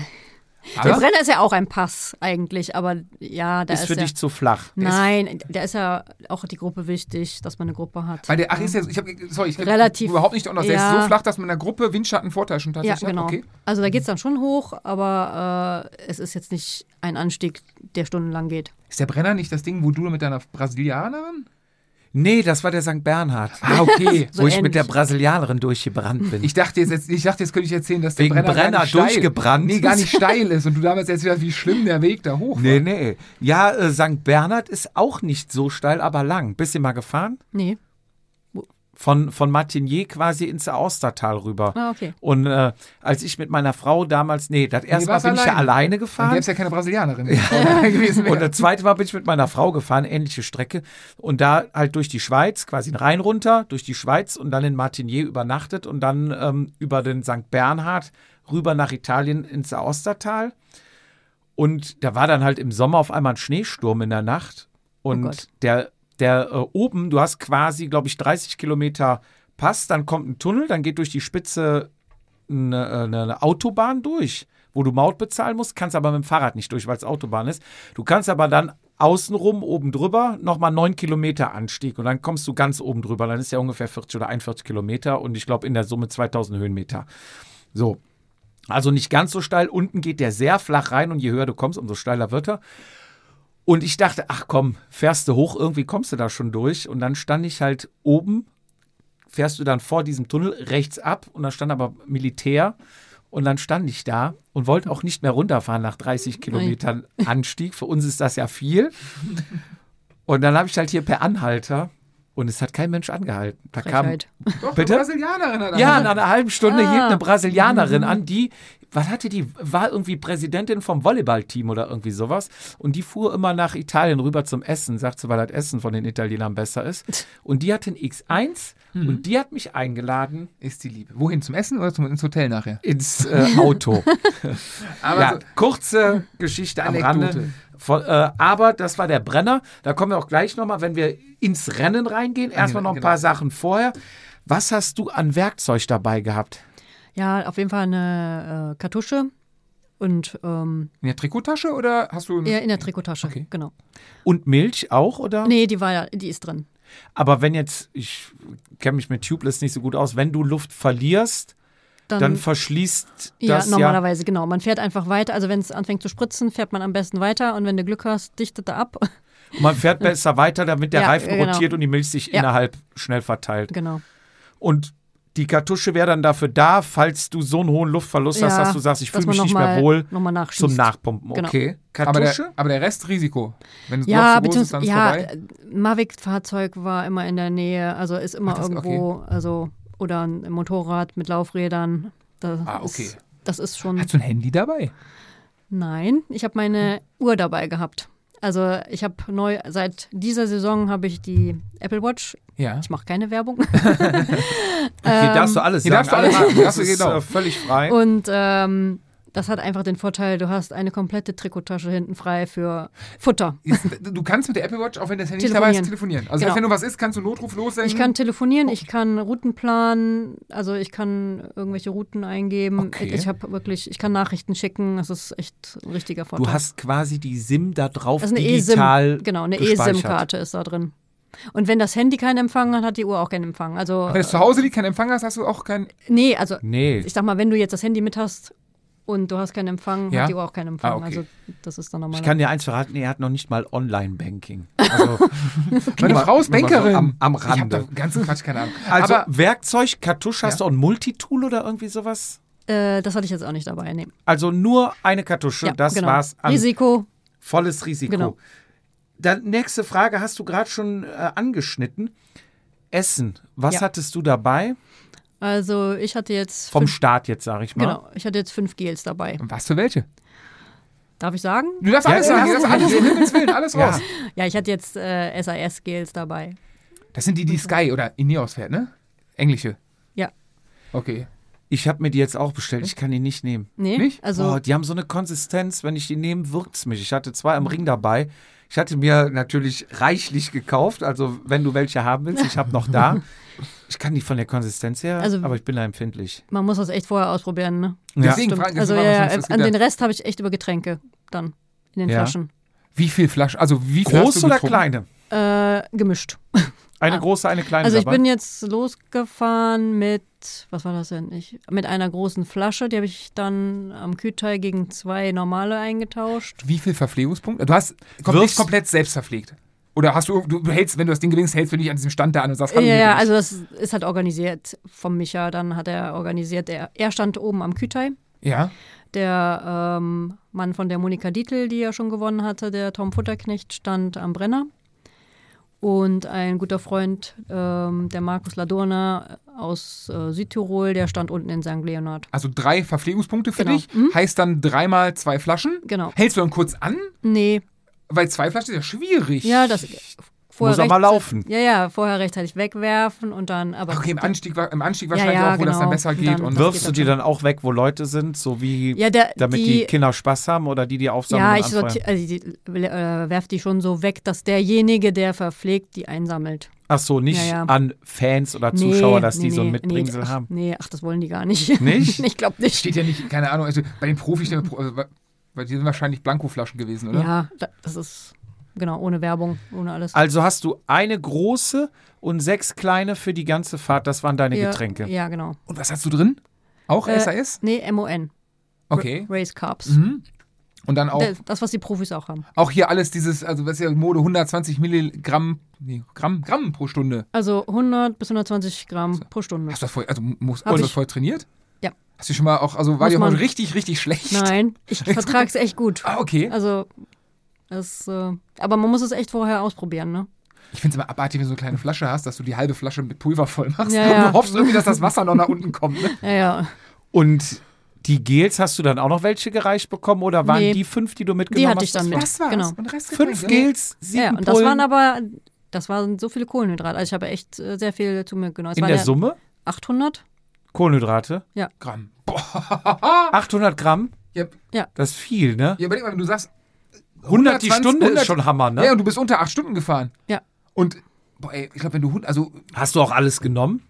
[SPEAKER 4] der
[SPEAKER 2] Aber
[SPEAKER 4] Brenner ist ja auch ein Pass eigentlich, aber ja,
[SPEAKER 1] Ah,
[SPEAKER 4] da
[SPEAKER 1] Ist
[SPEAKER 4] ist,
[SPEAKER 1] für
[SPEAKER 4] ja,
[SPEAKER 1] dich zu flach.
[SPEAKER 4] Nein, da ist ja auch die Gruppe wichtig, dass man eine Gruppe hat.
[SPEAKER 2] bei der, ach, ist ja, so- ich habe, sorry, ich krieg
[SPEAKER 4] Relativ,
[SPEAKER 2] überhaupt nicht auch noch. Der ist
[SPEAKER 4] ja.
[SPEAKER 2] so flach, dass man in der Gruppe Windschattenvorteil schon
[SPEAKER 4] ja,
[SPEAKER 2] tatsächlich
[SPEAKER 4] genau.
[SPEAKER 2] hat. Okay.
[SPEAKER 4] Also da geht es dann schon hoch, aber äh, es ist jetzt nicht ein Anstieg, der stundenlang geht.
[SPEAKER 2] Ist der Brenner nicht das Ding, wo du mit deiner Brasilianerin?
[SPEAKER 1] Nee, das war der St. Bernhard,
[SPEAKER 2] Ah, okay.
[SPEAKER 4] So
[SPEAKER 1] wo ich
[SPEAKER 4] ähnlich.
[SPEAKER 1] mit der Brasilianerin durchgebrannt bin.
[SPEAKER 2] Ich dachte jetzt, ich dachte, jetzt könnte ich erzählen, dass der
[SPEAKER 1] Wegen
[SPEAKER 2] Brenner,
[SPEAKER 1] Brenner
[SPEAKER 2] gar nicht steil-
[SPEAKER 1] durchgebrannt.
[SPEAKER 2] Nee, gar nicht steil ist. Und du damals erzählt hast, wie schlimm der Weg da hoch
[SPEAKER 1] nee, nee. Ja, äh, St. Bernhard ist auch nicht so steil, aber lang. Bist du mal gefahren?
[SPEAKER 4] Nee.
[SPEAKER 1] Von, von Martinier quasi ins Austertal rüber.
[SPEAKER 4] Ah, okay.
[SPEAKER 1] Und äh, als ich mit meiner Frau damals, nee, das erste Mal
[SPEAKER 2] warst
[SPEAKER 1] bin ich ja
[SPEAKER 2] alleine.
[SPEAKER 1] alleine
[SPEAKER 2] war. Dann
[SPEAKER 1] gefahren.
[SPEAKER 2] gäbe es ja keine Brasilianerin ja. gewesen.
[SPEAKER 1] Und
[SPEAKER 2] Wäre.
[SPEAKER 1] das zweite Mal bin ich mit meiner Frau gefahren, ähnliche Strecke. Und da halt durch die Schweiz, quasi den Rhein runter, durch die Schweiz und dann in Martinier übernachtet und dann ähm, über den St. Bernhard rüber nach Italien ins Aostatal. Und da war dann halt im Sommer auf einmal ein Schneesturm in der Nacht. Und
[SPEAKER 4] Gott.
[SPEAKER 1] der, der äh, oben, du hast quasi, glaube ich, 30 Kilometer Pass, dann kommt ein Tunnel, dann geht durch die Spitze eine, eine, eine Autobahn durch, wo du Maut bezahlen musst, kannst aber mit dem Fahrrad nicht durch, weil es Autobahn ist. Du kannst aber dann außenrum, oben drüber, nochmal neun Kilometer Anstieg und dann kommst du ganz oben drüber. Dann ist ja ungefähr 40 oder 41 Kilometer und ich glaube in der Summe 2000 Höhenmeter. So. Also nicht ganz so steil. Unten geht der sehr flach rein und je höher du kommst, umso steiler wird er. Und ich dachte, ach komm, fährst du hoch, irgendwie kommst du da schon durch. Und dann stand ich halt oben, fährst du dann vor diesem Tunnel rechts ab und da stand aber Militär. Und dann stand ich da und wollte auch nicht mehr runterfahren nach 30 Kilometern Anstieg. Für uns ist das ja viel. Und dann habe ich halt hier per Anhalter und es hat kein Mensch angehalten. Da kam,
[SPEAKER 4] Frechheit.
[SPEAKER 2] Doch,
[SPEAKER 1] Bitte?
[SPEAKER 2] eine Brasilianerin hat
[SPEAKER 1] ja,
[SPEAKER 2] angefangen.
[SPEAKER 1] nach einer halben Stunde
[SPEAKER 4] Ah.
[SPEAKER 1] hielt eine Brasilianerin an, die, was hatte die, war irgendwie Präsidentin vom Volleyballteam oder irgendwie sowas. Und die fuhr immer nach Italien rüber zum Essen, sagt sie, weil das Essen von den Italienern besser ist. Und die hatte ein X1 und die hat mich eingeladen
[SPEAKER 2] Ist die Liebe. Wohin? Zum Essen oder zum, ins Hotel nachher?
[SPEAKER 1] ins äh, Auto.
[SPEAKER 2] Aber
[SPEAKER 1] ja,
[SPEAKER 2] so,
[SPEAKER 1] kurze Geschichte am
[SPEAKER 2] Anekdote.
[SPEAKER 1] Rande. Von, äh, aber das war der Brenner. Da kommen wir auch gleich nochmal, wenn wir ins Rennen reingehen. Erstmal noch ein
[SPEAKER 2] genau.
[SPEAKER 1] paar Sachen vorher. Was hast du an Werkzeug dabei gehabt?
[SPEAKER 4] Ja, auf jeden Fall eine äh, Kartusche und ähm,
[SPEAKER 2] in der Trikottasche oder hast du.
[SPEAKER 1] Hm.
[SPEAKER 4] eher in der Trikottasche, genau.
[SPEAKER 1] Und Milch auch, oder?
[SPEAKER 4] Nee, die war ja, die ist drin.
[SPEAKER 1] Aber wenn jetzt, ich kenne mich mit Tubeless nicht so gut aus, wenn du Luft verlierst,
[SPEAKER 4] Dann,
[SPEAKER 1] dann, verschließt
[SPEAKER 4] ja,
[SPEAKER 1] das ja.
[SPEAKER 4] normalerweise, genau. Man fährt einfach weiter. Also wenn es anfängt zu spritzen, fährt man am besten weiter und wenn du Glück hast, dichtet er ab.
[SPEAKER 1] Man fährt besser weiter, damit der
[SPEAKER 4] Ja,
[SPEAKER 1] Reifen
[SPEAKER 4] genau.
[SPEAKER 1] rotiert und die Milch sich
[SPEAKER 4] Ja.
[SPEAKER 1] innerhalb schnell verteilt.
[SPEAKER 4] genau.
[SPEAKER 1] Und die Kartusche wäre dann dafür da, falls du so einen hohen Luftverlust hast, dass du sagst, ich
[SPEAKER 4] dass
[SPEAKER 1] fühle
[SPEAKER 4] man
[SPEAKER 1] mich
[SPEAKER 4] noch
[SPEAKER 1] nicht
[SPEAKER 4] mal,
[SPEAKER 1] mehr wohl
[SPEAKER 4] noch mal
[SPEAKER 1] zum
[SPEAKER 4] nachschießt.
[SPEAKER 1] Nachpumpen.
[SPEAKER 4] Genau.
[SPEAKER 1] Okay.
[SPEAKER 2] aber,
[SPEAKER 1] Kartusche?
[SPEAKER 2] der, aber der Rest Risiko. Wenn es
[SPEAKER 4] Ja,
[SPEAKER 2] noch zu groß ist, dann
[SPEAKER 4] beziehungsweise
[SPEAKER 2] ist
[SPEAKER 4] ja,
[SPEAKER 2] vorbei.
[SPEAKER 4] Mavic-Fahrzeug war immer in der Nähe, also ist immer
[SPEAKER 2] Ach, das-
[SPEAKER 4] irgendwo, also oder ein Motorrad mit Laufrädern. Das
[SPEAKER 2] Ah, okay.
[SPEAKER 4] Ist, das ist schon.
[SPEAKER 2] Hast du ein Handy dabei?
[SPEAKER 4] Nein, ich habe meine
[SPEAKER 1] Hm.
[SPEAKER 4] Uhr dabei gehabt. Also ich habe neu seit dieser Saison habe ich die Apple Watch.
[SPEAKER 2] Ja.
[SPEAKER 4] Ich mache keine Werbung.
[SPEAKER 1] Hier darfst du alles
[SPEAKER 2] hier
[SPEAKER 1] sagen.
[SPEAKER 2] darfst du alles
[SPEAKER 1] Alle-
[SPEAKER 2] sagen.
[SPEAKER 1] Das
[SPEAKER 2] Darfst du
[SPEAKER 1] ist
[SPEAKER 2] genau.
[SPEAKER 1] äh, völlig frei.
[SPEAKER 4] Ähm, Und ähm, das hat einfach den Vorteil, du hast eine komplette Trikottasche hinten frei für Futter.
[SPEAKER 2] Jetzt, du kannst mit der Apple Watch, auch wenn das Handy nicht dabei ist, telefonieren. Also,
[SPEAKER 4] Genau.
[SPEAKER 2] wenn du was ist, kannst du Notruf lossenden.
[SPEAKER 4] Ich
[SPEAKER 1] Hm.
[SPEAKER 4] kann telefonieren, ich kann Routen planen, also ich kann irgendwelche Routen eingeben.
[SPEAKER 2] Okay.
[SPEAKER 4] Ich, ich habe wirklich, ich kann Nachrichten schicken. Das ist echt ein richtiger Vorteil.
[SPEAKER 1] Du hast quasi die SIM da drauf
[SPEAKER 4] das ist eine
[SPEAKER 1] digital
[SPEAKER 4] eSIM, genau, eine
[SPEAKER 1] gespeichert.
[SPEAKER 4] eSIM-Karte ist da drin. Und wenn das Handy keinen Empfang hat, hat die Uhr auch keinen Empfang. Also
[SPEAKER 2] Wenn
[SPEAKER 4] äh,
[SPEAKER 2] es zu Hause liegt, keinen Empfang hast, hast du auch keinen.
[SPEAKER 4] nee, also
[SPEAKER 1] Nee,
[SPEAKER 4] ich sag mal, wenn du jetzt das Handy mit hast und du hast keinen Empfang,
[SPEAKER 2] Ja?
[SPEAKER 4] hat die Uhr auch keinen Empfang.
[SPEAKER 2] Ah, okay.
[SPEAKER 4] Also das ist dann normal.
[SPEAKER 1] Ich kann dir eins verraten, er hat noch nicht mal Online-Banking. Also,
[SPEAKER 2] Meine
[SPEAKER 1] Nur mal-
[SPEAKER 2] Frau ist
[SPEAKER 1] nur mal so
[SPEAKER 2] Bankerin.
[SPEAKER 1] am- am
[SPEAKER 2] Ich hab
[SPEAKER 1] Rande.
[SPEAKER 2] da ganzen Quatsch, keine Ahnung.
[SPEAKER 1] also
[SPEAKER 2] Aber
[SPEAKER 1] Werkzeug, Kartusche, hast
[SPEAKER 2] Ja.
[SPEAKER 1] du auch ein Multitool oder irgendwie sowas?
[SPEAKER 4] äh, das hatte ich jetzt auch nicht dabei. Nee.
[SPEAKER 1] Also nur eine Kartusche,
[SPEAKER 4] Ja,
[SPEAKER 1] das
[SPEAKER 4] genau.
[SPEAKER 1] war's. An
[SPEAKER 4] Risiko,
[SPEAKER 1] volles Risiko.
[SPEAKER 4] Genau.
[SPEAKER 1] Dann nächste Frage hast du gerade schon äh, angeschnitten. Essen, was
[SPEAKER 4] Ja.
[SPEAKER 1] hattest du dabei?
[SPEAKER 4] also ich hatte jetzt
[SPEAKER 1] Vom ne?
[SPEAKER 4] fünf,
[SPEAKER 1] Start jetzt, sage ich mal.
[SPEAKER 4] genau, ich hatte jetzt fünf Gels dabei.
[SPEAKER 2] was für welche?
[SPEAKER 4] Darf ich sagen?
[SPEAKER 2] Du darfst
[SPEAKER 1] Ja,
[SPEAKER 2] alles
[SPEAKER 1] ja,
[SPEAKER 2] sagen,
[SPEAKER 1] ja.
[SPEAKER 2] du darfst alles um Himmels Willen, alles
[SPEAKER 1] Ja.
[SPEAKER 2] raus.
[SPEAKER 4] Ja, ich hatte jetzt äh, SAS-Gels dabei.
[SPEAKER 2] Das sind die,
[SPEAKER 4] Mhm.
[SPEAKER 2] die Sky oder Ineos fährt, ne? Englische.
[SPEAKER 4] Ja.
[SPEAKER 2] Okay.
[SPEAKER 1] Ich habe mir die jetzt auch bestellt, ich kann die nicht Oh, nehmen.
[SPEAKER 4] Nee,
[SPEAKER 2] Nicht?
[SPEAKER 4] Mhm. also
[SPEAKER 1] Boah, die haben so eine Konsistenz, wenn ich die nehme, wirkt es mich. Ich hatte zwei am Ring dabei. Ich hatte mir natürlich reichlich gekauft, also wenn du welche haben willst, ich habe noch da. Ich kann die von der Konsistenz her,
[SPEAKER 4] Also-
[SPEAKER 1] aber ich bin da empfindlich.
[SPEAKER 4] man muss das echt vorher ausprobieren. Ne?
[SPEAKER 1] Ja.
[SPEAKER 2] Deswegen
[SPEAKER 4] Stimmt.
[SPEAKER 2] fragen
[SPEAKER 4] Also ja,
[SPEAKER 2] ja,
[SPEAKER 4] ja, an den Rest habe ich echt über Getränke dann in den
[SPEAKER 1] Ja.
[SPEAKER 4] Flaschen
[SPEAKER 2] Wie viel Flaschen? Also wie viel hast
[SPEAKER 1] Groß
[SPEAKER 2] du
[SPEAKER 1] oder
[SPEAKER 2] getrunken?
[SPEAKER 1] kleine?
[SPEAKER 4] äh, gemischt.
[SPEAKER 1] Eine
[SPEAKER 4] Ah.
[SPEAKER 1] große, eine kleine
[SPEAKER 4] Also ich
[SPEAKER 1] dabei.
[SPEAKER 4] bin jetzt losgefahren mit, was war das denn? Ich, mit einer großen Flasche, die habe ich dann am Kühlteil gegen zwei normale eingetauscht.
[SPEAKER 2] Wie viel Verpflegungspunkte? Du hast kom
[SPEAKER 1] Wirfst-
[SPEAKER 2] nicht komplett selbst verpflegt. Oder hast du, du hältst, wenn du das Ding gewinnst, hältst du dich an diesem Stand da an und sagst,
[SPEAKER 4] Ja,
[SPEAKER 2] hier
[SPEAKER 4] ja,
[SPEAKER 2] bin ich.
[SPEAKER 4] also das ist halt organisiert vom Micha. Dann hat er organisiert, er, er stand oben am Kütei.
[SPEAKER 2] ja.
[SPEAKER 4] Der ähm, Mann von der Monika Dietl, die ja schon gewonnen hatte, der Tom Futterknecht, stand am Brenner. Und ein guter Freund, ähm, der Markus Ladurna aus äh, Südtirol, der stand unten in St. Leonard.
[SPEAKER 2] Also drei Verpflegungspunkte für
[SPEAKER 4] Genau.
[SPEAKER 2] dich. Heißt dann dreimal zwei Flaschen.
[SPEAKER 4] Genau.
[SPEAKER 2] Hältst du dann kurz an?
[SPEAKER 4] Nee,
[SPEAKER 2] Weil zwei Flaschen ist ja schwierig.
[SPEAKER 4] ja, das vorher
[SPEAKER 1] Muss er mal
[SPEAKER 4] rechtzeitig-
[SPEAKER 1] laufen.
[SPEAKER 4] Ja, ja, vorher rechtzeitig wegwerfen und dann aber
[SPEAKER 2] Okay, im Anstieg, war- im Anstieg
[SPEAKER 4] Ja,
[SPEAKER 2] wahrscheinlich
[SPEAKER 4] ja,
[SPEAKER 2] auch, wo das dann
[SPEAKER 4] genau.
[SPEAKER 2] besser
[SPEAKER 4] Und
[SPEAKER 2] geht.
[SPEAKER 4] dann-
[SPEAKER 2] und
[SPEAKER 4] Wirf-
[SPEAKER 1] Wirfst du
[SPEAKER 4] geht dann
[SPEAKER 1] die
[SPEAKER 4] schon.
[SPEAKER 1] dann auch weg, wo Leute sind, so wie
[SPEAKER 4] Ja, der-
[SPEAKER 1] damit die,
[SPEAKER 4] die-
[SPEAKER 1] Kinder Spaß haben oder die, die aufsammeln
[SPEAKER 4] Ja,
[SPEAKER 1] und
[SPEAKER 4] ich
[SPEAKER 1] anfeuern?
[SPEAKER 4] sorti- also die, äh, werf die schon so weg, dass derjenige, der verpflegt, die einsammelt.
[SPEAKER 1] Ach so, nicht
[SPEAKER 4] Ja, ja.
[SPEAKER 1] an Fans oder
[SPEAKER 4] Nee,
[SPEAKER 1] Zuschauer, dass
[SPEAKER 4] nee,
[SPEAKER 1] die so ein
[SPEAKER 4] nee,
[SPEAKER 1] Mitbringsel
[SPEAKER 4] nee, ach,
[SPEAKER 1] haben.
[SPEAKER 4] Nee, ach, das wollen die gar nicht.
[SPEAKER 1] Nicht?
[SPEAKER 4] ich glaube nicht.
[SPEAKER 2] steht ja nicht, keine Ahnung, also bei den Profis, der- äh, weil die sind wahrscheinlich Blankoflaschen gewesen, oder?
[SPEAKER 4] Ja, da- das ist genau ohne Werbung, ohne alles.
[SPEAKER 1] Also hast du eine große und sechs kleine für die ganze Fahrt. Das waren deine
[SPEAKER 4] ja,
[SPEAKER 1] Getränke. Oh,
[SPEAKER 4] Ja, genau.
[SPEAKER 2] Und was hast du drin? Auch
[SPEAKER 4] Äh,
[SPEAKER 2] SAS?
[SPEAKER 4] Nee, MON,
[SPEAKER 2] Okay.
[SPEAKER 4] Race Carbs.
[SPEAKER 1] Mhm.
[SPEAKER 2] Und dann auch,
[SPEAKER 4] Das,
[SPEAKER 1] Oh.
[SPEAKER 4] das, was die Profis auch haben.
[SPEAKER 2] auch hier alles dieses, also was ist ja Mode, 120 Milligramm, nee, Gramm, Gramm pro Stunde.
[SPEAKER 4] Also 100 bis 120 Gramm pro Stunde.
[SPEAKER 2] Hast du das vorher, also musst,
[SPEAKER 4] Hab
[SPEAKER 2] hast du das
[SPEAKER 4] ich.
[SPEAKER 2] vorher trainiert?
[SPEAKER 4] Ja.
[SPEAKER 2] Hast du schon mal auch, also war
[SPEAKER 4] Muss
[SPEAKER 2] dir auch mal
[SPEAKER 4] man.
[SPEAKER 2] richtig, richtig schlecht?
[SPEAKER 4] Nein, ich vertrage es echt gut.
[SPEAKER 2] Ah, okay.
[SPEAKER 4] Also, es, äh, aber man muss es echt vorher ausprobieren, ne?
[SPEAKER 2] Ich finde es immer abartig, wenn du so eine kleine Flasche hast, dass du die halbe Flasche mit Pulver voll machst
[SPEAKER 4] Ja,
[SPEAKER 2] und
[SPEAKER 4] ja.
[SPEAKER 2] du hoffst irgendwie, dass das Wasser noch nach unten kommt. Ne?
[SPEAKER 4] Ja, ja.
[SPEAKER 1] Und die Gels, hast du dann auch noch welche gereicht bekommen oder waren
[SPEAKER 4] Nee.
[SPEAKER 1] die fünf, die du mitgenommen
[SPEAKER 4] Die hatte
[SPEAKER 1] hast?
[SPEAKER 4] ich dann mit.
[SPEAKER 2] Das war's.
[SPEAKER 4] Genau.
[SPEAKER 2] Und Rest ne?
[SPEAKER 1] Fünf ne? Gels, sieben
[SPEAKER 4] Ja, und das
[SPEAKER 1] Pullen
[SPEAKER 4] waren aber, das waren so viele Kohlenhydrate. Also ich habe echt äh, sehr viel zu mir genommen. Es
[SPEAKER 1] in
[SPEAKER 4] waren
[SPEAKER 1] der
[SPEAKER 4] ja
[SPEAKER 1] Summe
[SPEAKER 4] 800?
[SPEAKER 1] Kohlenhydrate.
[SPEAKER 2] Gramm. Boah.
[SPEAKER 4] Ah.
[SPEAKER 1] 800 Gramm,
[SPEAKER 2] Ja,
[SPEAKER 1] das ist viel, ne?
[SPEAKER 2] ja, überleg mal, wenn du sagst,
[SPEAKER 1] 100 die
[SPEAKER 2] 120,
[SPEAKER 1] Stunde
[SPEAKER 2] 100
[SPEAKER 1] ist schon Hammer, ne?
[SPEAKER 2] ja, und du bist unter acht Stunden gefahren.
[SPEAKER 4] Ja.
[SPEAKER 2] Und, boah, ey, ich glaube, wenn du, hund- also,
[SPEAKER 1] Hast du auch alles genommen?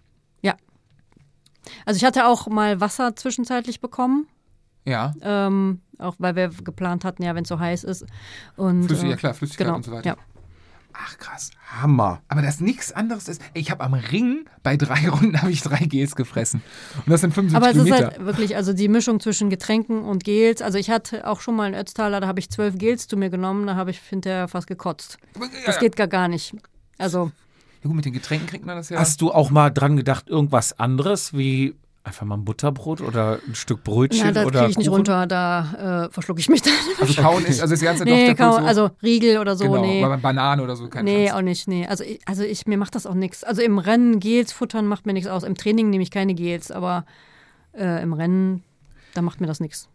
[SPEAKER 4] Also ich hatte auch mal Wasser zwischenzeitlich bekommen,
[SPEAKER 2] ja,
[SPEAKER 4] ähm, auch weil wir geplant hatten, ja, wenn es so heiß ist. Und,
[SPEAKER 2] Flüssig,
[SPEAKER 4] äh,
[SPEAKER 2] ja klar, Flüssigkeit
[SPEAKER 4] genau,
[SPEAKER 2] und so weiter.
[SPEAKER 4] Ja.
[SPEAKER 2] Ach, krass.
[SPEAKER 1] Hammer.
[SPEAKER 2] Aber das nichts anderes ist, ey, ich habe am Ring bei drei Runden habe ich drei Gels gefressen. Und das sind 75
[SPEAKER 4] Aber es ist
[SPEAKER 2] Kilometer.
[SPEAKER 4] halt wirklich, also die Mischung zwischen Getränken und Gels. Also ich hatte auch schon mal einen Ötztaler, da habe ich zwölf Gels zu mir genommen, da habe ich hinterher fast gekotzt. Das geht gar gar nicht. Also
[SPEAKER 2] ja, gut, mit den Getränken kriegt man das ja.
[SPEAKER 1] Hast du auch mal dran gedacht, irgendwas anderes wie einfach mal ein Butterbrot oder ein Stück Brötchen
[SPEAKER 4] ja, das
[SPEAKER 1] oder
[SPEAKER 4] kriege ich nicht
[SPEAKER 1] Kuchen?
[SPEAKER 4] runter, da äh, verschlucke ich mich dann.
[SPEAKER 2] also kauen ist, also das ganze
[SPEAKER 4] nee,
[SPEAKER 2] doch der
[SPEAKER 4] kaum,
[SPEAKER 2] Pulso-
[SPEAKER 4] also Riegel oder so,
[SPEAKER 2] genau,
[SPEAKER 4] nee.
[SPEAKER 2] aber Banane oder so keine
[SPEAKER 4] Nee,
[SPEAKER 2] Chance.
[SPEAKER 4] auch nicht, nee. Also ich, also ich mir macht das auch nichts. Also im Rennen Gels futtern macht mir nichts aus. Im Training nehme ich keine Gels, aber äh, im Rennen, da macht mir das nichts.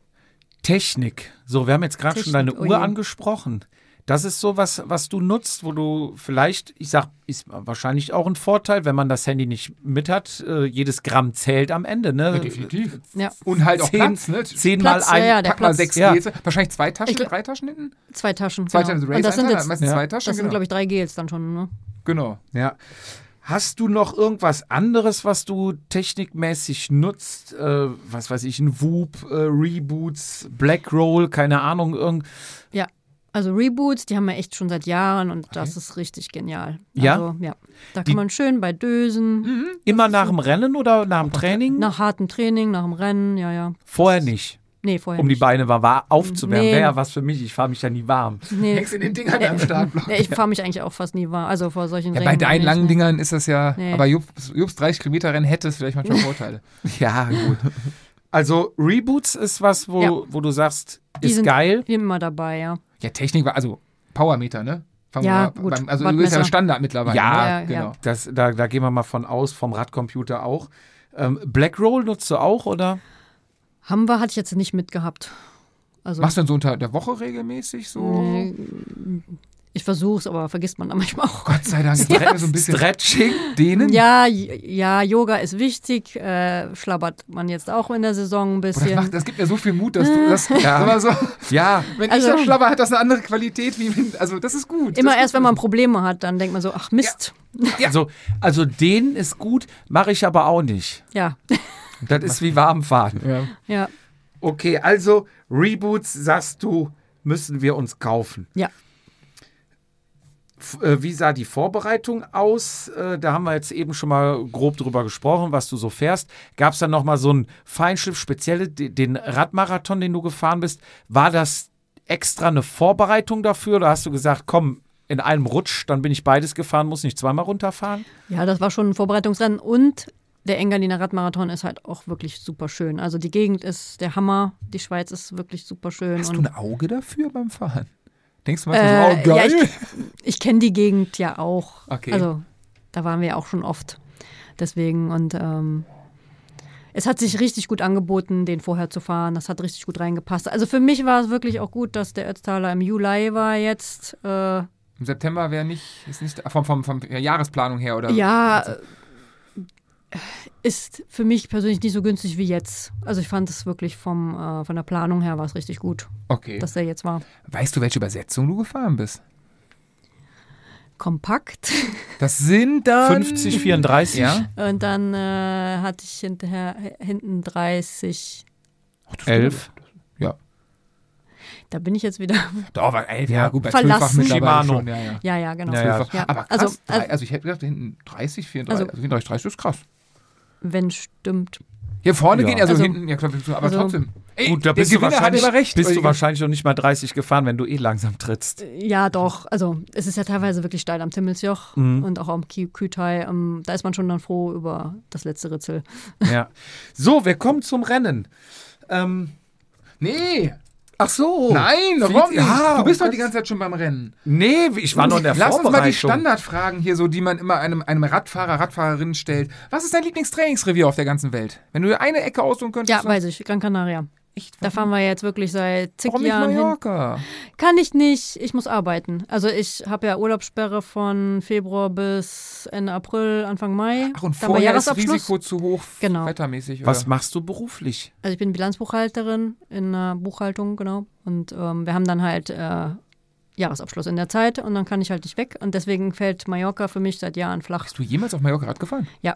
[SPEAKER 1] Technik. So, wir haben jetzt gerade schon deine
[SPEAKER 4] Technik, oh
[SPEAKER 1] Uhr
[SPEAKER 4] je.
[SPEAKER 1] angesprochen. Das ist so was, was du nutzt, wo du vielleicht, ich sag, ist wahrscheinlich auch ein Vorteil, wenn man das Handy nicht mit hat. Äh, jedes Gramm zählt am Ende,
[SPEAKER 2] Ja,
[SPEAKER 1] ne?
[SPEAKER 2] definitiv.
[SPEAKER 4] Ja.
[SPEAKER 2] Und halt auch
[SPEAKER 1] Zehn-
[SPEAKER 2] Platz, ne?
[SPEAKER 1] Zehnmal
[SPEAKER 4] Platz,
[SPEAKER 1] ein.
[SPEAKER 4] ja, ja, der
[SPEAKER 2] Pack mal
[SPEAKER 4] Platz.
[SPEAKER 2] sechs
[SPEAKER 1] Ja.
[SPEAKER 2] Gels. Wahrscheinlich zwei Taschen,
[SPEAKER 4] Ich glaub-
[SPEAKER 2] drei Taschen hinten?
[SPEAKER 4] Zwei Taschen.
[SPEAKER 2] Zwei
[SPEAKER 4] genau.
[SPEAKER 2] Taschen,
[SPEAKER 4] Und
[SPEAKER 2] Race,
[SPEAKER 4] das sind
[SPEAKER 2] Alter,
[SPEAKER 4] jetzt, das
[SPEAKER 2] meistens
[SPEAKER 1] Ja.
[SPEAKER 2] zwei Taschen,
[SPEAKER 4] sind,
[SPEAKER 2] genau.
[SPEAKER 4] glaube ich, drei Gels dann schon, ne?
[SPEAKER 2] genau.
[SPEAKER 1] Ja. Hast du noch irgendwas anderes, was du technikmäßig nutzt? Äh, was weiß ich, ein Whoop, äh, Reboots, Black Roll, keine Ahnung, irgend.
[SPEAKER 4] Ja. Also Reboots, die haben wir echt schon seit Jahren und das ist richtig genial.
[SPEAKER 1] Ja?
[SPEAKER 4] Also, ja. Da
[SPEAKER 1] Die-
[SPEAKER 4] kann man schön bei Dösen,
[SPEAKER 2] Mhm.
[SPEAKER 1] Immer nach dem Rennen oder nach dem Training?
[SPEAKER 4] nach hartem Training, nach dem Rennen, ja, ja.
[SPEAKER 1] Vorher nicht.
[SPEAKER 4] Nee, vorher
[SPEAKER 1] Um die
[SPEAKER 4] nicht.
[SPEAKER 1] Beine war, war aufzuwärmen.
[SPEAKER 4] Nee.
[SPEAKER 1] Wäre ja was für mich. Ich fahre mich ja nie warm.
[SPEAKER 4] Nee,
[SPEAKER 2] Hängst in den Dingern am Startblock.
[SPEAKER 4] nee, ich fahre mich eigentlich auch fast nie wahr. Also vor solchen
[SPEAKER 2] Ja, bei
[SPEAKER 4] Rennen
[SPEAKER 2] deinen
[SPEAKER 4] nicht, ne?
[SPEAKER 2] langen
[SPEAKER 4] nee.
[SPEAKER 2] Dingern ist das ja.
[SPEAKER 4] Nee.
[SPEAKER 2] Aber Jobs, Jobs 30 Kilometer Rennen hätte es vielleicht manchmal Vorteile.
[SPEAKER 1] Ja, gut. Also Reboots ist was, wo,
[SPEAKER 4] Ja.
[SPEAKER 1] wo du sagst,
[SPEAKER 4] Die
[SPEAKER 1] ist
[SPEAKER 4] sind-
[SPEAKER 1] geil.
[SPEAKER 4] Immer dabei, ja.
[SPEAKER 2] ja, Technik war, also Powermeter, ne? Fangen
[SPEAKER 4] Ja,
[SPEAKER 2] wir mal
[SPEAKER 4] gut.
[SPEAKER 2] Beim, also du bist
[SPEAKER 4] Wattmesser.
[SPEAKER 2] ja Standard mittlerweile.
[SPEAKER 1] Ja,
[SPEAKER 2] ne?
[SPEAKER 4] ja,
[SPEAKER 2] genau.
[SPEAKER 1] Das, da, da gehen wir mal von aus, vom Radcomputer auch. Ähm, Black Roll nutzt du auch, oder?
[SPEAKER 4] Haben wir, hatte ich jetzt nicht mitgehabt. Also
[SPEAKER 2] Machst du denn so unter der Woche regelmäßig so?
[SPEAKER 4] Nee. ich versuch's, aber vergisst man dann manchmal auch.
[SPEAKER 2] Gott sei Dank, jetzt ja. wir so ein bisschen
[SPEAKER 1] Stretching?
[SPEAKER 2] dehnen. Oh,
[SPEAKER 4] Ja, j- ja, Yoga ist wichtig, äh, schlabbert man jetzt auch in der Saison ein
[SPEAKER 2] Boah, das,
[SPEAKER 4] bisschen.
[SPEAKER 2] macht, das gibt mir so viel Mut, dass du das. Ja. Aber so,
[SPEAKER 1] Ja.
[SPEAKER 2] wenn
[SPEAKER 4] Also-
[SPEAKER 2] ich das schlabber, hat das eine andere Qualität. Wie wenn, also, das ist gut.
[SPEAKER 4] Immer
[SPEAKER 2] das
[SPEAKER 4] erst, wenn man Probleme hat, dann denkt man so, ach Mist,
[SPEAKER 1] Also, also den ist gut, mache ich aber auch nicht.
[SPEAKER 4] ja,
[SPEAKER 1] Das ist wie warm fahren.
[SPEAKER 2] Ja.
[SPEAKER 4] ja,
[SPEAKER 1] Okay, also Reboots, sagst du, müssen wir uns kaufen.
[SPEAKER 4] ja.
[SPEAKER 1] F- äh, Wie sah die Vorbereitung aus? Äh, Da haben wir jetzt eben schon mal grob drüber gesprochen, was du so fährst. Gab es dann nochmal so ein Feinschiff, spezielle, de- den Radmarathon, den du gefahren bist? War das extra eine Vorbereitung dafür oder hast du gesagt, komm, in einem Rutsch, dann bin ich beides gefahren, muss nicht zweimal runterfahren.
[SPEAKER 4] Ja, das war schon ein Vorbereitungsrennen und der Engadiner Radmarathon ist halt auch wirklich super schön. Also die Gegend ist der Hammer, die Schweiz ist wirklich super schön.
[SPEAKER 2] Hast du
[SPEAKER 4] und,
[SPEAKER 2] ein Auge dafür beim Fahren? Denkst du manchmal
[SPEAKER 4] äh,
[SPEAKER 2] so, oh
[SPEAKER 4] ja,
[SPEAKER 2] geil?
[SPEAKER 4] ich, ich kenne die Gegend ja auch.
[SPEAKER 2] Okay.
[SPEAKER 4] Also da waren wir ja auch schon oft. Deswegen und ähm, es hat sich richtig gut angeboten, den vorher zu fahren. Das hat richtig gut reingepasst. Also für mich war es wirklich auch gut, dass der Ötztaler im Juli war jetzt. Äh,
[SPEAKER 2] Im September wäre nicht, ist nicht vom, vom, vom Jahresplanung her oder
[SPEAKER 4] Ja,
[SPEAKER 2] also
[SPEAKER 4] äh, ist für mich persönlich nicht so günstig wie jetzt. Also ich fand es wirklich vom, äh, von der Planung her war es richtig gut,
[SPEAKER 2] Okay.
[SPEAKER 4] dass der jetzt war.
[SPEAKER 2] Weißt du, welche Übersetzung du gefahren bist?
[SPEAKER 4] Kompakt.
[SPEAKER 2] Das sind dann
[SPEAKER 1] 50, 34.
[SPEAKER 2] Ja.
[SPEAKER 4] Und dann äh, hatte ich hinterher hinten 30.
[SPEAKER 1] 11.
[SPEAKER 2] Ja.
[SPEAKER 4] Da bin ich jetzt wieder.
[SPEAKER 2] Da war elf, ja, gut, bei
[SPEAKER 4] Verlassen.
[SPEAKER 2] zwölffach mittlerweile
[SPEAKER 1] Shimano.
[SPEAKER 2] schon. Ja, ja.
[SPEAKER 4] Ja, ja, genau.
[SPEAKER 1] Naja.
[SPEAKER 2] Zwölffach.
[SPEAKER 4] Ja.
[SPEAKER 2] Aber krass,
[SPEAKER 4] Also,
[SPEAKER 2] also,
[SPEAKER 1] äh,
[SPEAKER 4] also-
[SPEAKER 2] also ich hätte gedacht, hinten 30, 34,
[SPEAKER 4] Also-
[SPEAKER 2] also 34, 30 ist krass.
[SPEAKER 4] Wenn stimmt.
[SPEAKER 2] Hier vorne
[SPEAKER 1] Ja.
[SPEAKER 2] gehen, also,
[SPEAKER 4] Also-
[SPEAKER 2] hinten, ja klar, aber
[SPEAKER 4] also-
[SPEAKER 2] trotzdem. Ey,
[SPEAKER 1] Gut, da bist du,
[SPEAKER 2] der Gewinner hat
[SPEAKER 1] wahrscheinlich,
[SPEAKER 2] immer recht.
[SPEAKER 1] bist du
[SPEAKER 2] Weil-
[SPEAKER 1] wahrscheinlich noch nicht mal 30 gefahren, wenn du eh langsam trittst.
[SPEAKER 4] Ja, doch. Also es ist ja teilweise wirklich steil am Timmelsjoch
[SPEAKER 2] Mhm.
[SPEAKER 4] und auch am Kü- Kühtai. Ähm, da ist man schon dann froh über das letzte Ritzel.
[SPEAKER 1] Ja. So, wir kommen zum Rennen. Ähm,
[SPEAKER 2] Nee,
[SPEAKER 1] ach so.
[SPEAKER 2] nein,
[SPEAKER 1] Viel-
[SPEAKER 2] warum nicht?
[SPEAKER 1] Ja,
[SPEAKER 2] du bist doch
[SPEAKER 1] um
[SPEAKER 2] die ganze Zeit schon beim Rennen.
[SPEAKER 1] Nee, ich war noch in der
[SPEAKER 2] Lass uns mal die
[SPEAKER 1] Vorbereitung.
[SPEAKER 2] Standardfragen hier so, die man immer einem, einem Radfahrer, Radfahrerin stellt. Was ist dein Lieblingstrainingsrevier auf der ganzen Welt? Wenn du dir eine Ecke aussuchen könntest,
[SPEAKER 4] Ja, weiß ich. Gran Canaria.
[SPEAKER 2] echt,
[SPEAKER 4] Da fahren wir jetzt wirklich seit zig
[SPEAKER 2] warum nicht
[SPEAKER 4] Jahren hin.
[SPEAKER 2] Mallorca?
[SPEAKER 4] Kann ich nicht, ich muss arbeiten. Also ich habe ja Urlaubssperre von Februar bis Ende April, Anfang Mai.
[SPEAKER 2] Ach, und
[SPEAKER 4] Dann war
[SPEAKER 2] vorher ist
[SPEAKER 4] Jahresabschluss.
[SPEAKER 2] Risiko zu hoch,
[SPEAKER 4] Genau.
[SPEAKER 2] wettermäßig.
[SPEAKER 1] Was
[SPEAKER 2] oder?
[SPEAKER 1] machst du beruflich?
[SPEAKER 4] Also ich bin Bilanzbuchhalterin in der Buchhaltung, genau. Und ähm, wir haben dann halt äh, Jahresabschluss in der Zeit und dann kann ich halt nicht weg. Und deswegen fällt Mallorca für mich seit Jahren flach.
[SPEAKER 2] Bist du jemals auf Mallorca Rad gefahren?
[SPEAKER 4] Ja.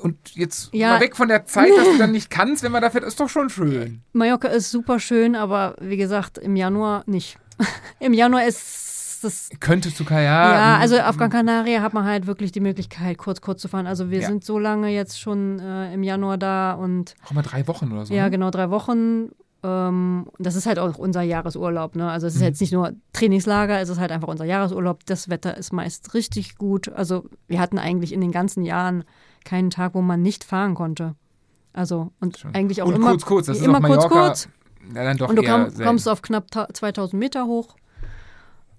[SPEAKER 2] Und jetzt
[SPEAKER 4] Ja.
[SPEAKER 2] mal weg von der Zeit, dass du dann nicht kannst, wenn man da fährt, ist doch schon schön.
[SPEAKER 4] Mallorca ist super schön, aber wie gesagt, im Januar nicht. Im Januar ist das
[SPEAKER 2] Könntest du Kajak.
[SPEAKER 4] Ja, also auf Gran Canaria hat man halt wirklich die Möglichkeit, kurz, kurz zu fahren. Also wir
[SPEAKER 2] Ja.
[SPEAKER 4] sind so lange jetzt schon äh, im Januar da und
[SPEAKER 2] Auch mal drei Wochen oder so.
[SPEAKER 4] ja,
[SPEAKER 2] ne?
[SPEAKER 4] genau drei Wochen. Ähm, das ist halt auch unser Jahresurlaub. Ne? Also es
[SPEAKER 2] Mhm.
[SPEAKER 4] ist jetzt nicht nur Trainingslager, es ist halt einfach unser Jahresurlaub. Das Wetter ist meist richtig gut. Also wir hatten eigentlich in den ganzen Jahren keinen Tag, wo man nicht fahren konnte. Also und
[SPEAKER 2] Schön.
[SPEAKER 4] eigentlich auch
[SPEAKER 2] Und
[SPEAKER 4] immer
[SPEAKER 2] kurz, kurz. Das ist
[SPEAKER 4] immer
[SPEAKER 2] auf
[SPEAKER 4] kurz,
[SPEAKER 2] Mallorca
[SPEAKER 4] kurz.
[SPEAKER 2] Ja, dann doch
[SPEAKER 4] Und du
[SPEAKER 2] eher
[SPEAKER 4] komm,
[SPEAKER 2] selten.
[SPEAKER 4] kommst auf knapp ta- 2000 Meter hoch.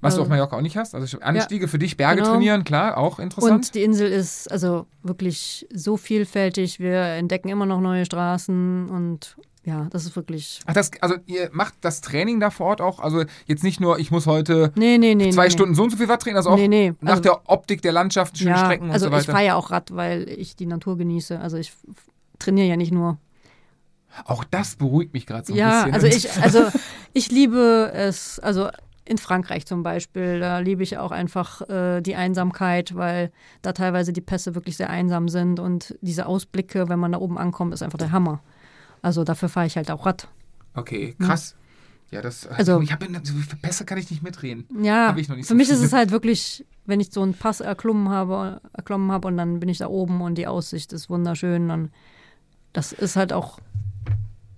[SPEAKER 2] Was du
[SPEAKER 4] äh,
[SPEAKER 2] auf Mallorca auch nicht hast. Also Anstiege für dich, Berge
[SPEAKER 4] Genau.
[SPEAKER 2] trainieren, klar, auch interessant.
[SPEAKER 4] Und die Insel ist also wirklich so vielfältig. Wir entdecken immer noch neue Straßen und ja, das ist wirklich.
[SPEAKER 2] Ach, das, also ihr macht das Training da vor Ort auch? Also jetzt nicht nur, ich muss heute
[SPEAKER 4] Nee, nee, nee.
[SPEAKER 2] zwei
[SPEAKER 4] nee,
[SPEAKER 2] Stunden so und so viel Watt trainieren, also auch
[SPEAKER 4] Nee, nee,
[SPEAKER 2] nach
[SPEAKER 4] also-
[SPEAKER 2] der Optik der Landschaft,
[SPEAKER 4] Nee.
[SPEAKER 2] schöne
[SPEAKER 4] Ja,
[SPEAKER 2] Strecken und
[SPEAKER 4] also
[SPEAKER 2] so
[SPEAKER 4] ich
[SPEAKER 2] weiter.
[SPEAKER 4] fahre ja auch Rad, weil ich die Natur genieße. Also ich f- trainiere ja nicht nur.
[SPEAKER 2] Auch das beruhigt mich gerade so ein
[SPEAKER 4] ja,
[SPEAKER 2] bisschen. ne?
[SPEAKER 4] also ich, also ich liebe es. Also in Frankreich zum Beispiel, da liebe ich auch einfach äh, die Einsamkeit, weil da teilweise die Pässe wirklich sehr einsam sind und diese Ausblicke, wenn man da oben ankommt, ist einfach der Hammer. Also dafür fahre ich halt auch Rad.
[SPEAKER 2] Okay, krass. Ja, das.
[SPEAKER 4] Hm.
[SPEAKER 2] äh,
[SPEAKER 4] Also-
[SPEAKER 2] ich habe besser kann ich nicht mitreden.
[SPEAKER 4] Ja,
[SPEAKER 2] Hab ich noch nicht
[SPEAKER 4] für
[SPEAKER 2] so
[SPEAKER 4] mich ist
[SPEAKER 2] viele.
[SPEAKER 4] es halt wirklich, wenn ich so einen Pass erklommen habe, erklommen habe und dann bin ich da oben und die Aussicht ist wunderschön, dann das ist halt auch,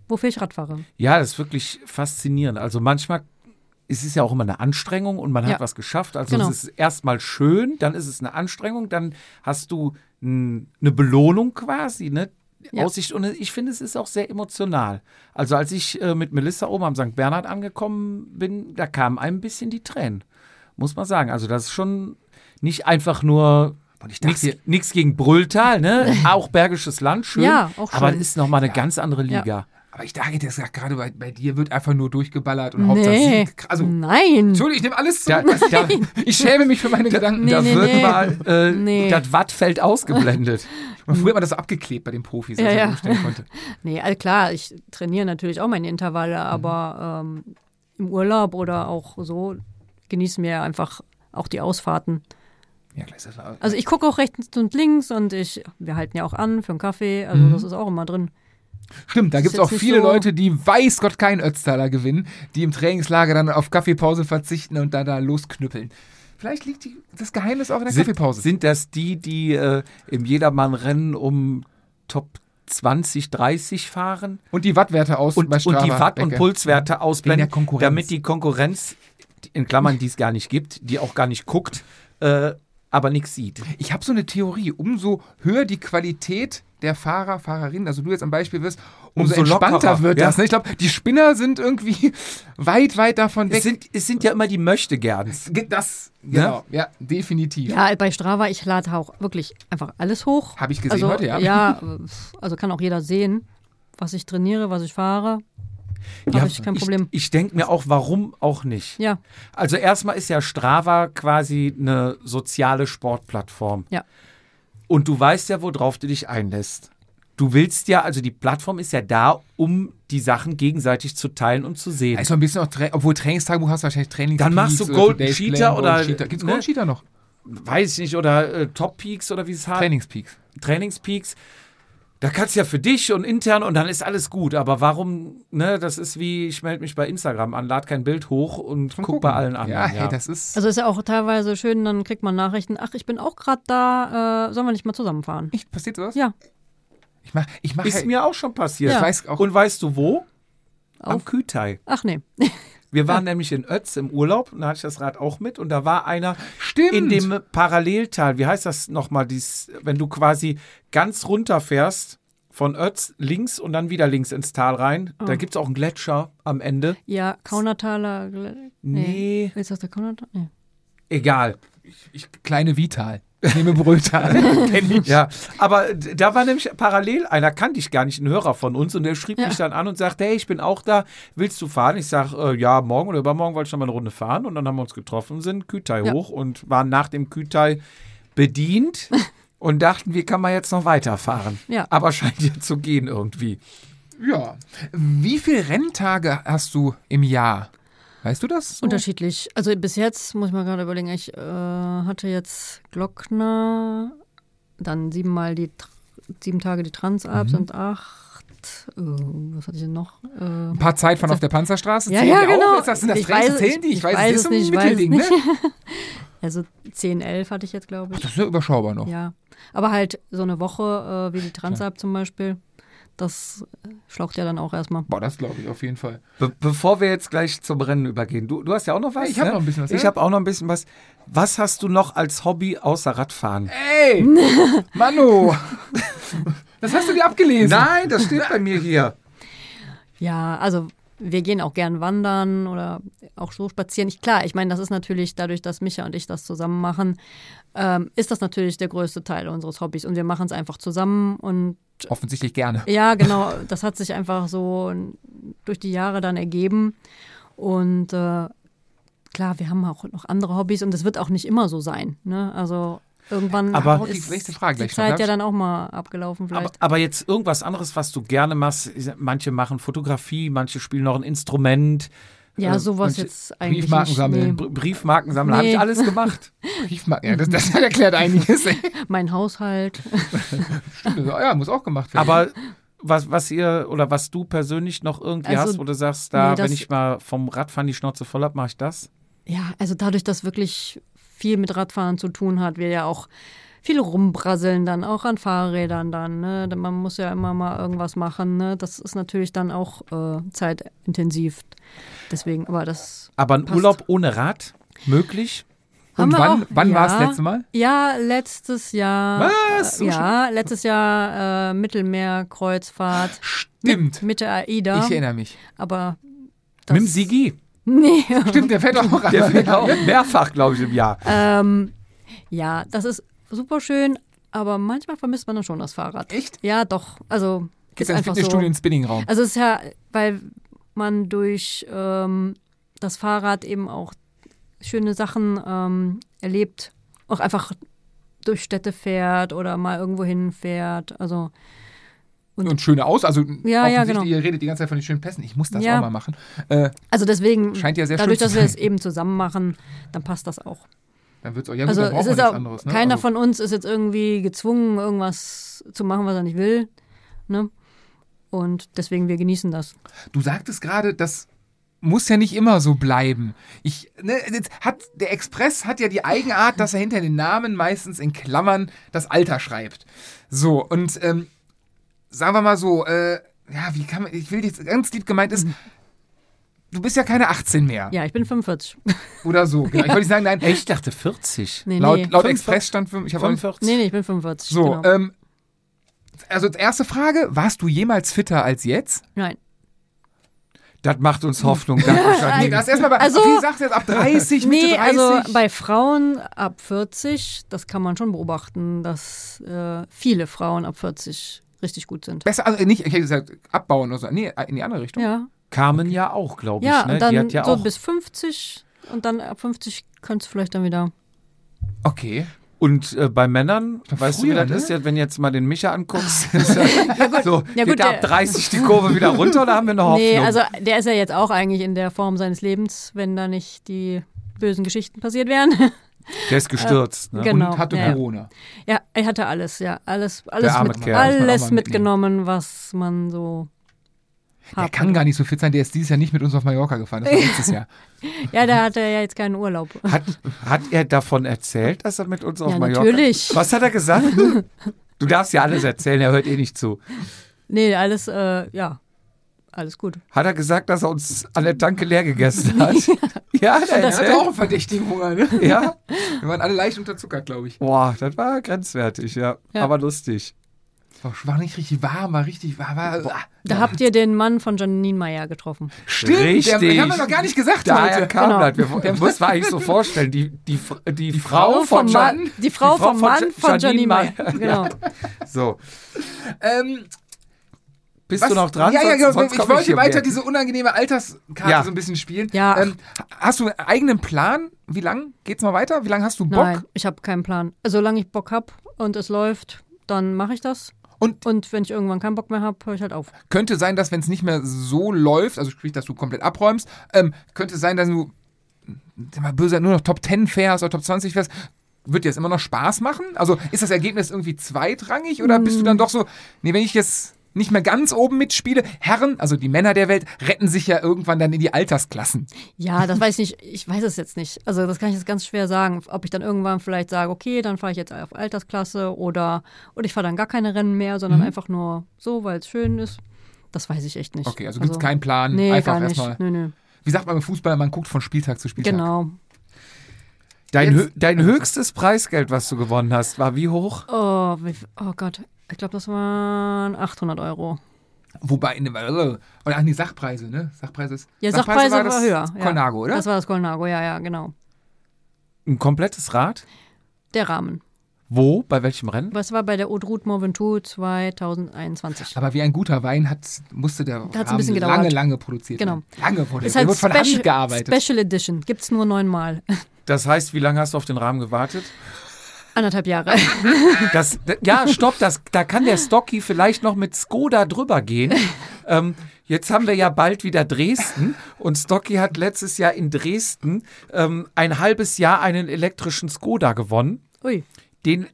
[SPEAKER 4] wofür ich Rad fahre.
[SPEAKER 1] Ja, das ist wirklich faszinierend. Also manchmal es ist ja auch immer eine Anstrengung und man
[SPEAKER 4] Ja.
[SPEAKER 1] hat was geschafft. Also
[SPEAKER 4] Genau.
[SPEAKER 1] es ist erstmal schön, dann ist es eine Anstrengung, dann hast du n- eine Belohnung quasi, ne?
[SPEAKER 4] Ja.
[SPEAKER 1] Aussicht und ich finde, es ist auch sehr emotional. Also als ich äh, mit Melissa oben am St. Bernhard angekommen bin, da kamen einem ein bisschen die Tränen, muss man sagen. Also das ist schon nicht einfach nur
[SPEAKER 2] Und ich dachte,
[SPEAKER 1] nichts gegen Brülltal, ne? auch Bergisches Land, schön,
[SPEAKER 4] Ja, auch
[SPEAKER 1] aber
[SPEAKER 4] schön.
[SPEAKER 1] es ist nochmal eine ganz andere
[SPEAKER 4] Ja.
[SPEAKER 1] Liga.
[SPEAKER 2] aber ich dachte, das sagt gerade bei, bei dir wird einfach nur durchgeballert und Hauptsache
[SPEAKER 4] Nee, Hm.
[SPEAKER 2] Sieg. Also,
[SPEAKER 4] nein.
[SPEAKER 2] Entschuldigung, ich nehme alles
[SPEAKER 1] Da,
[SPEAKER 2] zurück.
[SPEAKER 1] da,
[SPEAKER 2] ich schäme mich für meine Gedanken.
[SPEAKER 4] Nee,
[SPEAKER 1] da
[SPEAKER 4] nee,
[SPEAKER 1] wird
[SPEAKER 4] nee.
[SPEAKER 1] mal äh,
[SPEAKER 4] Nee.
[SPEAKER 1] das Wattfeld ausgeblendet.
[SPEAKER 2] Man früher hat man das so abgeklebt bei den Profis, als
[SPEAKER 4] Ja,
[SPEAKER 2] man
[SPEAKER 4] ja.
[SPEAKER 2] umstellen konnte.
[SPEAKER 4] Nee, also klar, ich trainiere natürlich auch meine
[SPEAKER 2] Mhm.
[SPEAKER 4] Intervalle, aber ähm, im Urlaub oder auch so genießen wir einfach auch die Ausfahrten.
[SPEAKER 2] Ja, gleich das war-
[SPEAKER 4] Also ich gucke auch rechts und links und ich, wir halten ja auch an für einen Kaffee, also
[SPEAKER 2] Mhm.
[SPEAKER 4] das ist auch immer drin.
[SPEAKER 2] Stimmt, da
[SPEAKER 4] Das
[SPEAKER 2] gibt es
[SPEAKER 4] ist
[SPEAKER 2] auch
[SPEAKER 4] jetzt nicht
[SPEAKER 2] viele
[SPEAKER 4] so-
[SPEAKER 2] Leute, die weiß Gott keinen Ötztaler gewinnen, die im Trainingslager dann auf Kaffeepause verzichten und dann da losknüppeln. Vielleicht liegt die, das Geheimnis auch in der Kaffeepause.
[SPEAKER 1] Sind das die, die äh, im Jedermann-Rennen um Top 20, 30 fahren
[SPEAKER 2] und die Wattwerte aus
[SPEAKER 1] und,
[SPEAKER 2] bei
[SPEAKER 1] und
[SPEAKER 2] Strava
[SPEAKER 1] die Watt- und
[SPEAKER 2] wegge-
[SPEAKER 1] Pulswerte
[SPEAKER 2] Wegen der
[SPEAKER 1] ausblenden,
[SPEAKER 2] Konkurrenz.
[SPEAKER 1] damit die Konkurrenz in Klammern, die es gar nicht gibt, die auch gar nicht guckt, äh, aber nichts sieht.
[SPEAKER 2] Ich habe so eine Theorie, umso höher die Qualität der Fahrer, Fahrerinnen, also du jetzt am Beispiel wirst, umso,
[SPEAKER 1] Umso
[SPEAKER 2] entspannter
[SPEAKER 1] lockerer,
[SPEAKER 2] wird
[SPEAKER 1] ja.
[SPEAKER 2] das. Ne? Ich glaube, die Spinner sind irgendwie weit, weit davon
[SPEAKER 1] Es
[SPEAKER 2] weg.
[SPEAKER 1] sind, es sind ja immer die Möchtegerns.
[SPEAKER 2] Ge- das, genau, ja, definitiv.
[SPEAKER 4] Ja, bei Strava, ich lade auch wirklich einfach alles hoch.
[SPEAKER 2] Habe ich gesehen
[SPEAKER 4] also,
[SPEAKER 2] heute, ja.
[SPEAKER 4] also kann auch jeder sehen, was ich trainiere, was ich fahre. Habe ich kein Problem.
[SPEAKER 1] Ich, ich denke mir auch, warum auch nicht.
[SPEAKER 4] ja,
[SPEAKER 1] Also erstmal ist ja Strava quasi eine soziale Sportplattform.
[SPEAKER 4] Ja.
[SPEAKER 1] Und du weißt ja, worauf du dich einlässt. Du willst ja, also die Plattform ist ja da, um die Sachen gegenseitig zu teilen und zu sehen.
[SPEAKER 2] Da ist noch ein bisschen auch, Tra obwohl Trainingstagebuch hast, wahrscheinlich Training.
[SPEAKER 1] Dann machst du Golden Cheetah oder-
[SPEAKER 2] Gibt es
[SPEAKER 1] ne?
[SPEAKER 2] Golden Cheetah noch?
[SPEAKER 1] Weiß ich nicht, oder äh, Top Peaks oder wie es heißt.
[SPEAKER 2] Trainingspeaks.
[SPEAKER 1] Trainingspeaks. Da kannst du ja für dich und intern und dann ist alles gut. Aber warum, ne, das ist wie, ich melde mich bei Instagram an, lad kein Bild hoch und guck bei allen anderen.
[SPEAKER 2] Ja, hey, das ist.
[SPEAKER 4] also ist ja auch teilweise schön, dann kriegt man Nachrichten, ach, ich bin auch gerade da, äh, sollen wir nicht mal zusammenfahren?
[SPEAKER 2] Echt, passiert sowas?
[SPEAKER 4] Ja,
[SPEAKER 2] Ich mach, ich mach, halt
[SPEAKER 1] ist mir auch schon passiert.
[SPEAKER 2] ich
[SPEAKER 4] Ja.
[SPEAKER 2] weiß auch,
[SPEAKER 1] Und weißt du wo? Am
[SPEAKER 4] Auf-
[SPEAKER 1] Kütai.
[SPEAKER 4] ach nee.
[SPEAKER 1] Wir waren nämlich in Ötz im Urlaub, und da hatte ich das Rad auch mit und da war einer
[SPEAKER 2] Stimmt.
[SPEAKER 1] in dem Paralleltal, wie heißt das nochmal, dies, wenn du quasi ganz runter fährst von Ötz links und dann wieder links ins Tal rein, da gibt es auch einen Gletscher am Ende.
[SPEAKER 4] Ja, Kaunertaler. Gle-
[SPEAKER 1] Nee.
[SPEAKER 4] Ist das der Kaunertaler? Nee.
[SPEAKER 1] Egal.
[SPEAKER 2] kleine Vital. Ich nehme Brötal.
[SPEAKER 1] Kenn ich. Ja, aber d- da war nämlich parallel einer, kannte ich gar nicht, ein Hörer von uns und der schrieb
[SPEAKER 4] Ja.
[SPEAKER 1] mich dann an und sagte, hey, ich bin auch da, willst du fahren? Ich sage, äh, ja, morgen oder übermorgen wollte ich noch mal eine Runde fahren und dann haben wir uns getroffen, sind Kütai
[SPEAKER 4] Ja.
[SPEAKER 1] hoch und waren nach dem Kütai bedient und dachten, wie kann man jetzt noch weiterfahren?
[SPEAKER 4] Ja.
[SPEAKER 1] Aber scheint ja zu gehen irgendwie.
[SPEAKER 2] ja. Wie viele Renntage hast du im Jahr? Weißt du das? so?
[SPEAKER 4] Unterschiedlich. Also bis jetzt, muss ich mal gerade überlegen, ich äh, hatte jetzt Glockner, dann siebenmal die, Tr- sieben Tage die
[SPEAKER 2] Mhm.
[SPEAKER 4] Transalps und acht, äh, was hatte ich denn noch? Äh,
[SPEAKER 2] Ein paar Zeit von auf der Panzerstraße?
[SPEAKER 4] Ja,
[SPEAKER 2] Zählen
[SPEAKER 4] ja,
[SPEAKER 2] die auch?
[SPEAKER 4] genau.
[SPEAKER 2] Ist das, sind das
[SPEAKER 4] Ich
[SPEAKER 2] Trainings?
[SPEAKER 4] weiß-
[SPEAKER 2] Zählen die?
[SPEAKER 4] ich weiß es
[SPEAKER 2] so
[SPEAKER 4] nicht, ich weiß es
[SPEAKER 2] Mittelding, ne?
[SPEAKER 4] also zehn, elf hatte ich jetzt, glaube ich.
[SPEAKER 2] Das ist ja überschaubar noch.
[SPEAKER 4] Ja. Aber halt so eine Woche, äh, wie die Transalp zum Beispiel, das äh, schlaucht ja dann auch erstmal.
[SPEAKER 2] Boah, das glaube ich auf jeden Fall.
[SPEAKER 1] Be bevor wir jetzt gleich zum Rennen übergehen, du, du hast ja auch noch was.
[SPEAKER 2] Ich hab
[SPEAKER 1] ne?
[SPEAKER 2] noch ein bisschen was,
[SPEAKER 1] Ich
[SPEAKER 2] ja.
[SPEAKER 1] habe auch noch ein bisschen was. Was hast du noch als Hobby außer Radfahren?
[SPEAKER 2] Ey! Manu! Das hast du dir abgelesen.
[SPEAKER 1] Nein, das steht bei mir hier.
[SPEAKER 4] Ja, also wir gehen auch gern wandern oder auch so spazieren. Ich, klar, ich meine, das ist natürlich dadurch, dass Micha und ich das zusammen machen, ähm, ist das natürlich der größte Teil unseres Hobbys und wir machen es einfach zusammen und
[SPEAKER 2] Offensichtlich gerne.
[SPEAKER 4] ja, genau, das hat sich einfach so durch die Jahre dann ergeben und äh, klar, wir haben auch noch andere Hobbys und es wird auch nicht immer so sein. Ne? Also irgendwann
[SPEAKER 1] Aber-
[SPEAKER 4] ist
[SPEAKER 2] Die nächste Frage
[SPEAKER 4] die
[SPEAKER 2] gleich noch, darf
[SPEAKER 4] Zeit ja
[SPEAKER 2] ich?
[SPEAKER 4] dann auch mal abgelaufen
[SPEAKER 1] Aber,
[SPEAKER 4] vielleicht.
[SPEAKER 1] aber jetzt irgendwas anderes, was du gerne machst. Ich sag, Manche machen Fotografie, manche spielen noch ein Instrument.
[SPEAKER 4] ja,
[SPEAKER 1] äh,
[SPEAKER 4] sowas
[SPEAKER 1] manche-
[SPEAKER 4] jetzt eigentlich
[SPEAKER 2] Briefmarken
[SPEAKER 4] nicht.
[SPEAKER 2] sammeln.
[SPEAKER 1] Br- Briefmarken sammeln, habe
[SPEAKER 4] Nee.
[SPEAKER 1] ich alles gemacht.
[SPEAKER 2] Briefmarken. Ja, das, das erklärt einiges. Ey.
[SPEAKER 4] Nee, mein Haushalt.
[SPEAKER 2] Stimmt, ja, muss auch gemacht werden.
[SPEAKER 1] Aber was, was ihr oder was du persönlich noch irgendwie
[SPEAKER 4] Also,
[SPEAKER 1] hast, wo du sagst, da,
[SPEAKER 4] nee, das-
[SPEAKER 1] wenn ich mal vom Radfahren die Schnauze voll habe, mache ich das.
[SPEAKER 4] Ja, also dadurch, dass wirklich viel mit Radfahren zu tun hat, wir ja auch viel rumbrasseln dann, auch an Fahrrädern dann. Ne? Denn Man muss ja immer mal irgendwas machen. Ne? Das ist natürlich dann auch äh, zeitintensiv. Deswegen, aber das
[SPEAKER 1] Aber ein
[SPEAKER 4] Passt.
[SPEAKER 1] Urlaub ohne Rad möglich?
[SPEAKER 4] haben
[SPEAKER 2] Und
[SPEAKER 4] wir
[SPEAKER 2] wann,
[SPEAKER 4] auch.
[SPEAKER 2] wann
[SPEAKER 4] ja,
[SPEAKER 2] war es das letzte Mal?
[SPEAKER 4] Ja, letztes Jahr.
[SPEAKER 1] Was? So
[SPEAKER 4] Äh, ja, letztes Jahr äh, Mittelmeerkreuzfahrt.
[SPEAKER 2] Stimmt.
[SPEAKER 4] Mit der AIDA.
[SPEAKER 2] Ich erinnere mich.
[SPEAKER 4] aber das,
[SPEAKER 1] Mit dem Sigi.
[SPEAKER 4] Nee,
[SPEAKER 2] Stimmt, der fährt auch ran.
[SPEAKER 1] Der fährt auch mehrfach, glaube ich, im Jahr.
[SPEAKER 4] Ähm, ja, das ist super schön, aber manchmal vermisst man dann schon das Fahrrad.
[SPEAKER 2] Echt?
[SPEAKER 4] Ja, doch. Also
[SPEAKER 2] Gibt
[SPEAKER 4] ist
[SPEAKER 2] ein
[SPEAKER 4] einfach
[SPEAKER 2] Fitnessstudio
[SPEAKER 4] so.
[SPEAKER 2] im Spinningraum.
[SPEAKER 4] Also es ist ja, weil man durch ähm, das Fahrrad eben auch schöne Sachen ähm, erlebt, auch einfach durch Städte fährt oder mal irgendwo hinfährt. Also
[SPEAKER 2] Und schöne aus. Also
[SPEAKER 4] Ja, ja,
[SPEAKER 2] offensichtlich,
[SPEAKER 4] genau.
[SPEAKER 2] ihr redet die ganze Zeit von den schönen Pässen. Ich muss das
[SPEAKER 4] Ja.
[SPEAKER 2] auch mal machen. Äh,
[SPEAKER 4] also deswegen
[SPEAKER 2] Scheint ja sehr schön
[SPEAKER 4] dadurch,
[SPEAKER 2] zu
[SPEAKER 4] dass wir es
[SPEAKER 2] sein.
[SPEAKER 4] eben zusammen machen, dann passt das auch.
[SPEAKER 2] dann wird's auch, ja gut,
[SPEAKER 4] Also
[SPEAKER 2] dann braucht
[SPEAKER 4] es
[SPEAKER 2] man
[SPEAKER 4] ist
[SPEAKER 2] nichts
[SPEAKER 4] auch,
[SPEAKER 2] anderes. Ne?
[SPEAKER 4] keiner
[SPEAKER 2] also,
[SPEAKER 4] von uns ist jetzt irgendwie gezwungen, irgendwas zu machen, was er nicht will. Ne? Und deswegen, wir genießen das.
[SPEAKER 2] Du sagtest gerade, das muss ja nicht immer so bleiben. Ich, ne, jetzt hat, der Express hat ja die Eigenart, dass er hinter den Namen meistens in Klammern das Alter schreibt. So, und ähm, sagen wir mal so, äh, ja, wie kann man, ich will jetzt ganz lieb gemeint ist, du bist ja keine 18 mehr.
[SPEAKER 4] Ja, ich bin 45.
[SPEAKER 2] Oder so. Genau. Ich wollte nicht sagen, nein.
[SPEAKER 1] Ich dachte 40.
[SPEAKER 4] Nee,
[SPEAKER 2] laut
[SPEAKER 4] nee.
[SPEAKER 2] laut
[SPEAKER 1] 45.
[SPEAKER 2] Express stand fünf- ich hab auch nicht-
[SPEAKER 1] 45.
[SPEAKER 4] nee, nee, ich bin 45.
[SPEAKER 2] So,
[SPEAKER 4] genau.
[SPEAKER 2] ähm, also erste Frage, warst du jemals fitter als jetzt?
[SPEAKER 4] Nein.
[SPEAKER 1] Das macht uns Hoffnung. Dankeschön.
[SPEAKER 2] Nee, das erstmal bei,
[SPEAKER 4] Also-
[SPEAKER 2] wie sagst du jetzt, ab 30, Mitte
[SPEAKER 4] Nee,
[SPEAKER 2] 30?
[SPEAKER 4] also bei Frauen ab 40, das kann man schon beobachten, dass äh, viele Frauen ab 40 richtig gut sind.
[SPEAKER 2] Besser, also nicht, ich hätte gesagt, abbauen oder so. Nee, in die andere Richtung.
[SPEAKER 4] Ja,
[SPEAKER 1] Carmen ja auch, glaube ich.
[SPEAKER 4] ja
[SPEAKER 1] ne?
[SPEAKER 4] und dann
[SPEAKER 1] Die hat ja
[SPEAKER 4] so
[SPEAKER 1] auch.
[SPEAKER 4] bis 50 und dann ab 50 könntest du vielleicht dann wieder.
[SPEAKER 2] Okay.
[SPEAKER 1] Und äh, bei Männern, weißt du, wie
[SPEAKER 2] früher,
[SPEAKER 1] das
[SPEAKER 2] ne?
[SPEAKER 1] ist, ja, wenn du jetzt mal den Micha anguckst, ist ja, so,
[SPEAKER 4] Ja,
[SPEAKER 1] geht
[SPEAKER 4] gut,
[SPEAKER 1] da
[SPEAKER 4] der-
[SPEAKER 1] ab 30 die Kurve wieder runter oder haben wir noch Hoffnung?
[SPEAKER 4] Nee, also der ist ja jetzt auch eigentlich in der Form seines Lebens, wenn da nicht die bösen Geschichten passiert wären.
[SPEAKER 1] der ist gestürzt. ne?
[SPEAKER 4] genau.
[SPEAKER 2] Und hatte
[SPEAKER 4] ja, ja.
[SPEAKER 2] Corona.
[SPEAKER 4] Ja, er hatte alles, ja. Alles, alles,
[SPEAKER 1] arme
[SPEAKER 4] mit,
[SPEAKER 1] Kerl, muss
[SPEAKER 2] man auch
[SPEAKER 4] alles
[SPEAKER 2] mal mitnehmen.
[SPEAKER 4] mitgenommen, was man so
[SPEAKER 2] Der
[SPEAKER 4] hat.
[SPEAKER 2] kann gar nicht so fit sein, der ist dieses Jahr nicht mit uns auf Mallorca gefahren, das war letztes Jahr.
[SPEAKER 4] Ja, da hatte er ja jetzt keinen Urlaub.
[SPEAKER 1] Hat, hat er davon erzählt, dass er mit uns auf
[SPEAKER 4] Ja,
[SPEAKER 1] Mallorca...
[SPEAKER 4] natürlich.
[SPEAKER 1] Was hat er gesagt? Du darfst ja alles erzählen, er hört eh nicht zu.
[SPEAKER 4] Nee, alles, äh, ja, alles gut.
[SPEAKER 1] Hat er gesagt, dass er uns an der Tanke leer gegessen hat? ja, hat er
[SPEAKER 2] Er hatte auch
[SPEAKER 1] erzählt.
[SPEAKER 2] einen verdächtigen Hunger, ne?
[SPEAKER 1] Ja?
[SPEAKER 2] Wir waren alle leicht unterzuckert, glaube ich.
[SPEAKER 1] Boah, das war grenzwertig, ja.
[SPEAKER 4] Ja.
[SPEAKER 1] Aber lustig.
[SPEAKER 2] War, war nicht richtig warm, war richtig warm. War, ah.
[SPEAKER 4] Da habt ihr den Mann von Janine Meyer getroffen.
[SPEAKER 2] Stimmt,
[SPEAKER 1] Richtig.
[SPEAKER 2] Der, den haben wir noch gar nicht gesagt
[SPEAKER 1] Daher
[SPEAKER 2] heute.
[SPEAKER 1] kam
[SPEAKER 4] Genau.
[SPEAKER 1] das. Wir, das muss man eigentlich so vorstellen. Die, die, die, Frau Oh,
[SPEAKER 4] Frau
[SPEAKER 1] von
[SPEAKER 4] Oh, vom
[SPEAKER 1] Jan.
[SPEAKER 4] Mann- die Frau vom Mann
[SPEAKER 1] Ja-
[SPEAKER 4] von Janine Meyer. Genau.
[SPEAKER 1] So,
[SPEAKER 2] Ähm,
[SPEAKER 1] bist
[SPEAKER 2] was-
[SPEAKER 1] du noch dran?
[SPEAKER 2] Ja, ja,
[SPEAKER 1] Sonst-
[SPEAKER 2] genau.
[SPEAKER 1] sonst
[SPEAKER 2] ich
[SPEAKER 1] komm
[SPEAKER 2] wollte
[SPEAKER 1] hier
[SPEAKER 2] weiter
[SPEAKER 1] mehr.
[SPEAKER 2] diese unangenehme Alterskarte
[SPEAKER 1] Ja.
[SPEAKER 2] so ein bisschen spielen.
[SPEAKER 4] Ja.
[SPEAKER 2] Ähm, hast du einen eigenen Plan? Wie lang geht's mal weiter? Wie lange hast du Bock?
[SPEAKER 4] Nein, ich habe keinen Plan. Also Solange ich Bock hab und es läuft, dann mache ich das.
[SPEAKER 2] Und-
[SPEAKER 4] und wenn ich irgendwann keinen Bock mehr hab, höre ich halt auf.
[SPEAKER 2] Könnte sein, dass wenn es nicht mehr so läuft, also sprich, dass du komplett abräumst, ähm, könnte sein, dass du, sag mal böse, nur noch Top 10 fährst oder Top 20 fährst. Wird dir das immer noch Spaß machen? Also ist das Ergebnis irgendwie zweitrangig oder
[SPEAKER 4] Hm.
[SPEAKER 2] bist du dann doch so, nee, wenn ich jetzt nicht mehr ganz oben mitspiele, Herren, also die Männer der Welt, retten sich ja irgendwann dann in die Altersklassen.
[SPEAKER 4] Ja, das weiß ich nicht. Ich weiß es jetzt nicht. Also das kann ich jetzt ganz schwer sagen, ob ich dann irgendwann vielleicht sage, okay, dann fahre ich jetzt auf Altersklasse oder und ich fahre dann gar keine Rennen mehr, sondern einfach nur so, weil es schön ist. Das weiß ich echt nicht.
[SPEAKER 2] Okay, also gibt's keinen Plan,
[SPEAKER 4] Nee,
[SPEAKER 2] einfach
[SPEAKER 4] gar nicht.
[SPEAKER 2] erstmal.
[SPEAKER 4] Nö, nö.
[SPEAKER 2] Wie sagt man im Fußball, man guckt von Spieltag zu Spieltag.
[SPEAKER 4] Genau.
[SPEAKER 1] Dein,
[SPEAKER 2] Jetzt-
[SPEAKER 1] hö dein höchstes Preisgeld, was du gewonnen hast, war wie hoch?
[SPEAKER 4] Oh, wie, viel- oh Gott, ich glaube, das waren 800 Euro.
[SPEAKER 2] Wobei, ne, äh, in dem, oder an die Sachpreise, ne? Sachpreise ist.
[SPEAKER 4] Ja, Sachpreise war,
[SPEAKER 2] das
[SPEAKER 4] höher. ja.
[SPEAKER 2] Colnago, oder?
[SPEAKER 4] Das war das Colnago, ja, ja, genau.
[SPEAKER 1] Ein komplettes Rad?
[SPEAKER 4] Der Rahmen.
[SPEAKER 1] Wo? Bei welchem Rennen?
[SPEAKER 4] Das war bei der Haute Route Morventou 2021.
[SPEAKER 2] Aber wie ein guter Wein hat, musste der
[SPEAKER 4] ein
[SPEAKER 2] Rahmen
[SPEAKER 4] bisschen gedauert.
[SPEAKER 2] lange, lange produziert
[SPEAKER 4] Genau.
[SPEAKER 2] werden. Lange wurde
[SPEAKER 4] Ist
[SPEAKER 2] der
[SPEAKER 4] halt
[SPEAKER 2] wird von
[SPEAKER 4] Special,
[SPEAKER 2] Hand gearbeitet.
[SPEAKER 4] Special Edition. Gibt es nur neunmal.
[SPEAKER 1] Das heißt, wie lange hast du auf den Rahmen gewartet?
[SPEAKER 4] Anderthalb Jahre.
[SPEAKER 1] Das, d- ja, stopp, das, da kann der Stocky vielleicht noch mit Skoda drüber gehen. Ähm, jetzt haben wir ja bald wieder Dresden und Stocky hat letztes Jahr in Dresden ähm, ein halbes Jahr einen elektrischen Skoda gewonnen.
[SPEAKER 4] Ui.
[SPEAKER 1] Den,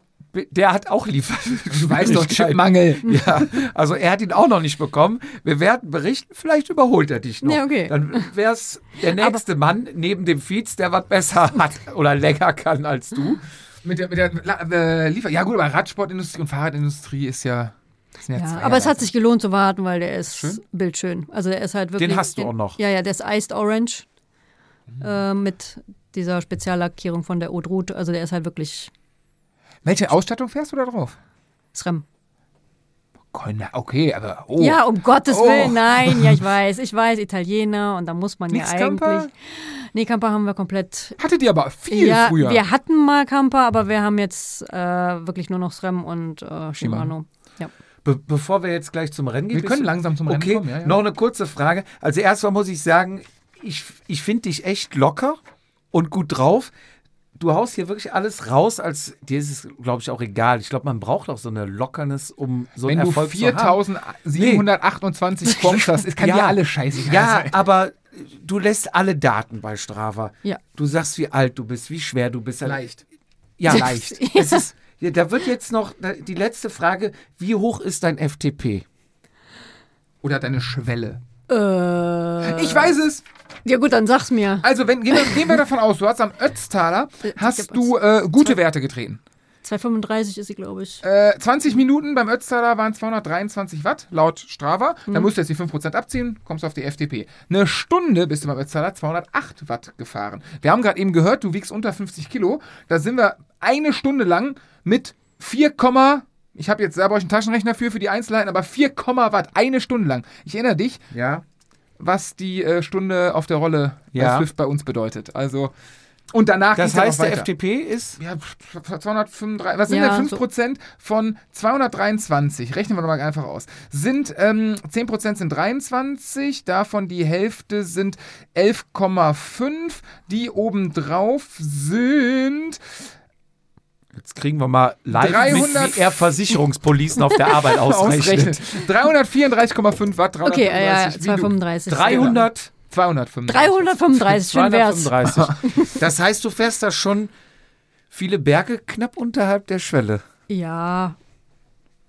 [SPEAKER 1] der hat auch liefert.
[SPEAKER 2] du weißt doch, Chipmangel.
[SPEAKER 1] Ja, also er hat ihn auch noch nicht bekommen. Wir werden berichten, vielleicht überholt er dich noch.
[SPEAKER 4] Ja, okay.
[SPEAKER 1] Dann wäre es der nächste Mann neben dem Fietz, der was besser hat oder länger kann als du.
[SPEAKER 2] Mit der, mit der La- äh, Liefer ja gut, aber Radsportindustrie und Fahrradindustrie ist ja... sind ja
[SPEAKER 4] Ja,
[SPEAKER 2] zwei
[SPEAKER 4] aber es hat
[SPEAKER 2] Jahre.
[SPEAKER 4] sich gelohnt zu warten, weil der ist
[SPEAKER 2] Schön.
[SPEAKER 4] bildschön. Also der ist halt wirklich.
[SPEAKER 1] hast du auch noch.
[SPEAKER 4] Ja, ja, der ist Iced Orange
[SPEAKER 2] Mhm.
[SPEAKER 4] äh, mit dieser Speziallackierung von der Haute Route. Also der ist halt wirklich
[SPEAKER 2] Welche Ausstattung fährst du da drauf?
[SPEAKER 4] SREM.
[SPEAKER 2] Colna- Okay, aber... Oh.
[SPEAKER 4] Ja, um Gottes
[SPEAKER 2] Oh.
[SPEAKER 4] Willen, nein, ja, ich weiß, ich weiß, Italiener und da muss man
[SPEAKER 2] Nix
[SPEAKER 4] ja
[SPEAKER 2] Camper?
[SPEAKER 4] eigentlich. Nee, Camper haben wir komplett.
[SPEAKER 2] Hattet ihr aber viel
[SPEAKER 4] ja,
[SPEAKER 2] früher.
[SPEAKER 4] wir hatten mal Camper, aber wir haben jetzt äh, wirklich nur noch SREM und äh, Shimano. Ja.
[SPEAKER 1] Be bevor wir jetzt gleich zum Rennen gehen.
[SPEAKER 2] Wir
[SPEAKER 1] bist
[SPEAKER 2] können
[SPEAKER 1] du-
[SPEAKER 2] langsam zum Rennen
[SPEAKER 1] okay,
[SPEAKER 2] kommen, ja, ja.
[SPEAKER 1] noch eine kurze Frage. Also erstmal muss ich sagen, ich, ich finde dich echt locker und gut drauf. Du haust hier wirklich alles raus, als dir ist es, glaube ich, auch egal. Ich glaube, man braucht auch so eine Lockernis, um so
[SPEAKER 2] Wenn
[SPEAKER 1] einen
[SPEAKER 2] du
[SPEAKER 1] Erfolg zu haben.
[SPEAKER 2] 4728 Prompts hast, es kann dir alles scheißegal
[SPEAKER 1] Ja,
[SPEAKER 2] sein.
[SPEAKER 1] aber du lässt alle Daten bei Strava.
[SPEAKER 4] Ja.
[SPEAKER 1] Du sagst, wie alt du bist, wie schwer du bist.
[SPEAKER 2] Leicht.
[SPEAKER 1] Ja, leicht. Es ist, ja, da wird jetzt noch die letzte Frage, wie hoch ist dein FTP?
[SPEAKER 2] Oder deine Schwelle.
[SPEAKER 4] Äh,
[SPEAKER 2] Ich weiß es.
[SPEAKER 4] ja, gut, dann sag's mir.
[SPEAKER 2] Also, wenn, gehen, wir, gehen wir davon aus, du hast am Ötztaler
[SPEAKER 4] Äh,
[SPEAKER 2] hast
[SPEAKER 4] gib
[SPEAKER 2] du äh, gute Werte getreten.
[SPEAKER 4] 235 ist sie, glaube ich.
[SPEAKER 2] Äh, 20 Minuten beim Ötztaler waren 223 Watt, laut Strava.
[SPEAKER 1] Mhm.
[SPEAKER 2] Da musst du jetzt die 5% abziehen, kommst auf die FDP. Eine Stunde bist du beim Ötztaler 208 Watt gefahren. Wir haben gerade eben gehört, du wiegst unter 50 Kilo. Da sind wir eine Stunde lang mit 4, ich habe jetzt da bei euch einen Taschenrechner für, für die Einzelheiten, aber 4, Watt, eine Stunde lang. Ich erinnere dich,
[SPEAKER 1] Ja.
[SPEAKER 2] was die äh, Stunde auf der Rolle
[SPEAKER 1] Ja.
[SPEAKER 2] bei Swift bei uns bedeutet. Also, und danach
[SPEAKER 1] Das
[SPEAKER 2] ging's dann
[SPEAKER 1] heißt,
[SPEAKER 2] noch
[SPEAKER 1] der
[SPEAKER 2] weiter.
[SPEAKER 1] FDP ist.
[SPEAKER 2] Ja, pf- pf- 235, was sind
[SPEAKER 4] Ja,
[SPEAKER 2] denn
[SPEAKER 4] so-
[SPEAKER 2] 5% von 223? Rechnen wir doch mal einfach aus. Sind, ähm, 10% sind 23, davon die Hälfte sind 11,5, die obendrauf sind
[SPEAKER 1] Jetzt kriegen wir mal live
[SPEAKER 2] 300
[SPEAKER 1] mit, wie er Versicherungspolicen auf der Arbeit ausrechnet.
[SPEAKER 2] ausrechnet 334,5 Watt, 335,
[SPEAKER 4] Okay, äh, ja,
[SPEAKER 2] wie du.
[SPEAKER 4] 235.
[SPEAKER 1] 300,
[SPEAKER 2] 235.
[SPEAKER 4] 335, schön wär's.
[SPEAKER 1] 235. Das heißt, du fährst da schon viele Berge knapp unterhalb der Schwelle.
[SPEAKER 4] Ja,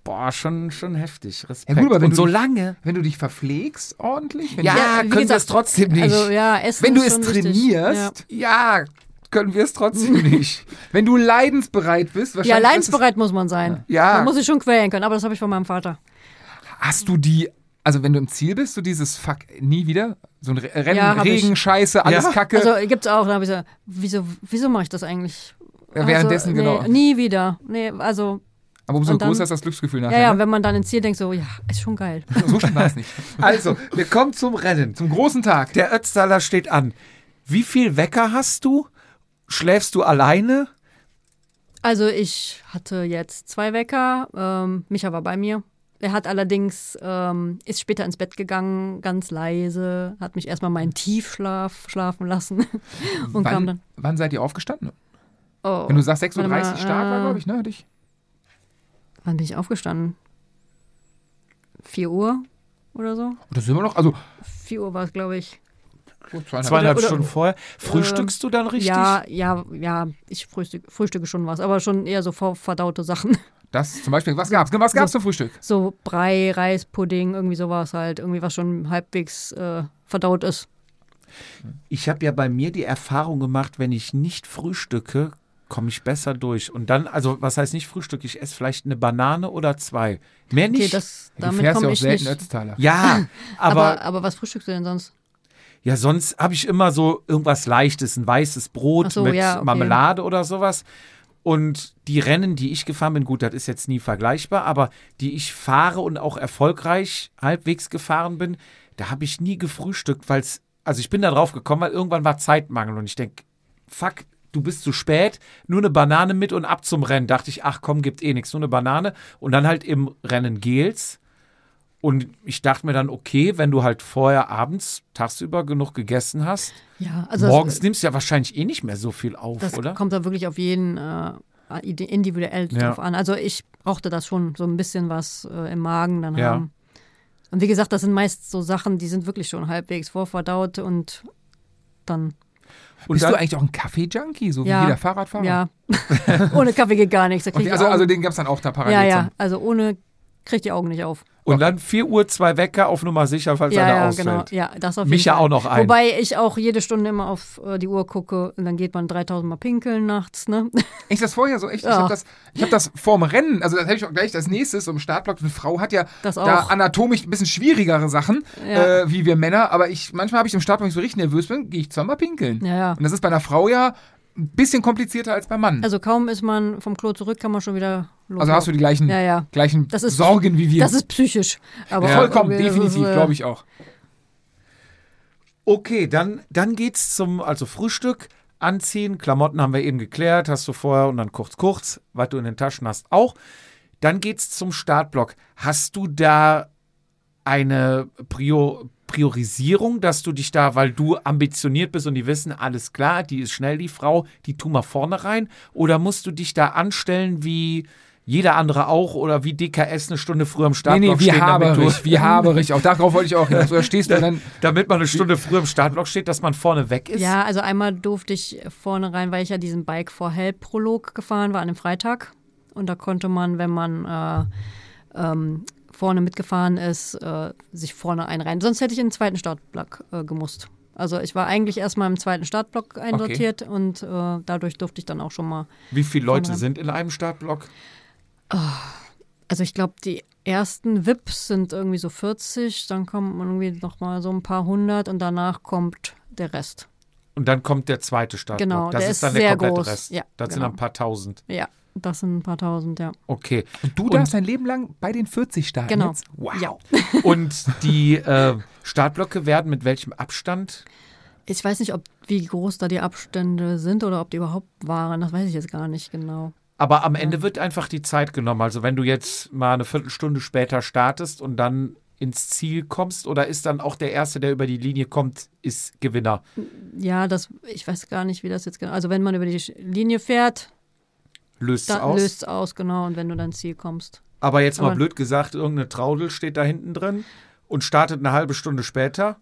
[SPEAKER 1] Boah, schon, schon heftig. Respekt.
[SPEAKER 2] Ja, gut, aber wenn
[SPEAKER 1] Und
[SPEAKER 2] du
[SPEAKER 1] so
[SPEAKER 2] dich-
[SPEAKER 1] lange.
[SPEAKER 2] Wenn du dich verpflegst ordentlich, wenn,
[SPEAKER 1] Ja,
[SPEAKER 2] du,
[SPEAKER 4] wie
[SPEAKER 1] können wir es
[SPEAKER 4] gesagt,
[SPEAKER 1] trotzdem nicht.
[SPEAKER 4] also ja, Essen
[SPEAKER 2] wenn du
[SPEAKER 4] ist
[SPEAKER 2] es
[SPEAKER 4] schon wichtig. Ja.
[SPEAKER 2] trainierst, ja. können wir es trotzdem nicht. Wenn du leidensbereit bist, wahrscheinlich.
[SPEAKER 4] Ja,
[SPEAKER 2] ist es-
[SPEAKER 4] leidensbereit muss man sein.
[SPEAKER 2] Ja.
[SPEAKER 4] Man muss sich schon quälen können, aber das habe ich von meinem Vater.
[SPEAKER 2] Hast du die, also wenn du im Ziel bist, so dieses Fuck, nie wieder? So ein Re- Rennen,
[SPEAKER 4] Ja, hab
[SPEAKER 2] Regen, Scheiße, alles
[SPEAKER 1] Ja.
[SPEAKER 2] Kacke.
[SPEAKER 4] Also gibt's auch, da habe ich gesagt, wieso, wieso mache ich das eigentlich?
[SPEAKER 2] Ja, währenddessen,
[SPEAKER 4] also, nee,
[SPEAKER 2] genau.
[SPEAKER 4] Nie wieder. Nee, also,
[SPEAKER 2] Aber umso
[SPEAKER 4] und dann-
[SPEAKER 2] größer ist das Glücksgefühl
[SPEAKER 4] ja,
[SPEAKER 2] nachher.
[SPEAKER 4] ja,
[SPEAKER 2] ne?
[SPEAKER 4] wenn man dann ins Ziel denkt, so, ja, ist schon geil.
[SPEAKER 2] So schlimm war es nicht.
[SPEAKER 1] Also, wir kommen zum Rennen.
[SPEAKER 2] Zum großen Tag.
[SPEAKER 1] Der Ötztaler steht an. Wie viel Wecker hast du? Schläfst du alleine?
[SPEAKER 4] Also ich hatte jetzt zwei Wecker, ähm, Micha war bei mir. Er hat allerdings, ähm, ist später ins Bett gegangen, ganz leise, hat mich erstmal meinen Tiefschlaf schlafen lassen und kam
[SPEAKER 2] wann,
[SPEAKER 4] dann.
[SPEAKER 2] wann seid ihr aufgestanden?
[SPEAKER 4] Oh,
[SPEAKER 2] Wenn du sagst 6.30 Uhr
[SPEAKER 4] warte mal,
[SPEAKER 2] Start war,
[SPEAKER 4] äh,
[SPEAKER 2] glaube ich, ne? Dich?
[SPEAKER 4] wann bin ich aufgestanden? 4 Uhr oder so?
[SPEAKER 2] Das sind wir noch, also
[SPEAKER 4] 4 Uhr war es, glaube ich.
[SPEAKER 2] oh, zweieinhalb.
[SPEAKER 1] Zweieinhalb
[SPEAKER 4] oder- Äh,
[SPEAKER 1] Stunden vorher. Frühstückst du dann richtig?
[SPEAKER 4] Ja, ja, ja, ich frühstück, frühstücke schon was, aber schon eher so ver- verdaute Sachen.
[SPEAKER 2] Das zum Beispiel, was gab's? ne, Was gab's zum Frühstück?
[SPEAKER 4] So Brei, Reispudding, irgendwie sowas halt, irgendwie was schon halbwegs äh, verdaut ist.
[SPEAKER 1] Ich habe ja bei mir die Erfahrung gemacht, wenn ich nicht frühstücke, komme ich besser durch. Und dann, also was heißt nicht frühstück? Ich esse vielleicht eine Banane oder zwei. Mehr nicht.
[SPEAKER 4] Okay, das,
[SPEAKER 2] Du
[SPEAKER 4] damit
[SPEAKER 2] fährst ja
[SPEAKER 4] komme
[SPEAKER 2] auch
[SPEAKER 4] ich
[SPEAKER 2] selten
[SPEAKER 4] nicht.
[SPEAKER 2] Ötztaler.
[SPEAKER 1] ja, aber,
[SPEAKER 4] aber, was frühstückst du denn sonst?
[SPEAKER 1] ja, sonst habe ich immer so irgendwas Leichtes, ein weißes Brot
[SPEAKER 4] Ach so,
[SPEAKER 1] mit
[SPEAKER 4] ja, okay.
[SPEAKER 1] Marmelade oder sowas. Und die Rennen, die ich gefahren bin, gut, das ist jetzt nie vergleichbar, aber die ich fahre und auch erfolgreich halbwegs gefahren bin, da habe ich nie gefrühstückt, weil es, also ich bin da drauf gekommen, weil irgendwann war Zeitmangel und ich denke, fuck, du bist zu spät, nur eine Banane mit und ab zum Rennen. Dachte ich, ach komm, gibt eh nichts, nur eine Banane. Und dann halt im Rennen Gels. Und ich dachte mir dann, okay, wenn du halt vorher abends, tagsüber genug gegessen hast,
[SPEAKER 4] Ja, also
[SPEAKER 1] morgens nimmst du ja wahrscheinlich eh nicht mehr so viel auf,
[SPEAKER 4] das, das
[SPEAKER 1] oder?
[SPEAKER 4] kommt da wirklich auf jeden äh, ide- individuell
[SPEAKER 1] Ja.
[SPEAKER 4] drauf an. Also ich brauchte das schon, so ein bisschen was äh, im Magen dann
[SPEAKER 1] Ja.
[SPEAKER 4] haben. Und wie gesagt, das sind meist so Sachen, die sind wirklich schon halbwegs vorverdaut und dann,
[SPEAKER 1] Und
[SPEAKER 2] Bist
[SPEAKER 1] dann-
[SPEAKER 2] du eigentlich auch ein Kaffee-Junkie, so
[SPEAKER 4] Ja.
[SPEAKER 2] wie jeder Fahrradfahrer?
[SPEAKER 4] ja, ohne Kaffee geht gar nichts. Da krieg
[SPEAKER 2] Okay,
[SPEAKER 4] ich
[SPEAKER 2] also,
[SPEAKER 4] die Augen,
[SPEAKER 2] also den gab's dann auch da parallel
[SPEAKER 4] ja,
[SPEAKER 2] zum.
[SPEAKER 4] ja, also ohne kriegt die Augen nicht auf.
[SPEAKER 1] Und dann 4 Uhr, zwei Wecker auf Nummer sicher, falls
[SPEAKER 4] Ja,
[SPEAKER 1] einer
[SPEAKER 4] ja,
[SPEAKER 1] ausfällt.
[SPEAKER 4] genau. Ja, das auf jeden
[SPEAKER 1] Mich ja
[SPEAKER 4] Fall.
[SPEAKER 1] auch noch ein.
[SPEAKER 4] Wobei ich auch jede Stunde immer auf äh, die Uhr gucke und dann geht man 3000 Mal pinkeln nachts, ne?
[SPEAKER 2] Echt das vorher so echt? Ich
[SPEAKER 4] Ja.
[SPEAKER 2] habe das, ich hab das vorm Rennen, also das hätte ich auch gleich als nächstes so im Startblock. Eine Frau hat ja
[SPEAKER 4] Das
[SPEAKER 2] da
[SPEAKER 4] auch.
[SPEAKER 2] anatomisch ein bisschen schwierigere Sachen,
[SPEAKER 4] Ja.
[SPEAKER 2] äh, wie wir Männer, aber ich manchmal habe ich im Startblock, wenn ich so richtig nervös bin, gehe ich zweimal pinkeln.
[SPEAKER 4] Ja, ja.
[SPEAKER 2] Und das ist bei einer Frau ja ein bisschen komplizierter als beim Mann. Also,
[SPEAKER 4] Also kaum ist man vom Klo zurück, kann man schon wieder los.
[SPEAKER 2] hast du die gleichen,
[SPEAKER 4] Ja, ja.
[SPEAKER 2] gleichen
[SPEAKER 4] Das ist-
[SPEAKER 2] Sorgen wie wir.
[SPEAKER 4] Das ist psychisch. Aber
[SPEAKER 2] ja. vollkommen,
[SPEAKER 4] irgendwie, das
[SPEAKER 2] definitiv,
[SPEAKER 4] ist, äh,
[SPEAKER 2] glaube ich auch.
[SPEAKER 1] Okay, dann, dann geht's zum, also Frühstück, Anziehen, Klamotten haben wir eben geklärt, hast du vorher und dann kurz, kurz, was du in den Taschen hast, auch. Dann geht's zum Startblock. Hast du da eine Prior Priorisierung, dass du dich da, weil du ambitioniert bist und die wissen, alles klar, die ist schnell, die Frau, die tun mal vorne rein? Oder musst du dich da anstellen wie jeder andere auch oder wie DKS eine Stunde früher im
[SPEAKER 2] Nee,
[SPEAKER 1] Startblock
[SPEAKER 2] nee, wie
[SPEAKER 1] stehen, damit du
[SPEAKER 2] haberig, wie haberig. Auch darauf wollte ich auch hinaus. Oder stehst du dann.
[SPEAKER 1] damit man eine Stunde früher im Startblock steht, dass man vorne weg ist.
[SPEAKER 4] Ja, also einmal durfte ich vorne rein, weil ich ja diesen Bike for Help Prolog gefahren war an einem Freitag. Und da konnte man, wenn man äh, ähm, vorne mitgefahren ist, äh, sich vorne einreihen. Sonst hätte ich in den zweiten Startblock äh, gemusst. Also ich war eigentlich erstmal im zweiten Startblock einsortiert und äh, dadurch durfte ich dann auch schon mal.
[SPEAKER 1] Wie viele Leute
[SPEAKER 4] Konrad.
[SPEAKER 1] sind in einem Startblock?
[SPEAKER 4] Also ich glaube, die ersten VIPs sind irgendwie so 40, dann kommen irgendwie nochmal so ein paar hundert und danach kommt der Rest.
[SPEAKER 1] Und dann kommt der zweite Startblock.
[SPEAKER 4] Genau,
[SPEAKER 1] das
[SPEAKER 4] der
[SPEAKER 1] ist
[SPEAKER 4] ist
[SPEAKER 1] dann der
[SPEAKER 4] sehr
[SPEAKER 1] komplette
[SPEAKER 4] groß.
[SPEAKER 1] Rest.
[SPEAKER 4] Ja,
[SPEAKER 1] das sind
[SPEAKER 4] genau.
[SPEAKER 1] ein paar tausend.
[SPEAKER 4] Ja, das sind ein paar tausend, ja.
[SPEAKER 1] Okay.
[SPEAKER 2] Und du darfst dein Leben lang bei den 40 starten.
[SPEAKER 4] Genau.
[SPEAKER 2] Jetzt? Wow.
[SPEAKER 4] Ja.
[SPEAKER 1] Und die äh, Startblöcke werden mit welchem Abstand?
[SPEAKER 4] Ich weiß nicht, ob wie groß da die Abstände sind oder ob die überhaupt waren. Das weiß ich jetzt gar nicht genau.
[SPEAKER 1] Aber am Ende wird einfach die Zeit genommen. Also wenn du jetzt mal eine Viertelstunde später startest und dann ins Ziel kommst, oder ist dann auch der Erste, der über die Linie kommt, ist Gewinner?
[SPEAKER 4] Ja, das, ich weiß gar nicht, wie das jetzt genau. Also wenn man über die Linie fährt,
[SPEAKER 1] Löst es
[SPEAKER 4] dann
[SPEAKER 1] aus?
[SPEAKER 4] löst es aus, genau. Und wenn du dann Ziel kommst.
[SPEAKER 1] Aber jetzt mal
[SPEAKER 4] Aber-
[SPEAKER 1] blöd gesagt, irgendeine Traudel steht da hinten drin und startet eine halbe Stunde später.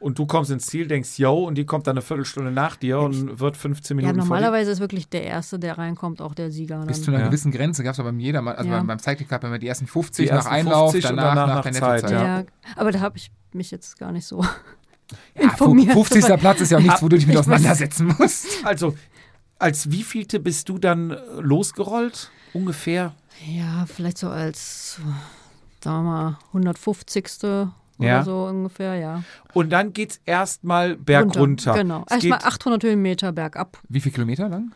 [SPEAKER 1] Und du kommst ins Ziel, denkst, yo, und die kommt dann eine Viertelstunde nach dir und wird 15
[SPEAKER 4] Ja,
[SPEAKER 1] Minuten vor dir.
[SPEAKER 4] normalerweise ist wirklich der Erste, der reinkommt, auch der Sieger. Dann.
[SPEAKER 2] Bis zu einer
[SPEAKER 1] Ja.
[SPEAKER 2] gewissen Grenze gab es aber beim Jedermann, also
[SPEAKER 4] Ja.
[SPEAKER 2] beim, beim Cycling Club immer die ersten 50
[SPEAKER 1] Die
[SPEAKER 2] nach
[SPEAKER 1] ersten
[SPEAKER 2] Einlauf,
[SPEAKER 1] 50 und
[SPEAKER 2] danach,
[SPEAKER 1] danach nach
[SPEAKER 2] nach der
[SPEAKER 1] Zeit,
[SPEAKER 2] Nettozeit.
[SPEAKER 1] ja.
[SPEAKER 4] ja. aber da habe ich mich jetzt gar nicht so
[SPEAKER 2] Ja,
[SPEAKER 4] informiert.
[SPEAKER 2] 50. Ah, Platz ist ja auch nichts, wo du dich mit
[SPEAKER 4] Ich weiß-
[SPEAKER 2] auseinandersetzen musst.
[SPEAKER 1] Also, als wievielte bist du dann äh, losgerollt? Ungefähr?
[SPEAKER 4] Ja, vielleicht so als, sagen wir mal, 150.
[SPEAKER 1] Ja.
[SPEAKER 4] oder so ungefähr, ja.
[SPEAKER 1] Und dann geht's erstmal bergunter.
[SPEAKER 4] Genau.
[SPEAKER 1] Es
[SPEAKER 4] Erstmal
[SPEAKER 1] geht-
[SPEAKER 4] 800 Höhenmeter bergab.
[SPEAKER 2] Wie viel Kilometer lang?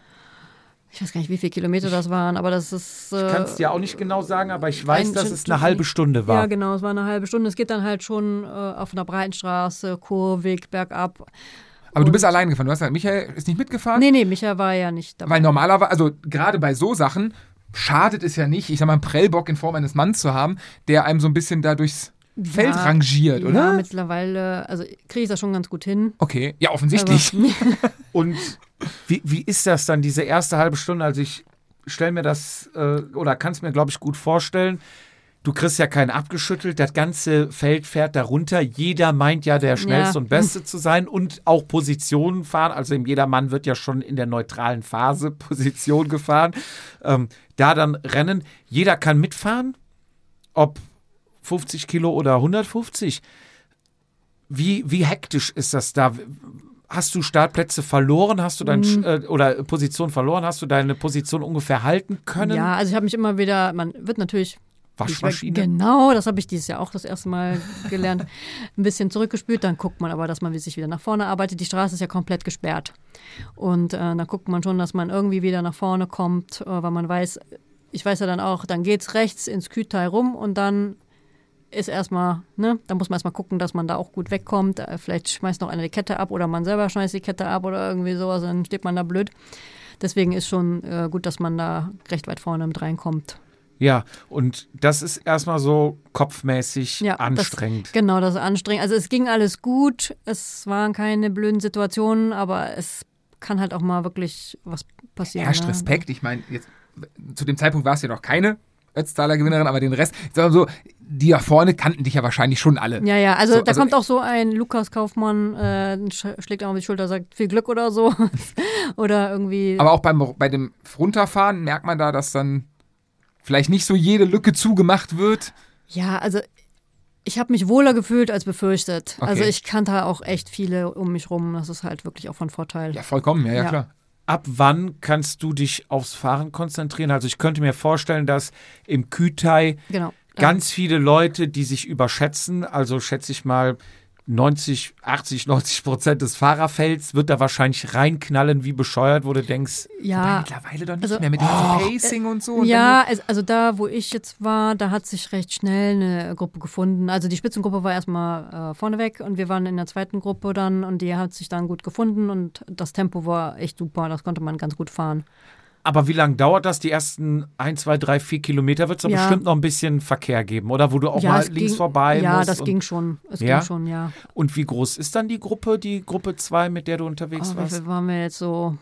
[SPEAKER 4] Ich weiß gar nicht, wie viele Kilometer das waren, aber das ist. Äh,
[SPEAKER 1] Kannst dir auch nicht genau sagen, aber ich weiß,
[SPEAKER 4] ein-
[SPEAKER 1] dass es eine halbe Stunde war.
[SPEAKER 4] Ja, genau, es war eine halbe Stunde. Es geht dann halt schon äh, auf einer breiten Straße, kurvig, bergab.
[SPEAKER 2] Aber du bist allein gefahren. Du hast gesagt, Michael ist nicht mitgefahren.
[SPEAKER 4] Oh. Nee, nee, Micha war ja nicht dabei.
[SPEAKER 2] Weil normalerweise, also gerade bei so Sachen, schadet es ja nicht, ich sag mal, einen Prellbock in Form eines Manns zu haben, der einem so ein bisschen da durchs Feld
[SPEAKER 4] Ja,
[SPEAKER 2] rangiert,
[SPEAKER 4] Ja,
[SPEAKER 2] oder?
[SPEAKER 4] mittlerweile, also kriege ich das schon ganz gut hin.
[SPEAKER 2] okay, ja, offensichtlich.
[SPEAKER 4] Aber,
[SPEAKER 1] Und wie, wie ist das dann, diese erste halbe Stunde? Also ich stelle mir das äh, oder kann es mir, glaube ich, gut vorstellen. Du kriegst ja keinen abgeschüttelt, das ganze Feld fährt darunter. Jeder meint ja, der schnellste
[SPEAKER 4] Ja.
[SPEAKER 1] und beste zu sein und auch Positionen fahren. Also im Jedermann wird ja schon in der neutralen Phase Position gefahren. Ähm, da dann rennen. Jeder kann mitfahren, ob 50 Kilo oder 150. Wie, wie hektisch ist das da? Hast du Startplätze verloren? Hast du
[SPEAKER 4] Mm.
[SPEAKER 1] deine äh, oder Position verloren? Hast du deine Position ungefähr halten können?
[SPEAKER 4] ja, also ich habe mich immer wieder, man wird natürlich
[SPEAKER 1] Waschmaschine?
[SPEAKER 4] Genau, das habe ich dieses Jahr auch das erste Mal gelernt. Ein bisschen zurückgespült, dann guckt man aber, dass man sich wieder nach vorne arbeitet. Die Straße ist ja komplett gesperrt. Und äh, dann guckt man schon, dass man irgendwie wieder nach vorne kommt, äh, weil man weiß, ich weiß ja dann auch, dann geht's rechts ins Kühtal rum und dann ist erstmal, ne, da muss man erstmal gucken, dass man da auch gut wegkommt. Äh, Vielleicht schmeißt noch einer die Kette ab oder man selber schmeißt die Kette ab oder irgendwie sowas, dann steht man da blöd. Deswegen ist schon äh, gut, dass man da recht weit vorne mit reinkommt.
[SPEAKER 1] Ja, und das ist erstmal so kopfmäßig
[SPEAKER 4] Ja, das-
[SPEAKER 1] anstrengend.
[SPEAKER 4] Genau, das ist anstrengend. Also es ging alles gut, es waren keine blöden Situationen, aber es kann halt auch mal wirklich was passieren.
[SPEAKER 2] Herrscht
[SPEAKER 4] ne?
[SPEAKER 2] Respekt. Ich meine, jetzt zu dem Zeitpunkt war es ja noch keine Ötztaler Gewinnerin, aber den Rest, ich sag mal so, die da vorne kannten dich ja wahrscheinlich schon alle.
[SPEAKER 4] Ja, ja, also
[SPEAKER 2] So,
[SPEAKER 4] da
[SPEAKER 2] also-
[SPEAKER 4] kommt auch so ein Lukas Kaufmann, äh, sch schlägt auch auf die Schulter, sagt viel Glück oder so. oder irgendwie.
[SPEAKER 2] Aber auch beim, bei dem Runterfahren merkt man da, dass dann vielleicht nicht so jede Lücke zugemacht wird.
[SPEAKER 4] ja, also ich habe mich wohler gefühlt als befürchtet.
[SPEAKER 2] Okay.
[SPEAKER 4] Also ich kannte auch echt viele um mich rum. Das ist halt wirklich auch von Vorteil.
[SPEAKER 2] Ja, vollkommen, ja, ja,
[SPEAKER 4] Ja.
[SPEAKER 2] klar.
[SPEAKER 1] Ab wann kannst du dich aufs Fahren konzentrieren? Also ich könnte mir vorstellen, dass im Kütai
[SPEAKER 4] Genau.
[SPEAKER 1] ganz viele Leute, die sich überschätzen, also schätze ich mal 90, 80, 90 Prozent des Fahrerfelds wird da wahrscheinlich reinknallen, wie bescheuert, wo du denkst,
[SPEAKER 4] ja.
[SPEAKER 2] mittlerweile doch nicht
[SPEAKER 4] Ah. Also-
[SPEAKER 2] mehr mit dem ganzen Pacing und so. Und
[SPEAKER 4] Ja, es, also da, wo ich jetzt war, da hat sich recht schnell eine Gruppe gefunden. Also die Spitzengruppe war erstmal äh, vorneweg und wir waren in der zweiten Gruppe dann und die hat sich dann gut gefunden und das Tempo war echt super, das konnte man ganz gut fahren.
[SPEAKER 1] aber wie lange dauert das? Die ersten 1, 2, 3, 4 Kilometer wird es doch
[SPEAKER 4] Ja.
[SPEAKER 1] bestimmt noch ein bisschen Verkehr geben, oder? Wo du auch mal
[SPEAKER 4] es
[SPEAKER 1] links
[SPEAKER 4] ging-
[SPEAKER 1] vorbei
[SPEAKER 4] Ja,
[SPEAKER 1] musst.
[SPEAKER 4] das
[SPEAKER 1] und,
[SPEAKER 4] ging schon. Es
[SPEAKER 1] Ja?
[SPEAKER 4] ging schon, ja.
[SPEAKER 1] und wie groß ist dann die Gruppe, die Gruppe 2, mit der du unterwegs
[SPEAKER 4] Oh, wie
[SPEAKER 1] warst?
[SPEAKER 4] viel waren wir jetzt so?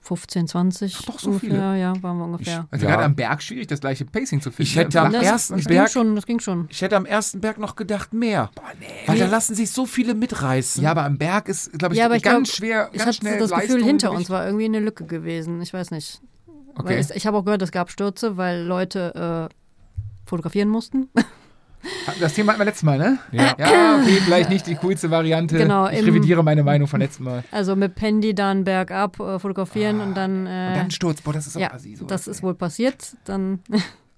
[SPEAKER 4] 15, 20? Ach,
[SPEAKER 2] doch, so
[SPEAKER 4] ungefähr,
[SPEAKER 2] viele.
[SPEAKER 4] ja, waren wir ungefähr.
[SPEAKER 2] Also
[SPEAKER 1] Ja.
[SPEAKER 2] gerade am Berg schwierig, das gleiche Pacing zu finden.
[SPEAKER 1] Ich hätte am
[SPEAKER 2] Flach-
[SPEAKER 4] das,
[SPEAKER 1] ersten
[SPEAKER 4] das
[SPEAKER 1] Berg-
[SPEAKER 4] ging schon, das ging schon.
[SPEAKER 1] Ich hätte am ersten Berg noch gedacht mehr, weil da lassen sich so viele mitreißen.
[SPEAKER 2] Ja, aber am Berg ist, glaube ich,
[SPEAKER 4] Ja, aber ich
[SPEAKER 2] ganz
[SPEAKER 4] glaub,
[SPEAKER 2] schwer,
[SPEAKER 4] Ich
[SPEAKER 2] ganz
[SPEAKER 4] hatte
[SPEAKER 2] schnell
[SPEAKER 4] das Gefühl,
[SPEAKER 2] Leistung,
[SPEAKER 4] hinter
[SPEAKER 2] Gewicht.
[SPEAKER 4] uns war irgendwie eine Lücke gewesen. Ich weiß nicht.
[SPEAKER 2] Okay.
[SPEAKER 4] Weil es, ich habe auch gehört, es gab Stürze, weil Leute äh, fotografieren mussten.
[SPEAKER 2] Das Thema hatten wir letztes Mal, ne?
[SPEAKER 1] Ja.
[SPEAKER 2] Ja, okay, vielleicht nicht die coolste Variante.
[SPEAKER 4] Genau,
[SPEAKER 2] ich
[SPEAKER 4] im-
[SPEAKER 2] revidiere meine Meinung von letztem Mal.
[SPEAKER 4] Also mit Pendi dann bergab äh, fotografieren und dann. Äh,
[SPEAKER 2] Ah, Und dann Sturz, boah, das ist
[SPEAKER 4] ja,
[SPEAKER 2] aber assi, so.
[SPEAKER 4] das ist wohl passiert. Dann,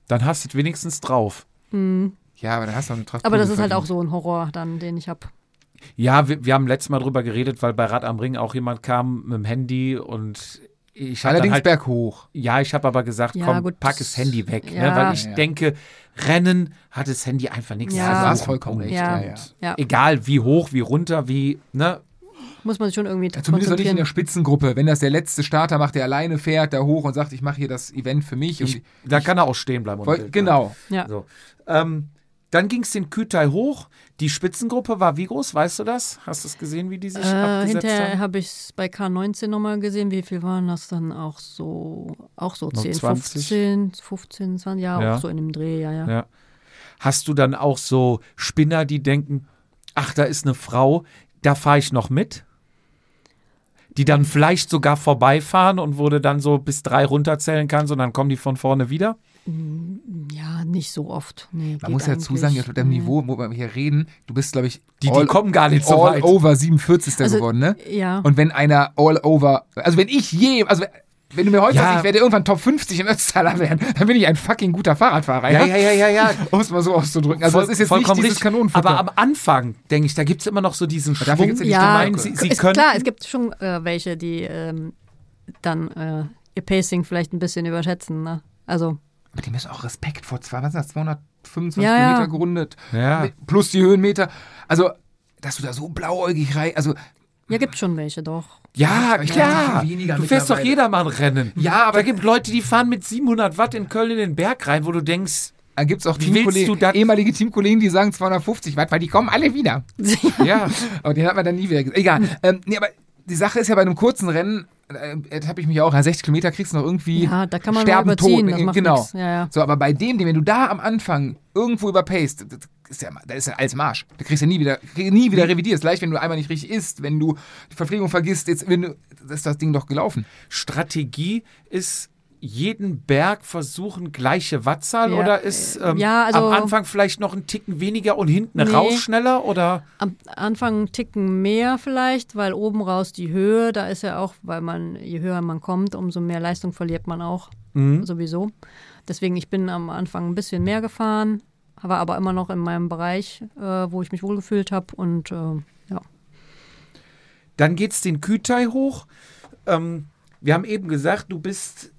[SPEAKER 1] Dann hast du es wenigstens drauf.
[SPEAKER 2] Ja, aber dann hast du auch eine Tracht.
[SPEAKER 4] aber das ist
[SPEAKER 2] Prügel
[SPEAKER 4] halt auch so ein Horror, dann, den ich habe.
[SPEAKER 1] Ja, wir, wir haben letztes Mal drüber geredet, weil bei Rad am Ring auch jemand kam mit dem Handy und ich habe
[SPEAKER 2] Allerdings
[SPEAKER 1] halt,
[SPEAKER 2] berghoch.
[SPEAKER 1] ja, ich habe aber gesagt,
[SPEAKER 4] Ja,
[SPEAKER 1] komm,
[SPEAKER 4] gut,
[SPEAKER 1] pack
[SPEAKER 4] das-
[SPEAKER 1] das Handy weg,
[SPEAKER 4] ja.
[SPEAKER 1] ne, weil ich
[SPEAKER 2] Ja.
[SPEAKER 1] denke, Rennen hat das Handy einfach nichts
[SPEAKER 4] Ja.
[SPEAKER 1] zu
[SPEAKER 4] Das
[SPEAKER 1] suchen.
[SPEAKER 2] war's vollkommen recht,
[SPEAKER 4] Ja,
[SPEAKER 2] ja, ja.
[SPEAKER 4] ja.
[SPEAKER 1] Egal wie hoch, wie runter, wie ne,
[SPEAKER 4] Muss man sich schon irgendwie
[SPEAKER 2] Ja, zumindest doch nicht in
[SPEAKER 4] konzentrieren.
[SPEAKER 2] der Spitzengruppe. Wenn das der letzte Starter macht, der alleine fährt, da hoch und sagt, ich mache hier das Event für mich.
[SPEAKER 1] ich,
[SPEAKER 2] und
[SPEAKER 1] da kann er auch stehen bleiben. Und
[SPEAKER 2] Voll-
[SPEAKER 1] Bild machen.
[SPEAKER 2] genau.
[SPEAKER 4] ja.
[SPEAKER 1] So. Ähm, dann ging es den Kütai hoch. Die Spitzengruppe war wie groß? Weißt du das? Hast du es gesehen, wie die sich
[SPEAKER 4] Äh,
[SPEAKER 1] abgesetzt
[SPEAKER 4] hinterher
[SPEAKER 1] haben?
[SPEAKER 4] habe ich es bei K19 nochmal gesehen. Wie viel waren das dann auch so? Auch so
[SPEAKER 1] Noch
[SPEAKER 4] 10,
[SPEAKER 1] 20?
[SPEAKER 4] 15, 15, 20, ja,
[SPEAKER 1] Ja.
[SPEAKER 4] auch so in dem Dreh, ja, ja.
[SPEAKER 1] Ja. Hast du dann auch so Spinner, die denken, ach, da ist eine Frau, da fahre ich noch mit? Die dann vielleicht sogar vorbeifahren und wo du dann so bis drei runterzählen kannst und dann kommen die von vorne wieder?
[SPEAKER 4] Ja, nicht so oft. Nee,
[SPEAKER 2] Man muss dazu sagen, jetzt mit dem Niveau, wo wir hier reden, du bist, glaube ich,
[SPEAKER 1] Die, die
[SPEAKER 2] all,
[SPEAKER 1] kommen gar nicht so
[SPEAKER 2] all
[SPEAKER 1] weit.
[SPEAKER 2] over 47.
[SPEAKER 4] Also,
[SPEAKER 2] geworden, ne?
[SPEAKER 4] Ja.
[SPEAKER 2] Und wenn einer all over, also wenn ich je, also wenn du mir heute
[SPEAKER 1] Ja.
[SPEAKER 2] sagst, ich werde irgendwann Top 50 im Ötztaler werden, dann bin ich ein fucking guter Fahrradfahrer, ja?
[SPEAKER 1] Ja, ja, ja, ja, ja.
[SPEAKER 2] Um es mal so auszudrücken. Also
[SPEAKER 1] Voll-
[SPEAKER 2] das ist jetzt nicht
[SPEAKER 1] vollkommen
[SPEAKER 2] dieses
[SPEAKER 1] richtig.
[SPEAKER 2] Kanonenfutter.
[SPEAKER 1] Aber am Anfang, denke ich, da gibt es immer noch so diesen
[SPEAKER 2] dafür
[SPEAKER 1] Schwung.
[SPEAKER 2] gibt's ja die
[SPEAKER 4] ja,
[SPEAKER 2] meinen,
[SPEAKER 1] sie- sie
[SPEAKER 4] ist
[SPEAKER 1] könnten-
[SPEAKER 4] klar, es gibt schon äh, welche, die ähm, dann äh, ihr Pacing vielleicht ein bisschen überschätzen. Ne? Also,
[SPEAKER 2] Aber die müssen auch Respekt vor zwei, was ist das, 225
[SPEAKER 4] Ja, ja.
[SPEAKER 2] Kilometer gerundet.
[SPEAKER 1] Ja.
[SPEAKER 2] Mit- Plus die Höhenmeter. Also, dass du da so blauäugig rein. Also,
[SPEAKER 4] ja, gibt schon welche, doch.
[SPEAKER 1] Ja,
[SPEAKER 2] Aber ich
[SPEAKER 1] klar.
[SPEAKER 2] dachte, viel weniger
[SPEAKER 1] Du fährst doch
[SPEAKER 2] mittlerweile.
[SPEAKER 1] jedermann Rennen.
[SPEAKER 2] Ja, aber-
[SPEAKER 1] Da gibt Leute, die fahren mit 700 Watt in Köln in den Berg rein, wo du denkst,
[SPEAKER 2] da gibt es auch
[SPEAKER 1] Wie willst du
[SPEAKER 2] Teamkollegen,
[SPEAKER 1] das-
[SPEAKER 2] ehemalige Teamkollegen, die sagen 250 Watt, weil die kommen alle wieder.
[SPEAKER 1] ja,
[SPEAKER 2] Aber den hat man dann nie wieder gesehen. Egal. Ähm, nee, aber die Sache ist ja bei einem kurzen Rennen, äh, habe ich mich auch, ja, 60 Kilometer kriegst du noch irgendwie.
[SPEAKER 4] Ja, da kann man mal
[SPEAKER 2] sterben
[SPEAKER 4] überziehen,
[SPEAKER 2] tot.
[SPEAKER 4] das macht
[SPEAKER 2] genau.
[SPEAKER 4] nix. Ja, ja.
[SPEAKER 2] So, aber bei dem, den, wenn du da am Anfang irgendwo überpaced, das ist ja, da ist ja alles Marsch. Da kriegst du nie wieder, kriegst du nie wieder
[SPEAKER 4] Hm.
[SPEAKER 2] revidiert. Gleich, wenn du einmal nicht richtig isst, wenn du die Verpflegung vergisst, jetzt, wenn du, das ist das Ding doch gelaufen.
[SPEAKER 1] Strategie ist jeden Berg versuchen, gleiche Wattzahl
[SPEAKER 4] Ja,
[SPEAKER 1] oder ist ähm,
[SPEAKER 4] ja, also-
[SPEAKER 1] am Anfang vielleicht noch einen Ticken weniger und hinten
[SPEAKER 4] Nee.
[SPEAKER 1] raus schneller oder
[SPEAKER 4] Am Anfang einen Ticken mehr vielleicht, weil oben raus die Höhe, da ist ja auch, weil man, je höher man kommt, umso mehr Leistung verliert man auch. Sowieso. Deswegen, ich bin am Anfang ein bisschen mehr gefahren, war aber immer noch in meinem Bereich, äh, wo ich mich wohlgefühlt habe und äh, ja.
[SPEAKER 1] dann geht es den Kütai hoch. Ähm, wir haben eben gesagt, du bist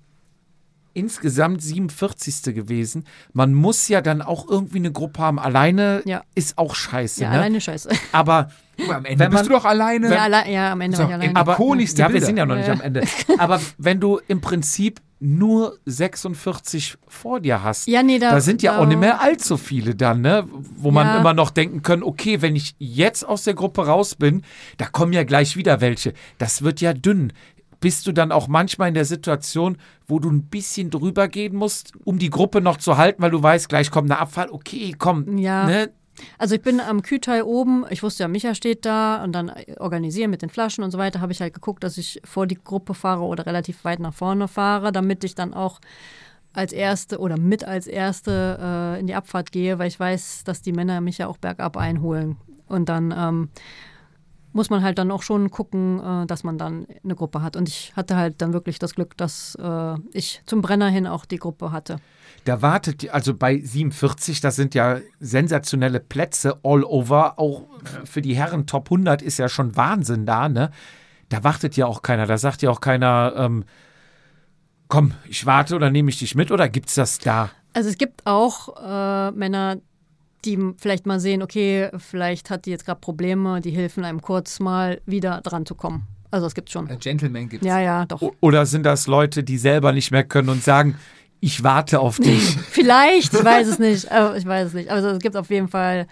[SPEAKER 1] insgesamt 47. gewesen. Man muss ja dann auch irgendwie eine Gruppe haben. Alleine
[SPEAKER 4] Ja.
[SPEAKER 1] ist auch scheiße.
[SPEAKER 4] Ja,
[SPEAKER 1] ne?
[SPEAKER 4] alleine scheiße.
[SPEAKER 1] Aber
[SPEAKER 2] Guck mal, am Ende
[SPEAKER 1] Wenn man-
[SPEAKER 2] bist du doch alleine.
[SPEAKER 4] Ja, alle, ja am Ende
[SPEAKER 2] So,
[SPEAKER 4] war ich alleine.
[SPEAKER 1] Aber
[SPEAKER 2] Ikonischste
[SPEAKER 1] ja, wir
[SPEAKER 2] Bilder.
[SPEAKER 1] sind ja noch nicht
[SPEAKER 4] Ja.
[SPEAKER 1] am Ende. Aber wenn du im Prinzip nur 46 vor dir hast,
[SPEAKER 4] Ja, nee, da-
[SPEAKER 1] da sind ja
[SPEAKER 4] da-
[SPEAKER 1] auch nicht mehr allzu viele dann, ne? wo man
[SPEAKER 4] Ja.
[SPEAKER 1] immer noch denken können, okay, wenn ich jetzt aus der Gruppe raus bin, da kommen ja gleich wieder welche. Das wird ja dünn. Bist du dann auch manchmal in der Situation, wo du ein bisschen drüber gehen musst, um die Gruppe noch zu halten, weil du weißt, gleich kommt eine Abfall, okay, komm.
[SPEAKER 4] Ja.
[SPEAKER 1] Ne?
[SPEAKER 4] Also ich bin am Kühtai oben, ich wusste ja, Micha steht da und dann organisieren mit den Flaschen und so weiter, habe ich halt geguckt, dass ich vor die Gruppe fahre oder relativ weit nach vorne fahre, damit ich dann auch als Erste oder mit als Erste äh, in die Abfahrt gehe, weil ich weiß, dass die Männer mich ja auch bergab einholen. Und dann ähm, muss man halt dann auch schon gucken, äh, dass man dann eine Gruppe hat. Und ich hatte halt dann wirklich das Glück, dass äh, ich zum Brenner hin auch die Gruppe hatte.
[SPEAKER 1] Da wartet, die- also bei 47, das sind ja sensationelle Plätze all over. Auch für die Herren Top 100 ist ja schon Wahnsinn da, ne? Da wartet ja auch keiner. Da sagt ja auch keiner, ähm, komm, ich warte oder nehme ich dich mit oder gibt's das da?
[SPEAKER 4] Also es gibt auch äh, Männer, die m- vielleicht mal sehen, okay, vielleicht hat die jetzt gerade Probleme, die helfen einem kurz mal wieder dran zu kommen. Also es gibt schon.
[SPEAKER 2] Ein Gentleman gibt's.
[SPEAKER 4] Ja, ja, doch.
[SPEAKER 1] O- Oder sind das Leute, die selber nicht mehr können und sagen, ich warte auf dich?
[SPEAKER 4] Vielleicht, ich weiß es nicht. Äh, ich weiß es nicht. Also es gibt auf jeden Fall.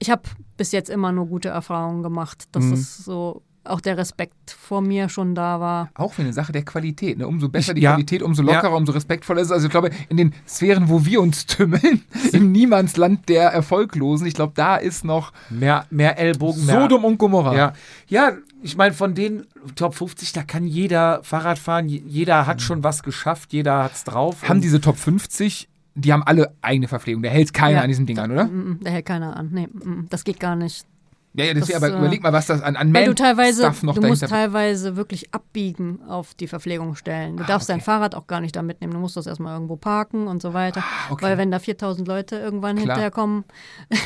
[SPEAKER 4] Ich habe bis jetzt immer nur gute Erfahrungen gemacht, dass es so auch der Respekt vor mir schon da war.
[SPEAKER 2] Auch für eine Sache der Qualität. Ne? Umso besser die
[SPEAKER 1] ja.
[SPEAKER 2] Qualität, umso lockerer,
[SPEAKER 1] Ja.
[SPEAKER 2] umso respektvoller ist es. Also ich glaube, in den Sphären, wo wir uns tümmeln, im Niemandsland der Erfolglosen, ich glaube, da ist noch
[SPEAKER 1] Mehr, mehr Ellbogen, mehr
[SPEAKER 2] Sodom und Gomorra.
[SPEAKER 1] Ja, ja ich meine, von den Top 50, da kann jeder Fahrrad fahren, je- jeder hat schon was geschafft, jeder hat's drauf.
[SPEAKER 2] Haben
[SPEAKER 1] Und-
[SPEAKER 2] diese Top 50 die haben alle eigene Verpflegung. Da hält keiner
[SPEAKER 4] Ja.
[SPEAKER 2] an diesen Dingern, oder?
[SPEAKER 4] Mm, mm, Da hält keiner an. Nee, mm, mm, das geht gar nicht.
[SPEAKER 2] Ja, ja, das,
[SPEAKER 4] Das,
[SPEAKER 2] aber
[SPEAKER 4] äh,
[SPEAKER 2] überleg mal, was das an, an
[SPEAKER 4] Weil du
[SPEAKER 2] Man-
[SPEAKER 4] teilweise,
[SPEAKER 2] Stuff noch
[SPEAKER 4] du musst
[SPEAKER 2] dahinter
[SPEAKER 4] teilweise wirklich abbiegen auf die Verpflegungsstellen.
[SPEAKER 2] Ah,
[SPEAKER 4] Du darfst dein Fahrrad auch gar nicht da mitnehmen. Du musst das erstmal irgendwo parken und so weiter.
[SPEAKER 2] Ah, okay.
[SPEAKER 4] Weil wenn da 4000 Leute irgendwann
[SPEAKER 2] Klar.
[SPEAKER 4] hinterherkommen,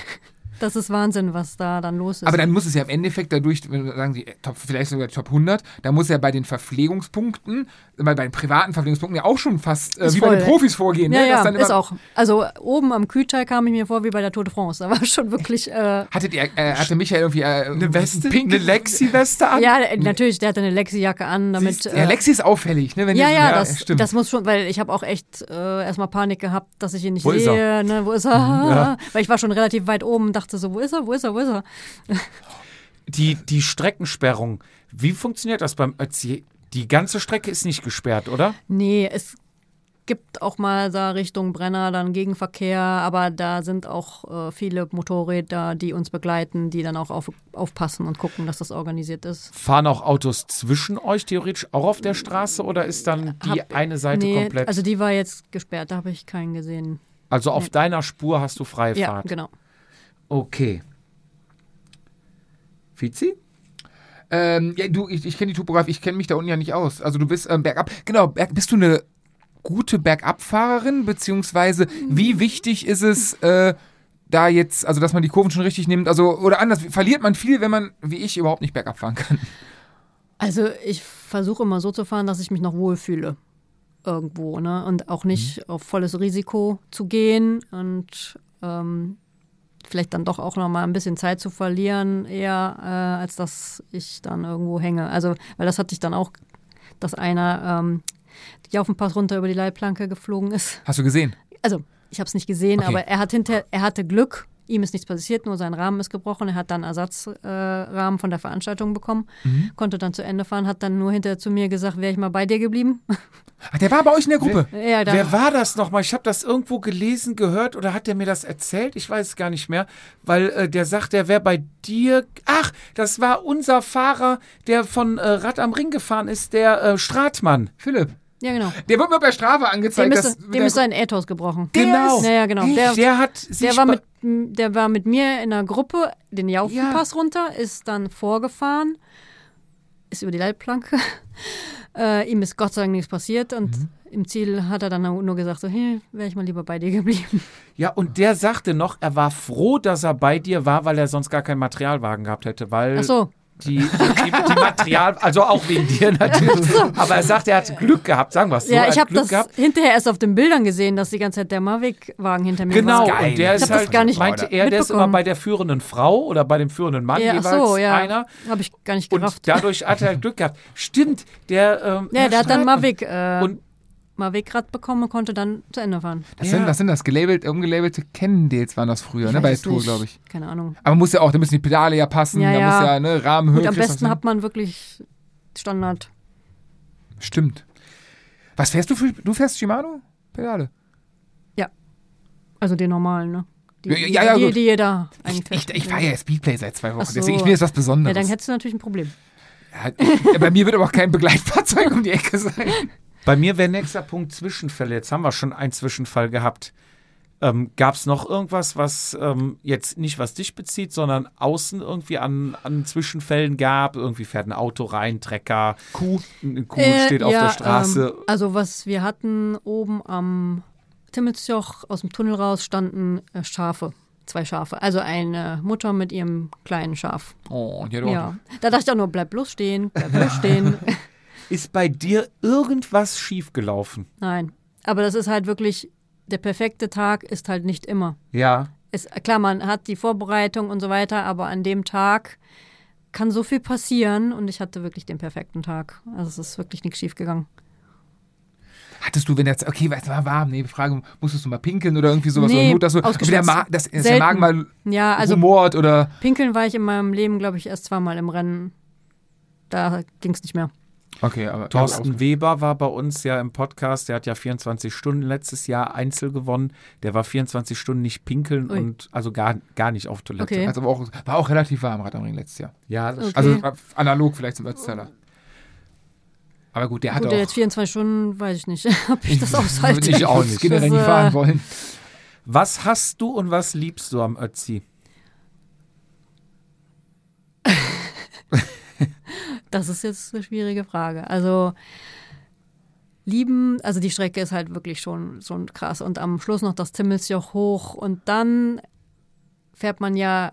[SPEAKER 4] das ist Wahnsinn, was da dann los ist.
[SPEAKER 2] Aber dann muss es ja im Endeffekt dadurch, wenn wir sagen Sie, äh, Top, vielleicht sogar Top 100, da muss ja bei den Verpflegungspunkten, bei, bei den privaten Verpflegungspunkten ja auch schon fast äh,
[SPEAKER 4] Ist
[SPEAKER 2] wie bei den
[SPEAKER 4] voll.
[SPEAKER 2] Profis vorgehen.
[SPEAKER 4] ja,
[SPEAKER 2] ne?
[SPEAKER 4] ja,
[SPEAKER 2] Dass dann
[SPEAKER 4] ist
[SPEAKER 2] immer-
[SPEAKER 4] auch. Also oben am Kühlteil kam ich mir vor wie bei der Tour de France. Da war schon wirklich... Äh,
[SPEAKER 2] Hattet ihr, äh, hatte Michael irgendwie äh,
[SPEAKER 1] Eine Weste?
[SPEAKER 2] Pink,
[SPEAKER 1] Eine Lexi-Weste an?
[SPEAKER 4] ja, natürlich, der hatte eine Lexi-Jacke an, damit...
[SPEAKER 2] ja, Lexi ist auffällig, ne? Wenn
[SPEAKER 4] äh, Ja,
[SPEAKER 2] die-
[SPEAKER 4] ja, das,
[SPEAKER 2] stimmt.
[SPEAKER 4] das muss schon, weil ich habe auch echt äh, erstmal Panik gehabt, dass ich ihn nicht
[SPEAKER 1] Wo ist er? Mhm,
[SPEAKER 4] sehe. Ne? Wo ist er? Weil ich war schon relativ weit oben und dachte so, wo ist er, wo ist er, wo ist er?
[SPEAKER 1] Die, die Streckensperrung, wie funktioniert das beim Ötzi? Die ganze Strecke ist nicht gesperrt, oder?
[SPEAKER 4] Nee, es gibt auch mal da Richtung Brenner dann Gegenverkehr, aber da sind auch äh, viele Motorräder, die uns begleiten, die dann auch auf, aufpassen und gucken, dass das organisiert ist.
[SPEAKER 1] Fahren auch Autos zwischen euch theoretisch auch auf der Straße oder ist dann die
[SPEAKER 4] Hab-
[SPEAKER 1] eine Seite
[SPEAKER 4] nee,
[SPEAKER 1] komplett? Also,
[SPEAKER 4] also die war jetzt gesperrt, da habe ich keinen gesehen.
[SPEAKER 1] auf deiner Spur hast du freie
[SPEAKER 4] Ja,
[SPEAKER 1] Fahrt.
[SPEAKER 4] genau.
[SPEAKER 1] Okay. Fizi?
[SPEAKER 2] Ähm, ja, du, ich, ich kenne die Topografie, ich kenne mich da unten ja nicht aus. Also du bist ähm, bergab. Genau, berg, bist du eine gute Bergabfahrerin, beziehungsweise
[SPEAKER 4] Mhm.
[SPEAKER 2] wie wichtig ist es, äh, da jetzt, also dass man die Kurven schon richtig nimmt, also oder anders, verliert man viel, wenn man, wie ich, überhaupt nicht bergab fahren kann.
[SPEAKER 4] Also ich versuche immer so zu fahren, dass ich mich noch wohlfühle. Irgendwo, ne? Und auch nicht auf volles Risiko zu gehen und ähm, vielleicht dann doch auch noch mal ein bisschen Zeit zu verlieren, eher äh, als dass ich dann irgendwo hänge. Also, weil das hatte ich dann auch, dass einer ähm, die auf dem Pass runter über die Leitplanke geflogen ist.
[SPEAKER 2] Hast du gesehen?
[SPEAKER 4] Also, ich habe es nicht gesehen,
[SPEAKER 2] Okay.
[SPEAKER 4] aber er, hat hinter, er hatte Glück. Ihm ist nichts passiert, nur sein Rahmen ist gebrochen. Er hat dann Ersatzrahmen äh, Rahmen von der Veranstaltung bekommen, konnte dann zu Ende fahren, hat dann nur hinterher zu mir gesagt, wäre ich mal bei dir geblieben.
[SPEAKER 2] Ach, der war bei euch in der Gruppe.
[SPEAKER 4] ja, da,
[SPEAKER 1] Wer war das nochmal? Ich habe das irgendwo gelesen, gehört oder hat der mir das erzählt? Ich weiß es gar nicht mehr, weil äh, der sagt, der wäre bei dir. Ach, das war unser Fahrer, der von äh, Rad am Ring gefahren ist, der äh, Stratmann.
[SPEAKER 2] Philipp.
[SPEAKER 4] ja, genau.
[SPEAKER 2] Der wird mir bei Strava angezeigt.
[SPEAKER 4] Dem
[SPEAKER 2] dass-
[SPEAKER 4] ist, dem ist sein Ethos gebrochen.
[SPEAKER 1] Der Genau. ist-
[SPEAKER 4] Ja, ja, genau.
[SPEAKER 1] Der,
[SPEAKER 4] Der,
[SPEAKER 1] hat sich
[SPEAKER 4] der, war
[SPEAKER 1] bei-
[SPEAKER 4] mit, der war mit mir in einer Gruppe den Jaufenpass runter, ist dann vorgefahren, ist über die Leitplanke. Äh, ihm ist Gott sei Dank nichts passiert und
[SPEAKER 1] Mhm.
[SPEAKER 4] im Ziel hat er dann nur gesagt, so, hey, wäre ich mal lieber bei dir geblieben.
[SPEAKER 1] Ja, und der sagte noch, er war froh, dass er bei dir war, weil er sonst gar keinen Materialwagen gehabt hätte, weil
[SPEAKER 4] Ach so.
[SPEAKER 1] die, die, die Material, also auch wegen dir natürlich. Aber er sagte, er hatte Glück gehabt, sagen wir es so.
[SPEAKER 4] ja,
[SPEAKER 1] er
[SPEAKER 4] ich
[SPEAKER 1] hat
[SPEAKER 4] habe
[SPEAKER 1] Glück
[SPEAKER 4] das
[SPEAKER 1] gehabt.
[SPEAKER 4] hinterher erst auf den Bildern gesehen, dass die ganze Zeit der Mavic-Wagen hinter mir
[SPEAKER 1] Genau,
[SPEAKER 4] war.
[SPEAKER 2] geil.
[SPEAKER 1] und der ist
[SPEAKER 2] Ich
[SPEAKER 4] hab das
[SPEAKER 1] halt,
[SPEAKER 4] gar nicht
[SPEAKER 1] meinte er, der ist immer
[SPEAKER 4] mitbekommen.
[SPEAKER 1] bei der führenden Frau oder bei dem führenden Mann
[SPEAKER 4] Ja, ach
[SPEAKER 1] jeweils
[SPEAKER 4] so, ja.
[SPEAKER 1] einer.
[SPEAKER 4] Habe ich gar nicht
[SPEAKER 1] Und
[SPEAKER 4] gerafft.
[SPEAKER 1] dadurch hat er Glück gehabt. Stimmt, der. Ähm,
[SPEAKER 4] Ja, der hat dann
[SPEAKER 1] Stratmann.
[SPEAKER 4] Mavic, äh,
[SPEAKER 1] Und-
[SPEAKER 4] Mavic-Rad bekommen und konnte dann zu Ende fahren.
[SPEAKER 2] was, sind,
[SPEAKER 1] Ja.
[SPEAKER 2] was sind das? Gelabelt, umgelabelte Kennendales waren das früher,
[SPEAKER 4] Ich
[SPEAKER 2] ne?
[SPEAKER 4] weiß
[SPEAKER 2] Bei der
[SPEAKER 4] es
[SPEAKER 2] Tour,
[SPEAKER 4] nicht.
[SPEAKER 2] glaube ich.
[SPEAKER 4] Keine Ahnung.
[SPEAKER 2] Aber muss ja auch, da müssen die Pedale ja passen,
[SPEAKER 4] Ja,
[SPEAKER 2] da
[SPEAKER 4] ja.
[SPEAKER 2] muss ja, ne, Rahmen,
[SPEAKER 4] Gut,
[SPEAKER 2] Höhe,
[SPEAKER 4] am
[SPEAKER 2] Christoph,
[SPEAKER 4] besten
[SPEAKER 2] ne?
[SPEAKER 4] hat man wirklich Standard.
[SPEAKER 2] Stimmt. Was fährst du für. Du fährst Shimano? Pedale.
[SPEAKER 4] Also die normalen, ne? Die,
[SPEAKER 2] Ja, ja, ja,
[SPEAKER 4] die,
[SPEAKER 2] gut.
[SPEAKER 4] die jeder
[SPEAKER 2] Ich,
[SPEAKER 4] eigentlich
[SPEAKER 2] ich, ich fahre ja Speedplay seit zwei Wochen,
[SPEAKER 4] Ach so.
[SPEAKER 2] deswegen ich mir ist das
[SPEAKER 4] ja,
[SPEAKER 2] Besonderes.
[SPEAKER 4] dann hättest du natürlich ein Problem.
[SPEAKER 2] Ja, bei mir wird aber auch kein Begleitfahrzeug um die Ecke sein.
[SPEAKER 1] Bei mir wäre nächster Punkt Zwischenfälle. Jetzt haben wir schon einen Zwischenfall gehabt. Ähm, Gab es noch irgendwas, was ähm, jetzt nicht was dich bezieht, sondern außen irgendwie an, an Zwischenfällen gab? Irgendwie fährt ein Auto rein, Trecker, Kuh, eine Kuh
[SPEAKER 4] Äh,
[SPEAKER 1] steht auf
[SPEAKER 4] ja,
[SPEAKER 1] der Straße.
[SPEAKER 4] Ähm, also was wir hatten oben am Timmelsjoch aus dem Tunnel raus standen äh, Schafe, zwei Schafe. Also eine Mutter mit ihrem kleinen Schaf.
[SPEAKER 2] Oh, ja, doch.
[SPEAKER 4] Ja, da dachte ich auch nur, bleib bloß stehen, bleib bloß stehen. ähm.
[SPEAKER 1] Ist bei dir irgendwas schiefgelaufen?
[SPEAKER 4] Nein, aber das ist halt wirklich der perfekte Tag ist halt nicht immer.
[SPEAKER 1] Ja.
[SPEAKER 4] Es, klar, man hat die Vorbereitung und so weiter, aber an dem Tag kann so viel passieren und ich hatte wirklich den perfekten Tag. Also es ist wirklich nichts schief gegangen.
[SPEAKER 2] Hattest du, wenn jetzt, okay, weil es war warm, nee, Frage, musstest du mal pinkeln oder irgendwie sowas? oder
[SPEAKER 4] Nee,
[SPEAKER 2] Not, dass du, also
[SPEAKER 4] ausgeschlossen.
[SPEAKER 2] der Ma dass, dass der
[SPEAKER 4] Selten.
[SPEAKER 2] Magen mal
[SPEAKER 4] Ja, also
[SPEAKER 2] rumort oder.
[SPEAKER 4] Pinkeln war ich in meinem Leben, glaube ich, erst zweimal im Rennen. Da ging es nicht mehr.
[SPEAKER 2] Okay, aber.
[SPEAKER 1] Thorsten Weber war bei uns ja im Podcast, der hat ja 24 Stunden letztes Jahr Einzel gewonnen. Der war 24 Stunden nicht pinkeln
[SPEAKER 4] Ui.
[SPEAKER 1] und also gar, gar nicht auf Toilette. Also,
[SPEAKER 4] Okay.
[SPEAKER 2] Also aber auch, war auch relativ warm, Rad am Ring letztes Jahr.
[SPEAKER 1] Ja, das
[SPEAKER 4] Okay.
[SPEAKER 2] Also äh, analog vielleicht zum Ötztaler. Aber gut, der hat
[SPEAKER 4] Gut,
[SPEAKER 2] auch.
[SPEAKER 4] jetzt 24 Stunden, weiß ich nicht, ob ich das aushalte.
[SPEAKER 2] Ich auch nicht. Generell
[SPEAKER 4] Das,
[SPEAKER 2] nicht
[SPEAKER 4] äh,
[SPEAKER 2] fahren wollen.
[SPEAKER 1] Was hast du und was liebst du am Ötzi?
[SPEAKER 4] Das ist jetzt eine schwierige Frage. Also lieben, also die Strecke ist halt wirklich schon, schon krass. Und am Schluss noch das Zimmelsjoch hoch und dann fährt man ja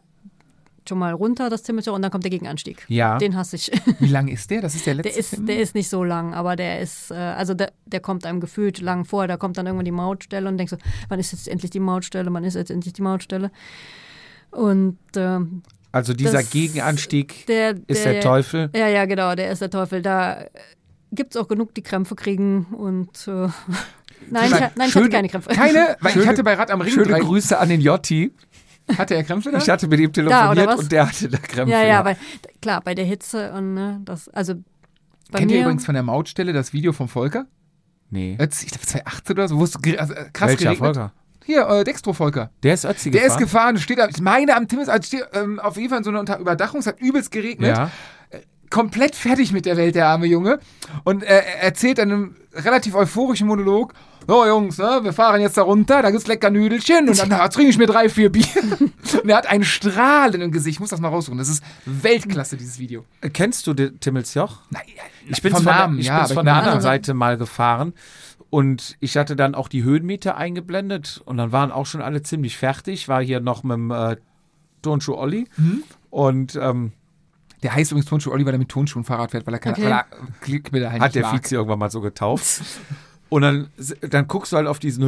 [SPEAKER 4] schon mal runter das Zimmelsjoch und dann kommt der Gegenanstieg.
[SPEAKER 1] Ja.
[SPEAKER 4] Den hasse ich.
[SPEAKER 2] Wie lang ist der? Das ist der letzte
[SPEAKER 4] Der ist,
[SPEAKER 2] Film?
[SPEAKER 4] der ist nicht so lang, aber der ist, äh, also der, der kommt einem gefühlt lang vor. Da kommt dann irgendwann die Mautstelle und denkst so, wann ist jetzt endlich die Mautstelle? Wann ist jetzt endlich die Mautstelle? Und ähm,
[SPEAKER 1] Also dieser
[SPEAKER 4] Das-
[SPEAKER 1] Gegenanstieg
[SPEAKER 4] der,
[SPEAKER 1] ist der Teufel.
[SPEAKER 4] Ja, ja, genau, der ist der Teufel. Da gibt es auch genug, die Krämpfe kriegen und äh, nein, ich, ha- nein, ich hatte
[SPEAKER 1] Schöne-
[SPEAKER 4] keine Krämpfe.
[SPEAKER 2] Keine, weil ich
[SPEAKER 1] Schöne-
[SPEAKER 2] hatte bei Rad am Ring
[SPEAKER 1] Schöne
[SPEAKER 2] drei,
[SPEAKER 1] Grüße an den Jotti.
[SPEAKER 2] hatte er Krämpfe da?
[SPEAKER 1] Ich hatte mit ihm
[SPEAKER 4] oder
[SPEAKER 1] telefoniert
[SPEAKER 4] was?
[SPEAKER 1] und der hatte da Krämpfe.
[SPEAKER 4] Ja, ja, weil klar, bei der Hitze und ne, das, also bei
[SPEAKER 2] Kennt
[SPEAKER 4] mir
[SPEAKER 2] ihr übrigens von der Mautstelle das Video vom Volker?
[SPEAKER 1] nee.
[SPEAKER 2] Jetzt, Ich glaube 2018 oder so, wo es ge- also, äh, krass
[SPEAKER 1] Welcher
[SPEAKER 2] geregnet.
[SPEAKER 1] Volker?
[SPEAKER 2] Hier, äh, Dextro Volker.
[SPEAKER 1] Der ist Ötzi
[SPEAKER 2] Der ist
[SPEAKER 1] gefahren.
[SPEAKER 2] gefahren, steht, am- ich meine am Timmis, also steht ähm, auf jeden Fall in so einer Unter Überdachung, es hat übelst geregnet.
[SPEAKER 1] ja.
[SPEAKER 2] komplett fertig mit der Welt, der arme Junge. Und er er erzählt in einem relativ euphorischen Monolog, so Jungs, ne, wir fahren jetzt da runter, da gibt's lecker Nüdelchen und dann na, trinke ich mir drei, vier Bier. und er hat einen Strahl in dem Gesicht, ich muss das mal raussuchen, das ist Weltklasse, dieses Video.
[SPEAKER 1] Äh, Kennst du den Timmelsjoch?
[SPEAKER 2] Nein,
[SPEAKER 1] Ich bin von, der- ich bin's von der anderen Seite mal gefahren und ich hatte dann auch die Höhenmeter eingeblendet und dann waren auch schon alle ziemlich fertig. War hier noch mit dem äh, Turnschuh Olli und ähm,
[SPEAKER 2] Der heißt übrigens Turnschuh Oliver, der mit Turnschuhen Fahrrad fährt, weil er, kann,
[SPEAKER 4] Okay.
[SPEAKER 2] weil er Klickbilder halt
[SPEAKER 1] hat
[SPEAKER 2] nicht
[SPEAKER 1] der
[SPEAKER 2] mag.
[SPEAKER 1] Vizi irgendwann mal so getauft. Und dann, dann guckst du halt auf diesen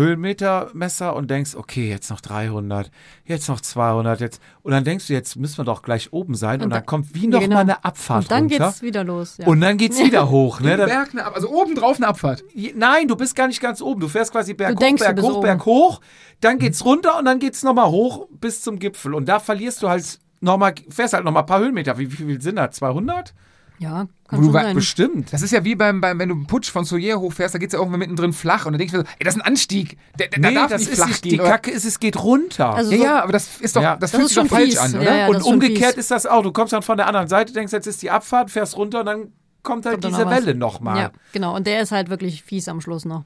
[SPEAKER 1] Höhenmetermesser und denkst, okay, jetzt noch 300, jetzt noch 200, jetzt. Und dann denkst du, jetzt müssen wir doch gleich oben sein. Und,
[SPEAKER 4] Und
[SPEAKER 1] dann
[SPEAKER 4] da-
[SPEAKER 1] kommt wie noch
[SPEAKER 4] genau.
[SPEAKER 1] mal eine Abfahrt
[SPEAKER 4] und dann
[SPEAKER 1] runter.
[SPEAKER 4] geht's wieder los. Ja.
[SPEAKER 1] Und dann geht's wieder hoch. Ne? Dann,
[SPEAKER 2] Berg eine Ab also oben drauf eine Abfahrt.
[SPEAKER 1] Je- Nein, du bist gar nicht ganz oben. Du fährst quasi berg
[SPEAKER 4] Du
[SPEAKER 1] hoch,
[SPEAKER 4] denkst, du
[SPEAKER 1] berg
[SPEAKER 4] bist
[SPEAKER 1] hoch,
[SPEAKER 4] oben.
[SPEAKER 1] berg hoch. Dann geht's runter und dann geht's nochmal hoch bis zum Gipfel. Und da verlierst du halt nochmal, fährst halt nochmal ein paar Höhenmeter. Wie, wie viel sind das? 200?
[SPEAKER 4] ja,
[SPEAKER 2] Wo
[SPEAKER 4] kann
[SPEAKER 2] du
[SPEAKER 4] schon
[SPEAKER 2] bei-
[SPEAKER 4] sein.
[SPEAKER 1] Bestimmt.
[SPEAKER 2] Das ist ja wie beim, beim wenn du einen Putsch von Soyer hochfährst, da geht's ja irgendwann mittendrin flach und dann denkst du, so, ey, das ist ein Anstieg. Der, der, da darf
[SPEAKER 1] das
[SPEAKER 2] nicht
[SPEAKER 1] ist
[SPEAKER 2] flach
[SPEAKER 1] nicht,
[SPEAKER 2] gehen.
[SPEAKER 1] die
[SPEAKER 2] oder-
[SPEAKER 1] Kacke ist, es geht runter.
[SPEAKER 4] Also
[SPEAKER 2] Ja,
[SPEAKER 4] so-
[SPEAKER 2] ja, aber das ist doch,
[SPEAKER 1] Ja.
[SPEAKER 2] das,
[SPEAKER 4] Das
[SPEAKER 2] fühlt
[SPEAKER 4] ist
[SPEAKER 2] sich doch
[SPEAKER 4] schon
[SPEAKER 2] falsch
[SPEAKER 4] fies.
[SPEAKER 2] an, oder?
[SPEAKER 4] Ja, ja. das
[SPEAKER 1] und
[SPEAKER 4] ist schon
[SPEAKER 1] umgekehrt
[SPEAKER 4] fies.
[SPEAKER 1] ist das auch. Du kommst dann von der anderen Seite, denkst, jetzt ist die Abfahrt, fährst runter und dann kommt halt
[SPEAKER 4] Kommt dann
[SPEAKER 1] diese
[SPEAKER 4] noch was.
[SPEAKER 1] Welle nochmal.
[SPEAKER 4] Ja, genau. Und der ist halt wirklich fies am Schluss noch.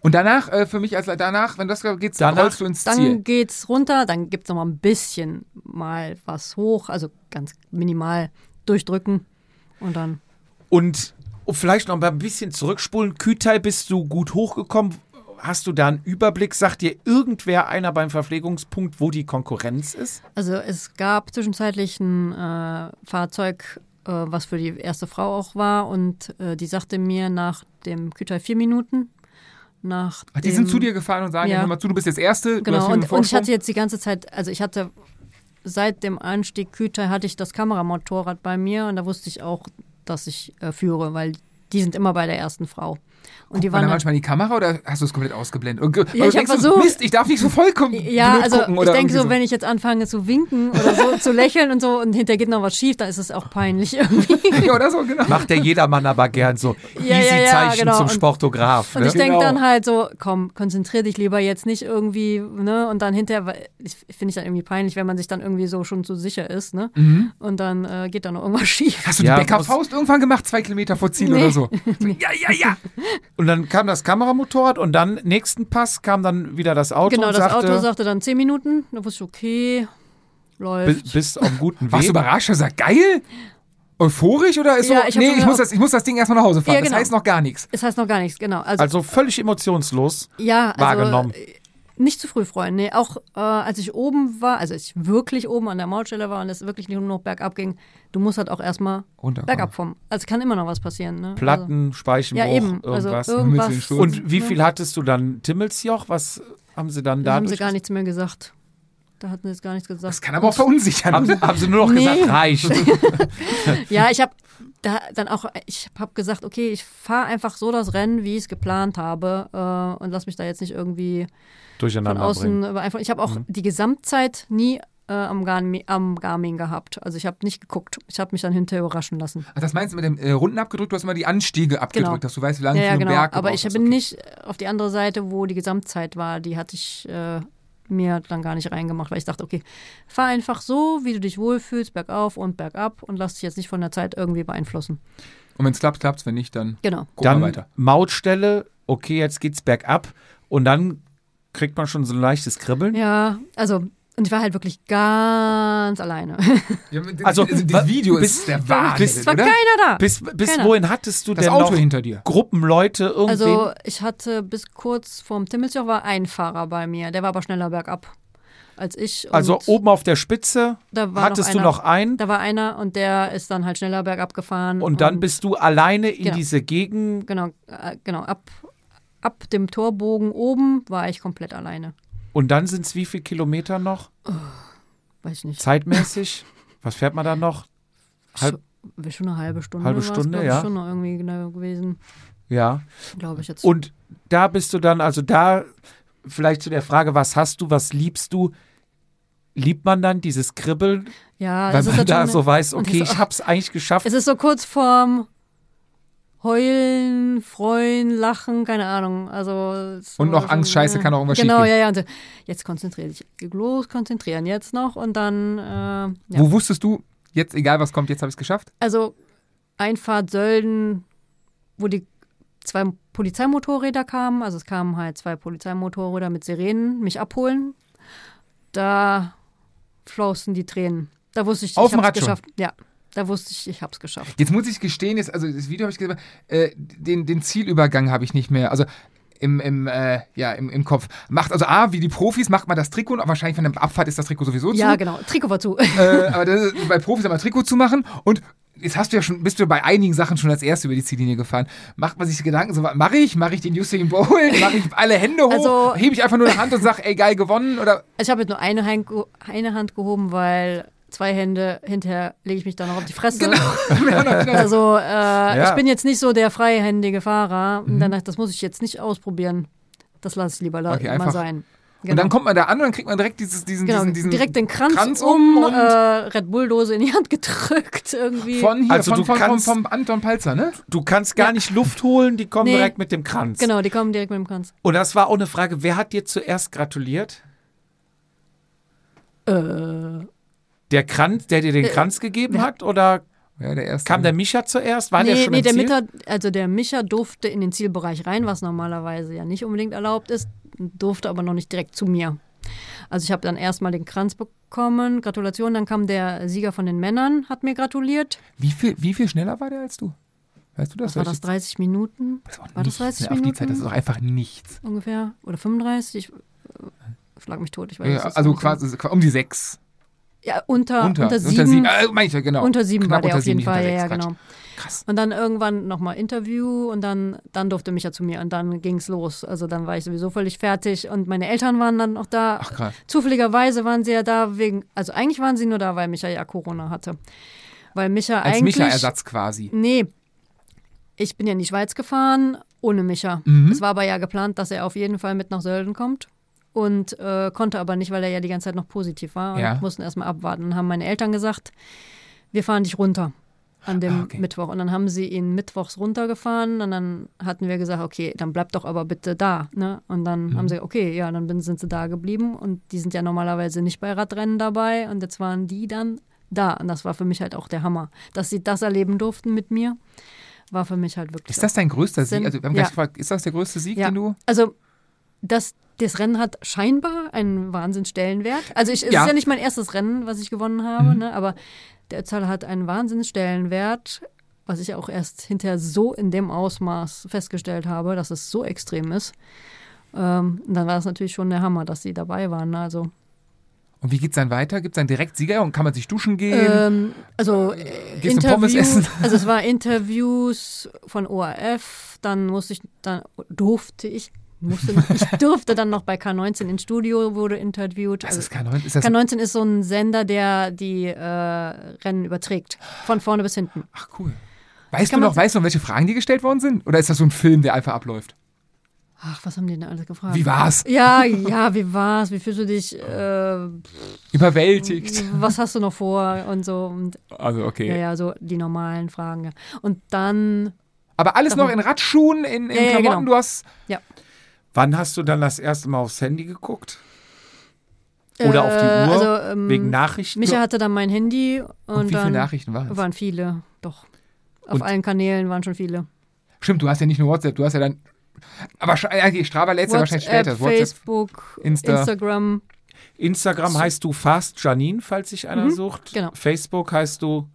[SPEAKER 2] Und danach, äh, für mich als danach, wenn das geht, dann
[SPEAKER 1] Danach-
[SPEAKER 2] rollst du ins
[SPEAKER 4] Dann
[SPEAKER 2] Ziel.
[SPEAKER 4] geht's runter, dann gibt's noch mal ein bisschen mal was hoch, also ganz minimal durchdrücken und dann
[SPEAKER 1] Und um vielleicht noch mal ein bisschen zurückspulen, Kütai, bist du gut hochgekommen? Hast du da einen Überblick? Sagt dir irgendwer einer beim Verpflegungspunkt, wo die Konkurrenz ist?
[SPEAKER 4] Also es gab zwischenzeitlich ein äh, Fahrzeug, äh, was für die erste Frau auch war und äh, die sagte mir nach dem Kütai vier Minuten, nach
[SPEAKER 2] Ach, die
[SPEAKER 4] dem,
[SPEAKER 2] sind zu dir gefahren und sagen,
[SPEAKER 4] ja.
[SPEAKER 2] hör mal zu, du bist jetzt Erste, du hast
[SPEAKER 4] Genau,
[SPEAKER 2] hier einen
[SPEAKER 4] und, und ich
[SPEAKER 2] Vorsprung.
[SPEAKER 4] hatte jetzt die ganze Zeit, also ich hatte seit dem Anstieg Kütai hatte ich das Kameramotorrad bei mir und da wusste ich auch, dass ich äh, führe, weil die sind immer bei der ersten Frau. Und die
[SPEAKER 2] War da
[SPEAKER 4] waren
[SPEAKER 2] manchmal in die Kamera oder hast du es komplett ausgeblendet? Und, ge-
[SPEAKER 4] Ja,
[SPEAKER 2] weil
[SPEAKER 4] ich
[SPEAKER 2] du
[SPEAKER 4] hab
[SPEAKER 2] denkst so,
[SPEAKER 4] versucht-
[SPEAKER 2] Mist, ich darf nicht so vollkommen
[SPEAKER 4] Ja,
[SPEAKER 2] blöd
[SPEAKER 4] also
[SPEAKER 2] gucken
[SPEAKER 4] ich
[SPEAKER 2] oder
[SPEAKER 4] denke so,
[SPEAKER 2] irgendwie
[SPEAKER 4] wenn ich jetzt anfange zu winken oder so zu lächeln und so und hinterher geht noch was schief, dann ist es auch peinlich irgendwie.
[SPEAKER 2] so. Ja, oder so, genau.
[SPEAKER 1] Macht der jedermann aber gern so.
[SPEAKER 4] Ja, ja,
[SPEAKER 1] Easy
[SPEAKER 4] ja,
[SPEAKER 1] Zeichen
[SPEAKER 4] genau.
[SPEAKER 1] zum
[SPEAKER 4] Und-
[SPEAKER 1] Sportograf.
[SPEAKER 4] Und
[SPEAKER 1] ne?
[SPEAKER 4] ich denke
[SPEAKER 2] Genau.
[SPEAKER 4] dann halt so, komm, konzentrier dich lieber jetzt nicht irgendwie, ne? Und dann hinterher, weil ich finde ich dann irgendwie peinlich, wenn man sich dann irgendwie so schon zu sicher ist, ne?
[SPEAKER 1] Mhm.
[SPEAKER 4] Und dann äh, geht dann noch irgendwas schief.
[SPEAKER 2] Hast du
[SPEAKER 1] Ja,
[SPEAKER 2] die
[SPEAKER 1] aus-
[SPEAKER 2] Bäckerfaust irgendwann gemacht, zwei Kilometer vor Ziel
[SPEAKER 4] Nee.
[SPEAKER 2] oder so? so? Ja, ja, ja.
[SPEAKER 1] Und dann kam das Kameramotorrad und dann nächsten Pass kam dann wieder das Auto
[SPEAKER 4] genau,
[SPEAKER 1] und
[SPEAKER 4] das
[SPEAKER 1] sagte,
[SPEAKER 4] Auto sagte dann 10 Minuten, da wusste ich, okay, läuft.
[SPEAKER 1] "Bi- bist auf einem guten Weg.
[SPEAKER 2] Warst du überrascht? Hast du gesagt, geil? Euphorisch oder ist
[SPEAKER 4] Ja,
[SPEAKER 2] so,
[SPEAKER 4] ich hab
[SPEAKER 2] nee,
[SPEAKER 4] schon
[SPEAKER 2] ich muss,
[SPEAKER 4] gedacht-
[SPEAKER 2] das, ich muss das Ding erstmal nach Hause fahren.
[SPEAKER 4] Ja, genau.
[SPEAKER 2] Das heißt noch gar nichts.
[SPEAKER 4] Es heißt noch gar nichts, genau. Also,
[SPEAKER 1] also völlig emotionslos
[SPEAKER 4] ja, also,
[SPEAKER 1] wahrgenommen.
[SPEAKER 4] Nicht zu früh freuen, nee. Auch äh, als ich oben war, also als ich wirklich oben an der Mautstelle war und es wirklich nur noch bergab ging, du musst halt auch erstmal
[SPEAKER 2] Runterkommen.
[SPEAKER 4] bergab vom. Also kann immer noch was passieren, ne?
[SPEAKER 1] Platten,
[SPEAKER 4] Also,
[SPEAKER 1] Speichenbruch,
[SPEAKER 4] ja, eben.
[SPEAKER 1] irgendwas.
[SPEAKER 4] Also
[SPEAKER 2] Mit den
[SPEAKER 4] irgendwas.
[SPEAKER 2] Schuhen.
[SPEAKER 1] und wie viel hattest du dann Timmelsjoch? Was haben sie dann
[SPEAKER 4] Da
[SPEAKER 1] da
[SPEAKER 4] haben sie gar nichts mehr gesagt. Da hatten sie jetzt gar nichts gesagt.
[SPEAKER 2] Das kann aber auch verunsichern.
[SPEAKER 1] haben, haben sie nur noch
[SPEAKER 4] Nee.
[SPEAKER 1] gesagt, reicht.
[SPEAKER 4] Ja, ich habe da dann auch, ich habe gesagt, okay, ich fahre einfach so das Rennen, wie ich es geplant habe äh, und lass mich da jetzt nicht irgendwie von
[SPEAKER 1] durcheinander bringen.
[SPEAKER 4] außen beeinflussen. Ich habe auch die Gesamtzeit nie äh, am, Garmin, am Garmin gehabt. Also ich habe nicht geguckt. Ich habe mich dann hinterher überraschen lassen.
[SPEAKER 2] Ach, das meinst du mit dem äh, Runden abgedrückt? Du hast immer die Anstiege abgedrückt,
[SPEAKER 4] Genau.
[SPEAKER 2] dass du weißt, wie lange
[SPEAKER 4] Ja,
[SPEAKER 2] für
[SPEAKER 4] ja,
[SPEAKER 2] einen
[SPEAKER 4] genau.
[SPEAKER 2] Berg
[SPEAKER 4] Aber
[SPEAKER 2] gebraucht
[SPEAKER 4] ich
[SPEAKER 2] hast.
[SPEAKER 4] bin
[SPEAKER 2] Okay.
[SPEAKER 4] nicht auf die andere Seite, wo die Gesamtzeit war. Die hatte ich äh, mir dann gar nicht reingemacht, weil ich dachte, okay, fahr einfach so, wie du dich wohlfühlst, bergauf und bergab und lass dich jetzt nicht von der Zeit irgendwie beeinflussen.
[SPEAKER 2] Und wenn es klappt, klappt es. Wenn nicht, dann
[SPEAKER 4] Genau.
[SPEAKER 2] gucken
[SPEAKER 1] dann
[SPEAKER 2] wir weiter.
[SPEAKER 1] Mautstelle, okay, jetzt geht's bergab und dann kriegt man schon so ein leichtes Kribbeln.
[SPEAKER 4] Ja, also, und ich war halt wirklich ganz alleine.
[SPEAKER 1] Also, wa-
[SPEAKER 2] das Video
[SPEAKER 1] bis-
[SPEAKER 2] ist der
[SPEAKER 1] bis-
[SPEAKER 2] Wahnsinn,
[SPEAKER 4] Es war
[SPEAKER 2] oder?
[SPEAKER 4] keiner da.
[SPEAKER 1] Bis, bis
[SPEAKER 4] Keiner.
[SPEAKER 1] wohin hattest du
[SPEAKER 2] Das
[SPEAKER 1] denn
[SPEAKER 2] Auto
[SPEAKER 1] noch
[SPEAKER 2] hinter dir.
[SPEAKER 1] Gruppenleute irgendwie?
[SPEAKER 4] Also ich hatte bis kurz vorm Timmelsjoch war ein Fahrer bei mir, der war aber schneller bergab als ich. Und
[SPEAKER 1] also oben auf der Spitze
[SPEAKER 4] da war
[SPEAKER 1] hattest
[SPEAKER 4] noch
[SPEAKER 1] du
[SPEAKER 4] einer,
[SPEAKER 1] noch einen
[SPEAKER 4] Da war einer und der ist dann halt schneller bergab gefahren.
[SPEAKER 1] und dann bist du alleine in
[SPEAKER 4] Genau.
[SPEAKER 1] diese Gegend.
[SPEAKER 4] genau äh, genau ab ab dem Torbogen oben war ich komplett alleine.
[SPEAKER 1] Und dann sind es wie viele Kilometer noch?
[SPEAKER 4] Weiß ich nicht.
[SPEAKER 1] Zeitmäßig? Was fährt man da noch? Halb,
[SPEAKER 4] Schon- schon eine halbe Stunde.
[SPEAKER 1] Halbe
[SPEAKER 4] war's,
[SPEAKER 1] Stunde,
[SPEAKER 4] glaub
[SPEAKER 1] ja.
[SPEAKER 4] Ich, schon noch irgendwie genau gewesen,
[SPEAKER 1] ja.
[SPEAKER 4] glaube ich jetzt.
[SPEAKER 1] Und da bist du dann, also da vielleicht zu der Frage, was hast du, was liebst du? Liebt man dann dieses Kribbeln,
[SPEAKER 4] ja,
[SPEAKER 1] weil
[SPEAKER 4] es ist
[SPEAKER 1] man da
[SPEAKER 4] natürlich
[SPEAKER 1] so
[SPEAKER 4] eine-
[SPEAKER 1] weiß,
[SPEAKER 4] und
[SPEAKER 1] okay,
[SPEAKER 4] es-
[SPEAKER 1] ich hab's eigentlich geschafft.
[SPEAKER 4] Es ist so kurz vorm Heulen, Freuen, Lachen, keine Ahnung. Also es
[SPEAKER 2] Und
[SPEAKER 4] war
[SPEAKER 2] noch Angst, Scheiße, kann auch irgendwas
[SPEAKER 4] Genau,
[SPEAKER 2] schiefgehen.
[SPEAKER 4] ja, ja. Und so, jetzt konzentriere dich. Los, konzentrieren jetzt noch und dann. Äh, ja.
[SPEAKER 2] Wo wusstest du, jetzt egal was kommt, jetzt habe ich es geschafft?
[SPEAKER 4] Also Einfahrt Sölden, wo die zwei Polizeimotorräder kamen. Also es kamen halt zwei Polizeimotorräder mit Sirenen mich abholen. Da flossen die Tränen. Da wusste ich,
[SPEAKER 2] Auf
[SPEAKER 4] ich
[SPEAKER 2] dem
[SPEAKER 4] hab's
[SPEAKER 2] Rad schon?
[SPEAKER 4] geschafft. Ja, da wusste ich, ich hab's geschafft.
[SPEAKER 2] Jetzt muss ich gestehen, jetzt, also das Video habe ich gesehen, äh, den, den Zielübergang habe ich nicht mehr. Also im, im, äh, ja, im, im Kopf. Macht, also A, wie die Profis, macht man das Trikot und wahrscheinlich von der Abfahrt ist das Trikot sowieso
[SPEAKER 4] Ja,
[SPEAKER 2] zu.
[SPEAKER 4] genau. Trikot war zu.
[SPEAKER 2] Äh, aber das, ist- bei Profis einmal Trikot zu machen und jetzt hast du ja schon, bist du bei einigen Sachen schon als erste über die Ziellinie gefahren. Macht man sich Gedanken, so mache ich, mache ich den Usain Bolt, mache ich alle Hände hoch,
[SPEAKER 4] Also-
[SPEAKER 2] hebe ich einfach nur eine Hand und sage, ey geil, gewonnen oder
[SPEAKER 4] Also Ich habe jetzt nur eine, Hand ge- eine Hand gehoben, weil zwei Hände hinterher lege ich mich dann noch auf die Fresse.
[SPEAKER 2] Genau.
[SPEAKER 4] Also äh, ich bin jetzt nicht so der freihändige Fahrer. Und dann dachte ich, das muss ich jetzt nicht ausprobieren. Das lasse ich lieber la-
[SPEAKER 2] Mhm. Okay,
[SPEAKER 4] mal
[SPEAKER 2] einfach-
[SPEAKER 4] sein.
[SPEAKER 2] und dann kommt man da an und dann kriegt man direkt dieses, diesen,
[SPEAKER 4] genau,
[SPEAKER 2] diesen, diesen
[SPEAKER 4] direkt den Kranz,
[SPEAKER 2] Kranz um
[SPEAKER 4] um,
[SPEAKER 2] und-
[SPEAKER 4] äh, Red Bull Dose in die Hand gedrückt irgendwie.
[SPEAKER 2] von hier,
[SPEAKER 1] Also
[SPEAKER 2] von,
[SPEAKER 1] du
[SPEAKER 2] von, von,
[SPEAKER 1] kannst-
[SPEAKER 2] vom Anton Palzer, ne?
[SPEAKER 1] Du kannst gar nicht Luft holen, die kommen
[SPEAKER 4] Nee.
[SPEAKER 1] direkt mit dem Kranz.
[SPEAKER 4] genau, die kommen direkt mit dem Kranz.
[SPEAKER 1] Und das war auch eine Frage, wer hat dir zuerst gratuliert?
[SPEAKER 4] Äh,
[SPEAKER 1] Der Kranz, der dir den Kranz gegeben hat? Oder
[SPEAKER 2] Ja, der erste.
[SPEAKER 1] kam der Micha zuerst? War der
[SPEAKER 4] nee,
[SPEAKER 1] schon
[SPEAKER 4] nee
[SPEAKER 1] im
[SPEAKER 4] der,
[SPEAKER 1] Ziel?
[SPEAKER 4] Micha, also der Micha durfte in den Zielbereich rein, was normalerweise ja nicht unbedingt erlaubt ist, durfte aber noch nicht direkt zu mir. Also ich habe dann erstmal den Kranz bekommen, Gratulation, dann kam der Sieger von den Männern, hat mir gratuliert.
[SPEAKER 2] wie, viel, wie viel schneller war der als du? Weißt du das?
[SPEAKER 4] Was war das, 30 Minuten
[SPEAKER 2] Das ist auch
[SPEAKER 4] War
[SPEAKER 2] nichts
[SPEAKER 4] das 30
[SPEAKER 2] mehr auf die
[SPEAKER 4] Minuten?
[SPEAKER 2] Zeit, das ist auch einfach nichts.
[SPEAKER 4] ungefähr oder 35? Ich äh, schlag mich tot, ich weiß
[SPEAKER 2] Ja,
[SPEAKER 4] es jetzt
[SPEAKER 2] also
[SPEAKER 4] nicht genau.
[SPEAKER 2] quasi um die sechs.
[SPEAKER 4] Ja, unter, unter, sieben.
[SPEAKER 2] unter sieben. Äh, meine ich ja, genau.
[SPEAKER 4] Unter sieben
[SPEAKER 2] Knapp
[SPEAKER 4] war der
[SPEAKER 2] unter
[SPEAKER 4] auf jeden
[SPEAKER 2] sieben,
[SPEAKER 4] Fall, ja,
[SPEAKER 2] hinter
[SPEAKER 4] ja,
[SPEAKER 2] sechs, Quatsch.
[SPEAKER 4] genau.
[SPEAKER 2] Krass.
[SPEAKER 4] Und dann irgendwann nochmal Interview und dann, dann durfte Micha zu mir und dann ging's los. Also dann war ich sowieso völlig fertig und meine Eltern waren dann noch da.
[SPEAKER 2] Ach krass.
[SPEAKER 4] Zufälligerweise waren sie ja da wegen, also eigentlich waren sie nur da, weil Micha ja Corona hatte. Weil Micha
[SPEAKER 2] Als
[SPEAKER 4] eigentlich.
[SPEAKER 2] Micha-Ersatz quasi.
[SPEAKER 4] Nee, ich bin ja in die Schweiz gefahren ohne Micha.
[SPEAKER 2] Mhm.
[SPEAKER 4] Es war aber ja geplant, dass er auf jeden Fall mit nach Sölden kommt. Und äh, konnte aber nicht, weil er ja die ganze Zeit noch positiv war. Und
[SPEAKER 2] Ja.
[SPEAKER 4] mussten erstmal abwarten. Dann haben meine Eltern gesagt, wir fahren dich runter an dem
[SPEAKER 2] Ah, okay.
[SPEAKER 4] Mittwoch. Und dann haben sie ihn mittwochs runtergefahren. Und dann hatten wir gesagt, okay, dann bleib doch aber bitte da. Ne? Und dann
[SPEAKER 2] Mhm.
[SPEAKER 4] haben sie, okay, ja, dann bin- sind sie da geblieben. Und die sind ja normalerweise nicht bei Radrennen dabei. Und jetzt waren die dann da. Und das war für mich halt auch der Hammer. Dass sie das erleben durften mit mir, war für mich halt wirklich
[SPEAKER 2] Ist das dein größter
[SPEAKER 4] Sind-
[SPEAKER 2] Sieg? Also, wir haben
[SPEAKER 4] ja.
[SPEAKER 2] gleich gefragt, ist das der größte Sieg, den du.
[SPEAKER 4] also das, das Rennen hat scheinbar einen Wahnsinnsstellenwert. Also ich, es
[SPEAKER 2] Ja.
[SPEAKER 4] ist ja nicht mein erstes Rennen, was ich gewonnen habe, ne? aber der Ötztaler hat einen Wahnsinnsstellenwert, was ich auch erst hinterher so in dem Ausmaß festgestellt habe, dass es so extrem ist. Ähm, und dann war es natürlich schon der Hammer, dass sie dabei waren. ne? Also,
[SPEAKER 2] Und wie geht's dann weiter? Gibt's dann direkt Sieger und kann man sich duschen gehen?
[SPEAKER 4] ähm, also äh,
[SPEAKER 2] Gehst du Pommes essen?
[SPEAKER 4] also es war Interviews von ORF, dann musste ich, dann durfte ich, musste, nicht, ich durfte dann noch bei K19 ins Studio, wurde interviewt.
[SPEAKER 2] das
[SPEAKER 4] Also
[SPEAKER 2] ist kein Neun- Ist das
[SPEAKER 4] K19 ist so ein Sender, der die äh, Rennen überträgt, von vorne bis hinten.
[SPEAKER 2] Ach cool. Weißt du
[SPEAKER 4] Kann man
[SPEAKER 2] noch, weißt du noch, welche Fragen die gestellt worden sind? Oder ist das so ein Film, der einfach abläuft?
[SPEAKER 4] Ach, was haben die denn alles gefragt?
[SPEAKER 2] Wie war's?
[SPEAKER 4] Ja, ja, wie war's? Wie fühlst du dich? Äh,
[SPEAKER 2] Überwältigt.
[SPEAKER 4] was hast du noch vor? Und so. Und,
[SPEAKER 2] Also okay.
[SPEAKER 4] ja, ja, so die normalen Fragen. Ja. Und dann,
[SPEAKER 2] Aber alles noch in Radschuhen, in, in
[SPEAKER 4] Ja, ja,
[SPEAKER 2] Klamotten.
[SPEAKER 4] genau.
[SPEAKER 2] Du hast
[SPEAKER 1] Wann hast du dann das erste Mal aufs Handy geguckt? Oder auf die
[SPEAKER 4] Äh,
[SPEAKER 1] Uhr?
[SPEAKER 4] also, ähm,
[SPEAKER 1] Wegen Nachrichten?
[SPEAKER 4] Micha hatte dann mein Handy und,
[SPEAKER 2] und wie viele
[SPEAKER 4] dann
[SPEAKER 2] Nachrichten waren es?
[SPEAKER 4] waren viele, doch. Auf allen Kanälen waren schon viele.
[SPEAKER 2] Stimmt, du hast ja nicht nur WhatsApp, du hast ja dann. Aber sch- eigentlich Strava lädst du ja wahrscheinlich später. WhatsApp.
[SPEAKER 4] Facebook,
[SPEAKER 2] Insta.
[SPEAKER 4] Instagram.
[SPEAKER 1] Instagram heißt du Fast Janine, falls sich einer sucht.
[SPEAKER 4] genau.
[SPEAKER 1] Facebook heißt du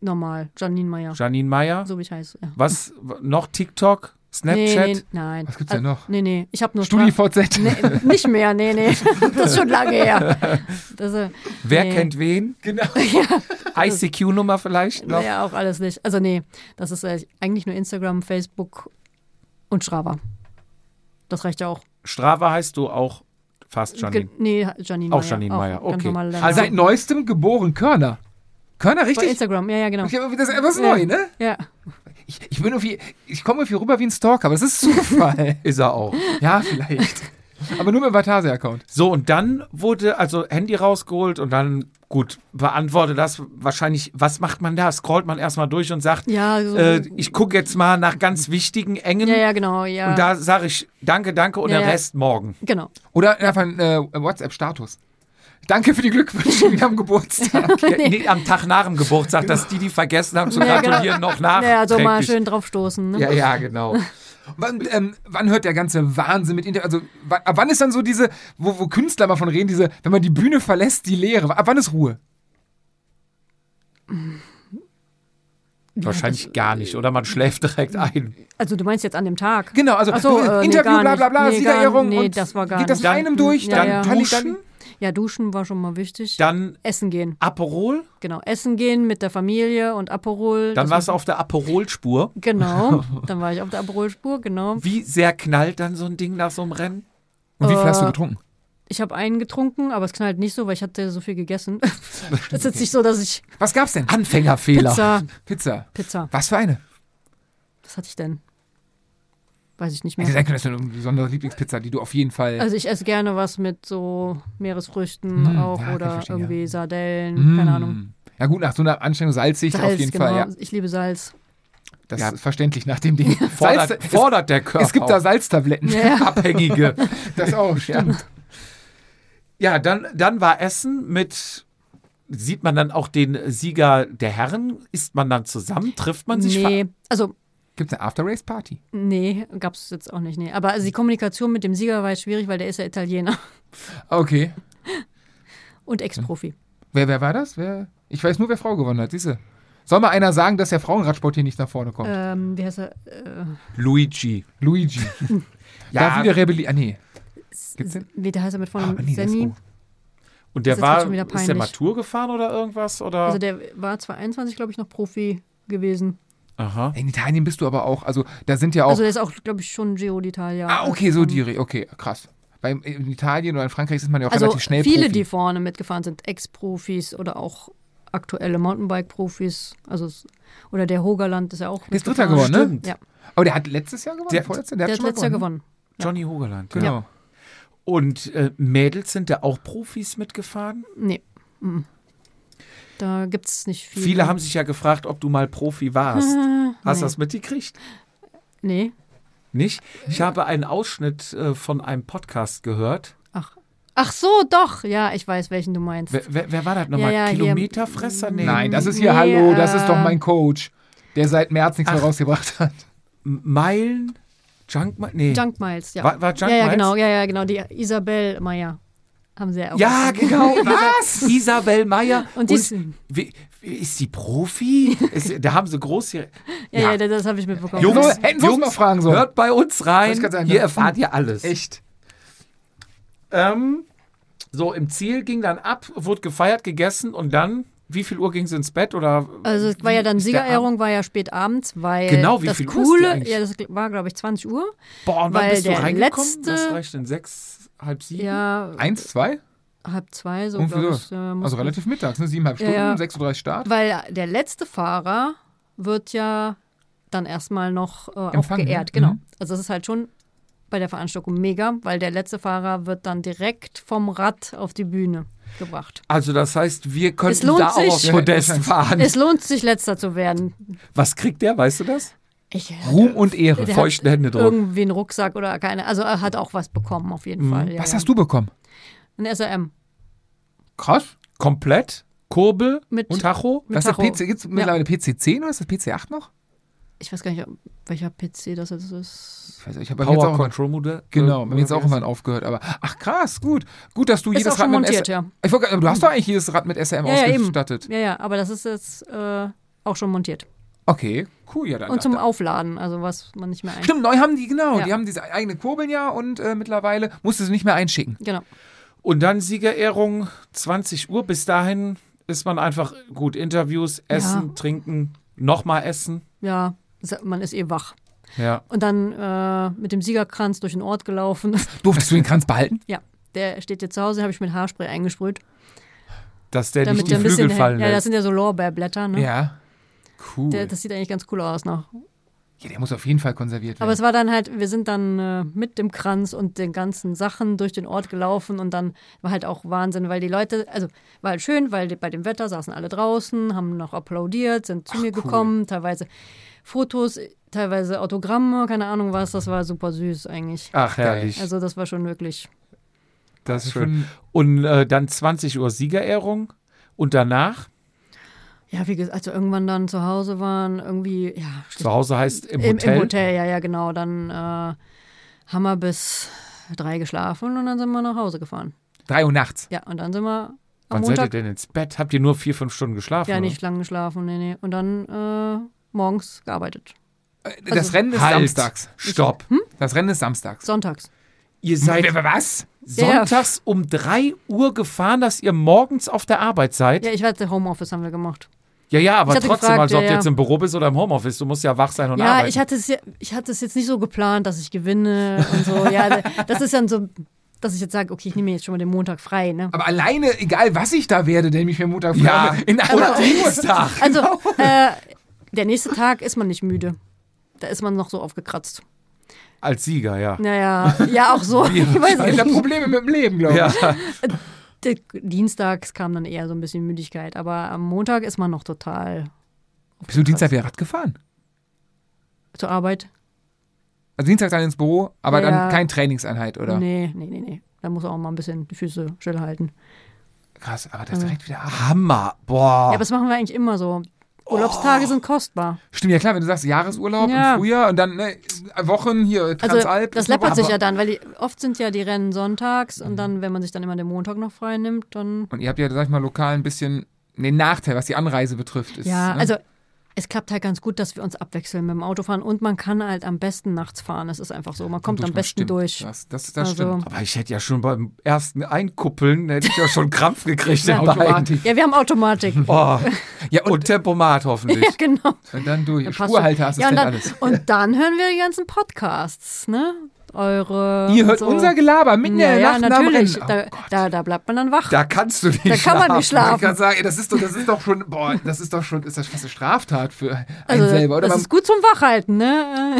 [SPEAKER 4] Normal, Janine Meyer.
[SPEAKER 1] Janine Meyer.
[SPEAKER 4] so wie ich heiße. Ja.
[SPEAKER 1] Was w- noch TikTok, Snapchat?
[SPEAKER 4] Nee, nee, nein.
[SPEAKER 2] Was gibt's denn
[SPEAKER 4] Ah,
[SPEAKER 2] noch?
[SPEAKER 4] Nee, nee. Ich habe nur Stra-
[SPEAKER 2] StudiVZ.
[SPEAKER 4] Nee, nicht mehr, nee, nee. Das ist schon lange her. Das, äh,
[SPEAKER 1] Wer
[SPEAKER 4] nee.
[SPEAKER 1] kennt wen? Genau. ICQ-Nummer vielleicht noch?
[SPEAKER 4] Naja, auch alles nicht. Also nee, das ist äh, eigentlich nur Instagram, Facebook und Strava. Das reicht ja auch.
[SPEAKER 1] Strava heißt du auch Fast Janine.
[SPEAKER 4] Ge- Nee, Janine
[SPEAKER 1] Auch
[SPEAKER 4] Meyer.
[SPEAKER 1] Janine Meyer,
[SPEAKER 4] ganz
[SPEAKER 1] okay.
[SPEAKER 4] normale Name.
[SPEAKER 2] Also seit neuestem geboren Körner. Körner,
[SPEAKER 4] Bei
[SPEAKER 2] richtig?
[SPEAKER 4] Instagram, ja, ja, genau.
[SPEAKER 2] Ich hab, das ist etwas neu, ne?
[SPEAKER 4] Ja.
[SPEAKER 2] Ich, ich, bin irgendwie, ich komme irgendwie rüber wie ein Stalker, aber das ist Zufall.
[SPEAKER 1] Ist er auch.
[SPEAKER 2] ja, vielleicht. Aber nur mit dem Vatasia-Account.
[SPEAKER 1] So, und dann wurde also Handy rausgeholt und dann, gut, beantworte das wahrscheinlich, was macht man da? Scrollt man erstmal durch und sagt,
[SPEAKER 4] Ja, so,
[SPEAKER 1] äh, ich gucke jetzt mal nach ganz wichtigen, engen
[SPEAKER 4] ja, ja, genau, ja.
[SPEAKER 1] und da sage ich danke, danke und
[SPEAKER 4] Ja,
[SPEAKER 1] der
[SPEAKER 4] ja.
[SPEAKER 1] Rest morgen.
[SPEAKER 4] genau.
[SPEAKER 2] Oder einfach ein äh, WhatsApp-Status. Danke für die Glückwünsche wieder am Geburtstag.
[SPEAKER 1] Ja, nee, am Tag nach dem Geburtstag, dass die, die vergessen haben zu
[SPEAKER 4] Ja, genau.
[SPEAKER 1] gratulieren, noch nach.
[SPEAKER 4] Ja, also mal schön draufstoßen. Ne?
[SPEAKER 1] Ja, ja, genau.
[SPEAKER 2] wann, ähm, wann hört der ganze Wahnsinn mit Internet? Also, wann, ab wann ist dann so diese, wo, wo Künstler mal von reden, diese, wenn man die Bühne verlässt, die Leere? Ab wann ist Ruhe?
[SPEAKER 1] Wahrscheinlich gar nicht, oder? Man schläft direkt ein.
[SPEAKER 4] Also du meinst jetzt an dem Tag.
[SPEAKER 2] Genau, also
[SPEAKER 4] Ach so,
[SPEAKER 2] du-
[SPEAKER 4] äh, nee,
[SPEAKER 2] Interview,
[SPEAKER 4] gar
[SPEAKER 2] bla bla
[SPEAKER 4] nicht.
[SPEAKER 2] bla,
[SPEAKER 4] Nee,
[SPEAKER 2] Siegerehrung.
[SPEAKER 4] gar- nee,
[SPEAKER 2] und
[SPEAKER 4] das war gar
[SPEAKER 2] Geht das
[SPEAKER 4] nicht.
[SPEAKER 2] mit
[SPEAKER 1] Dann-
[SPEAKER 2] einem durch?
[SPEAKER 4] Ja,
[SPEAKER 2] dann
[SPEAKER 4] ja. Äh,
[SPEAKER 2] Halligalli?
[SPEAKER 1] Duschen?
[SPEAKER 4] Ja, duschen war schon mal wichtig.
[SPEAKER 1] Dann
[SPEAKER 4] Essen gehen,
[SPEAKER 1] Aperol,
[SPEAKER 4] genau. Essen gehen mit der Familie und Aperol.
[SPEAKER 1] dann
[SPEAKER 4] Das-
[SPEAKER 1] warst du auf der Aperol-Spur.
[SPEAKER 4] Genau, dann war ich auf der Aperol-Spur, genau.
[SPEAKER 1] Wie sehr knallt dann so ein Ding nach so einem Rennen?
[SPEAKER 2] Und wie viel
[SPEAKER 4] Äh,
[SPEAKER 2] hast du getrunken?
[SPEAKER 4] Ich habe einen getrunken, aber es knallt nicht so, weil ich hatte so viel gegessen. Es ist jetzt nicht so, dass ich
[SPEAKER 2] Was gab's denn?
[SPEAKER 1] Anfängerfehler.
[SPEAKER 4] Pizza,
[SPEAKER 2] Pizza.
[SPEAKER 4] Pizza,
[SPEAKER 2] Was für eine?
[SPEAKER 4] was hatte ich denn? Weiß ich nicht
[SPEAKER 2] Hätte
[SPEAKER 4] mehr.
[SPEAKER 2] sein können, dass du eine besondere Lieblingspizza, die du auf jeden Fall.
[SPEAKER 4] Also ich esse gerne was mit so Meeresfrüchten
[SPEAKER 2] Hm,
[SPEAKER 4] auch
[SPEAKER 2] ja, kann ich
[SPEAKER 4] oder
[SPEAKER 2] verstehen, ja.
[SPEAKER 4] irgendwie Sardellen,
[SPEAKER 2] Mm.
[SPEAKER 4] keine Ahnung.
[SPEAKER 2] Ja, gut, nach so einer Anstrengung salzig auf
[SPEAKER 4] Salz,
[SPEAKER 2] jeden
[SPEAKER 4] genau.
[SPEAKER 2] Fall. Ja,
[SPEAKER 4] Ich liebe Salz.
[SPEAKER 2] das
[SPEAKER 1] Ja.
[SPEAKER 2] ist verständlich nach dem Ding. Salz,
[SPEAKER 1] Fordert, fordert der Körper.
[SPEAKER 2] es, es gibt da Salztabletten.
[SPEAKER 4] Ja,
[SPEAKER 1] Abhängige.
[SPEAKER 2] Das auch, stimmt.
[SPEAKER 1] ja, dann, dann war Essen mit. Sieht man dann auch den Sieger der Herren? Ist man dann zusammen? Trifft man sich?
[SPEAKER 4] nee, also
[SPEAKER 2] Gibt's eine After-Race-Party?
[SPEAKER 4] nee, gab's jetzt auch nicht, nee. Aber
[SPEAKER 2] Hm.
[SPEAKER 4] also die Kommunikation mit dem Sieger war jetzt schwierig, weil der ist ja Italiener
[SPEAKER 2] Okay.
[SPEAKER 4] und Ex-Profi.
[SPEAKER 2] Wer, wer war das? Wer? Ich weiß nur, wer Frau gewonnen hat. Siehste. Soll mal einer sagen, dass der Frauenradsport hier nicht nach vorne kommt?
[SPEAKER 4] Ähm, wie heißt er? Äh,
[SPEAKER 1] Luigi.
[SPEAKER 2] Luigi.
[SPEAKER 1] Ja.
[SPEAKER 2] Da wieder Rebellion. Ah, nee. Gibt's den?
[SPEAKER 4] wie der heißt er mit
[SPEAKER 2] Ah,
[SPEAKER 4] vorne?
[SPEAKER 2] nee, der ist
[SPEAKER 4] Senni?
[SPEAKER 2] hoch.
[SPEAKER 1] Und der
[SPEAKER 4] Das ist jetzt
[SPEAKER 1] war,
[SPEAKER 4] schon wieder
[SPEAKER 1] ist der mal
[SPEAKER 4] peinlich.
[SPEAKER 1] Tour gefahren oder irgendwas? Oder?
[SPEAKER 4] Also der war 22, glaube ich, noch Profi gewesen.
[SPEAKER 1] Aha.
[SPEAKER 2] In Italien bist du aber auch, also da sind ja auch.
[SPEAKER 4] Also der ist auch, glaube ich, schon Giro d'Italia.
[SPEAKER 2] ah, okay, so
[SPEAKER 4] Ähm,
[SPEAKER 2] die, Re- okay, krass. Beim, in Italien oder in Frankreich ist man ja auch
[SPEAKER 4] Also
[SPEAKER 2] relativ schnell
[SPEAKER 4] viele,
[SPEAKER 2] Profi.
[SPEAKER 4] die vorne mitgefahren sind, Ex-Profis oder auch aktuelle Mountainbike-Profis. Also es- oder der Hogerland ist ja auch
[SPEAKER 2] Der ist Dritter
[SPEAKER 4] mitgefahren.
[SPEAKER 2] geworden, ne?
[SPEAKER 1] Stimmt.
[SPEAKER 4] Ja,
[SPEAKER 2] Aber der hat letztes Jahr gewonnen?
[SPEAKER 1] Der-
[SPEAKER 2] Vorletztes
[SPEAKER 4] der
[SPEAKER 2] hat
[SPEAKER 4] hat
[SPEAKER 2] schon mal
[SPEAKER 4] letztes Jahr gewonnen.
[SPEAKER 1] Johnny Hogeland.
[SPEAKER 2] Genau.
[SPEAKER 1] Und äh, Mädels sind da auch Profis mitgefahren?
[SPEAKER 4] Nee. mhm. Da gibt es nicht viel.
[SPEAKER 1] Viele haben sich ja gefragt, ob du mal Profi warst. Hast du
[SPEAKER 4] nee.
[SPEAKER 1] das mitgekriegt?
[SPEAKER 4] Nee.
[SPEAKER 1] Nicht? Ich habe einen Ausschnitt äh, von einem Podcast gehört.
[SPEAKER 4] Ach. Ach so, doch. Ja, ich weiß, welchen du meinst.
[SPEAKER 1] Wer, wer, wer war das nochmal?
[SPEAKER 4] Ja, ja, hier.
[SPEAKER 1] Kilometerfresser? Nee.
[SPEAKER 2] Nein, das ist hier,
[SPEAKER 4] Nee,
[SPEAKER 2] hallo, das ist doch
[SPEAKER 4] äh,
[SPEAKER 2] mein Coach, der seit März nichts mehr
[SPEAKER 1] Ach.
[SPEAKER 2] rausgebracht hat.
[SPEAKER 1] M- Meilen? Junk? Nee.
[SPEAKER 4] Junk Miles, ja.
[SPEAKER 1] War- war Junk
[SPEAKER 4] ja, ja,
[SPEAKER 1] Miles?
[SPEAKER 4] genau, ja, ja, genau. Die Isabel Meyer haben sie ja auch.
[SPEAKER 1] Ja, genau. Was? Isabel Meyer.
[SPEAKER 4] Und die ist-
[SPEAKER 1] wie, wie, ist sie Profi? Ist, da haben sie groß hier.
[SPEAKER 4] Ja, ja, das habe ich mitbekommen.
[SPEAKER 2] Jungs, Hätten sie uns mal fragen sollen.
[SPEAKER 1] Hört bei uns
[SPEAKER 2] Soll ich
[SPEAKER 1] rein.
[SPEAKER 2] grad sagen,
[SPEAKER 1] Hier
[SPEAKER 2] ne?
[SPEAKER 1] erfahrt ihr alles.
[SPEAKER 2] Echt?
[SPEAKER 1] Ähm, so, im Ziel ging dann ab, wurde gefeiert, gegessen und dann, wie viel Uhr ging sie ins Bett? Oder
[SPEAKER 4] Also es war ja dann
[SPEAKER 1] ist der
[SPEAKER 4] Siegerehrung, war ja spät abends, weil
[SPEAKER 1] Genau, wie
[SPEAKER 4] das
[SPEAKER 1] viel Uhr ist die
[SPEAKER 4] coole,
[SPEAKER 1] eigentlich?
[SPEAKER 4] ja, das war glaube ich 20 Uhr.
[SPEAKER 1] Boah, und wann
[SPEAKER 4] Weil
[SPEAKER 1] bist du
[SPEAKER 4] der
[SPEAKER 1] reingekommen?
[SPEAKER 4] letzte-
[SPEAKER 1] Was reicht denn? Sechs, halb sieben?
[SPEAKER 4] Ja,
[SPEAKER 2] Eins, zwei?
[SPEAKER 4] halb zwei so
[SPEAKER 2] Irgendwie
[SPEAKER 4] glaube
[SPEAKER 2] so.
[SPEAKER 4] ich. ja, muss-
[SPEAKER 2] Also relativ mittags, ne? Siebeneinhalb
[SPEAKER 4] Ja,
[SPEAKER 2] Stunden,
[SPEAKER 4] ja.
[SPEAKER 2] 6.30 Uhr Start.
[SPEAKER 4] Weil der letzte Fahrer wird ja dann erstmal noch äh, auch
[SPEAKER 2] Empfangen, ne?
[SPEAKER 4] geehrt, genau.
[SPEAKER 2] Mhm.
[SPEAKER 4] Also das ist halt schon bei der Veranstaltung mega, weil der letzte Fahrer wird dann direkt vom Rad auf die Bühne gebracht.
[SPEAKER 1] Also das heißt, wir könnten
[SPEAKER 4] lohnt
[SPEAKER 1] da auch
[SPEAKER 4] sich.
[SPEAKER 1] aufs Podest
[SPEAKER 2] Ja, ja.
[SPEAKER 1] fahren.
[SPEAKER 4] Es lohnt sich, letzter zu werden.
[SPEAKER 1] Was kriegt der, weißt du das?
[SPEAKER 4] Ich,
[SPEAKER 2] Ruhm und Ehre.
[SPEAKER 4] Der hat
[SPEAKER 1] Feuchten Hände drauf.
[SPEAKER 4] irgendwie einen Rucksack oder keine. Also er hat auch was bekommen, auf jeden Fall. Ja,
[SPEAKER 2] Mhm. Was
[SPEAKER 4] ja.
[SPEAKER 2] hast du bekommen?
[SPEAKER 4] Ein SRM.
[SPEAKER 2] Krass.
[SPEAKER 1] Komplett? Kurbel
[SPEAKER 4] Mit-
[SPEAKER 1] und Tacho.
[SPEAKER 4] mit
[SPEAKER 2] Was ist
[SPEAKER 4] Tacho.
[SPEAKER 2] PC, gibt's mittlerweile PC10 oder ist das PC8 noch?
[SPEAKER 4] Ich weiß gar nicht, ob- welcher PC das jetzt ist.
[SPEAKER 2] Ich weiß nicht, ich habe bei mir jetzt
[SPEAKER 1] Power
[SPEAKER 2] auch
[SPEAKER 1] Control Modell. Äh,
[SPEAKER 2] Genau, mir jetzt auch
[SPEAKER 1] immer.
[SPEAKER 2] irgendwann aufgehört, aber ach krass, gut. Gut, dass du
[SPEAKER 4] Ist
[SPEAKER 2] jedes
[SPEAKER 4] auch schon
[SPEAKER 2] Rad mit
[SPEAKER 4] montiert,
[SPEAKER 2] S
[SPEAKER 4] ja.
[SPEAKER 2] ich wollte, gerade- du hast doch eigentlich jedes Rad mit SRM
[SPEAKER 4] Ja, ja, eben.
[SPEAKER 2] ausgestattet.
[SPEAKER 4] Ja, ja, aber das ist jetzt äh, auch schon montiert.
[SPEAKER 2] okay, cool, ja dann.
[SPEAKER 4] Und zum
[SPEAKER 2] dann-
[SPEAKER 4] Aufladen, also was man nicht mehr ein.
[SPEAKER 2] Stimmt, neu haben die, genau.
[SPEAKER 4] Ja.
[SPEAKER 2] Die haben diese eigene Kurbeln ja und äh, mittlerweile musst du sie nicht mehr einschicken.
[SPEAKER 4] Genau.
[SPEAKER 1] Und dann Siegerehrung, 20 Uhr. Bis dahin ist man einfach gut. Interviews, Essen, Trinken, nochmal Essen.
[SPEAKER 4] Ja, sa- man ist eh wach.
[SPEAKER 1] Ja.
[SPEAKER 4] Und dann äh, mit dem Siegerkranz durch den Ort gelaufen.
[SPEAKER 2] Durftest du den Kranz behalten?
[SPEAKER 4] ja, der steht jetzt zu Hause, den habe ich mit Haarspray eingesprüht.
[SPEAKER 1] Dass der
[SPEAKER 4] Damit
[SPEAKER 1] nicht die
[SPEAKER 4] der ein
[SPEAKER 1] Flügel
[SPEAKER 4] bisschen.
[SPEAKER 1] fallen
[SPEAKER 4] ja, das
[SPEAKER 1] lässt.
[SPEAKER 4] sind ja so Lorbeerblätter, ne?
[SPEAKER 2] Ja. Cool.
[SPEAKER 4] Der, das sieht eigentlich ganz cool aus noch.
[SPEAKER 2] ja, der muss auf jeden Fall konserviert werden.
[SPEAKER 4] Aber es war dann halt, wir sind dann äh, mit dem Kranz und den ganzen Sachen durch den Ort gelaufen und dann war halt auch Wahnsinn, weil die Leute, also war halt schön, weil die, bei dem Wetter saßen alle draußen, haben noch applaudiert, sind zu mir gekommen, teilweise Fotos, teilweise Autogramme, keine Ahnung was, das war super süß eigentlich.
[SPEAKER 1] Ach, herrlich.
[SPEAKER 4] Also das war schon wirklich.
[SPEAKER 1] das ist
[SPEAKER 2] schon-
[SPEAKER 1] schön. Und äh, dann 20 Uhr Siegerehrung. Und danach,
[SPEAKER 4] Ja, wie gesagt, als wir irgendwann dann zu Hause waren, irgendwie, ja,
[SPEAKER 1] zu Hause heißt im,
[SPEAKER 4] im,
[SPEAKER 1] Hotel.
[SPEAKER 4] im Hotel, ja, ja, genau, dann äh, haben wir bis drei geschlafen und dann sind wir nach Hause gefahren.
[SPEAKER 2] Drei Uhr nachts.
[SPEAKER 4] Ja, und dann sind wir
[SPEAKER 1] Wann
[SPEAKER 4] am
[SPEAKER 1] seid ihr
[SPEAKER 4] Montag
[SPEAKER 1] denn ins Bett? Habt ihr nur vier, fünf Stunden geschlafen?
[SPEAKER 4] ja
[SPEAKER 1] oder?
[SPEAKER 4] nicht lang geschlafen, nee, nee. Und dann äh, morgens gearbeitet.
[SPEAKER 2] Äh,
[SPEAKER 4] Also
[SPEAKER 2] Das Rennen ist
[SPEAKER 1] Halt.
[SPEAKER 2] samstags.
[SPEAKER 1] Stopp.
[SPEAKER 4] Hm?
[SPEAKER 2] Das Rennen ist samstags.
[SPEAKER 4] Sonntags.
[SPEAKER 1] Ihr seid
[SPEAKER 2] Wer- wer- Was?
[SPEAKER 4] Ja.
[SPEAKER 1] sonntags um 3 Uhr gefahren, dass ihr morgens auf der Arbeit seid?
[SPEAKER 4] Ja, ich hatte Homeoffice haben wir gemacht.
[SPEAKER 1] Ja, ja, aber
[SPEAKER 4] Ich hatte
[SPEAKER 1] trotzdem,
[SPEAKER 4] gefragt,
[SPEAKER 1] also ob
[SPEAKER 4] ja,
[SPEAKER 1] du
[SPEAKER 4] ja.
[SPEAKER 1] jetzt im Büro bist oder im Homeoffice, du musst ja wach sein und
[SPEAKER 4] ja,
[SPEAKER 1] arbeiten.
[SPEAKER 4] ich hatte es ja, ich hatte es jetzt nicht so geplant, dass ich gewinne und so. ja, das ist dann so, dass ich jetzt sage, okay, ich nehme mir jetzt schon mal den Montag frei, ne?
[SPEAKER 2] Aber alleine, egal was ich da werde, nämlich mir Montag
[SPEAKER 1] Ja.
[SPEAKER 2] in
[SPEAKER 1] Oder
[SPEAKER 2] einer
[SPEAKER 1] Dienstag.
[SPEAKER 4] Also, äh, der nächste Tag ist man nicht müde. Da ist man noch so aufgekratzt.
[SPEAKER 1] Als Sieger, ja.
[SPEAKER 4] Naja, ja, auch so. Ich
[SPEAKER 2] Ich
[SPEAKER 4] weiß
[SPEAKER 2] habe
[SPEAKER 4] nicht.
[SPEAKER 2] Probleme mit dem Leben, glaube ich.
[SPEAKER 1] Ja.
[SPEAKER 4] Der- Dienstags kam dann eher so ein bisschen Müdigkeit, aber am Montag ist man noch total
[SPEAKER 2] Bist du Dienstag wieder Rad gefahren?
[SPEAKER 4] zur Arbeit.
[SPEAKER 2] Also Dienstag dann ins Büro, aber
[SPEAKER 4] Ja.
[SPEAKER 2] dann keine Trainingseinheit, oder?
[SPEAKER 4] Nee, nee, nee, nee. Da muss er auch mal ein bisschen die Füße stillhalten.
[SPEAKER 2] Krass, aber das direkt wieder ab.
[SPEAKER 1] Hammer, boah.
[SPEAKER 4] Ja, aber das machen wir eigentlich immer so. Urlaubstage sind kostbar.
[SPEAKER 2] Stimmt, ja klar, wenn du sagst Jahresurlaub
[SPEAKER 4] Ja.
[SPEAKER 2] im Frühjahr und dann ne, Wochen hier
[SPEAKER 4] Also
[SPEAKER 2] Transalp.
[SPEAKER 4] das läppert sich ja dann, weil die, oft sind ja die Rennen sonntags und dann, wenn man sich dann immer den Montag noch frei nimmt, dann...
[SPEAKER 2] Und ihr habt ja, sag ich mal, lokal ein bisschen den Nachteil, was die Anreise betrifft. Ist,
[SPEAKER 4] Ja,
[SPEAKER 2] ne?
[SPEAKER 4] also es klappt halt ganz gut, dass wir uns abwechseln mit dem Autofahren und man kann halt am besten nachts fahren. Es ist einfach so, man kommt
[SPEAKER 2] Durch,
[SPEAKER 4] am
[SPEAKER 2] man
[SPEAKER 4] besten
[SPEAKER 2] stimmt.
[SPEAKER 4] durch.
[SPEAKER 2] Das, das, das
[SPEAKER 4] Also-
[SPEAKER 2] stimmt.
[SPEAKER 1] aber ich hätte ja schon beim ersten Einkuppeln, hätte ich ja schon Krampf gekriegt
[SPEAKER 4] Ja.
[SPEAKER 1] in den Beinen.
[SPEAKER 4] Ja, wir haben Automatik.
[SPEAKER 1] Oh.
[SPEAKER 2] Ja,
[SPEAKER 1] Und
[SPEAKER 2] und,
[SPEAKER 1] Tempomat hoffentlich.
[SPEAKER 4] ja, genau.
[SPEAKER 2] und dann durch.
[SPEAKER 4] Passt
[SPEAKER 2] Spurhalteassistent,
[SPEAKER 4] ja, und dann,
[SPEAKER 2] alles.
[SPEAKER 4] Und dann hören wir die ganzen Podcasts, ne? Eure.
[SPEAKER 2] Ihr hört
[SPEAKER 4] so.
[SPEAKER 2] unser Gelaber mitten in
[SPEAKER 4] ja,
[SPEAKER 2] der
[SPEAKER 4] ja,
[SPEAKER 2] Nacht Oh nach dem
[SPEAKER 4] natürlich.
[SPEAKER 2] Rennen.
[SPEAKER 4] da, da, da bleibt man dann wach.
[SPEAKER 1] Da kannst du nicht
[SPEAKER 4] Da kann man nicht
[SPEAKER 2] Ich
[SPEAKER 4] schlafen.
[SPEAKER 2] kann sagen, ey, das ist, doch, das ist doch schon, boah, das ist doch schon, ist das fast eine Straftat für einen
[SPEAKER 4] also,
[SPEAKER 2] selber, oder?
[SPEAKER 4] das
[SPEAKER 2] Man,
[SPEAKER 4] ist gut zum Wachhalten, ne?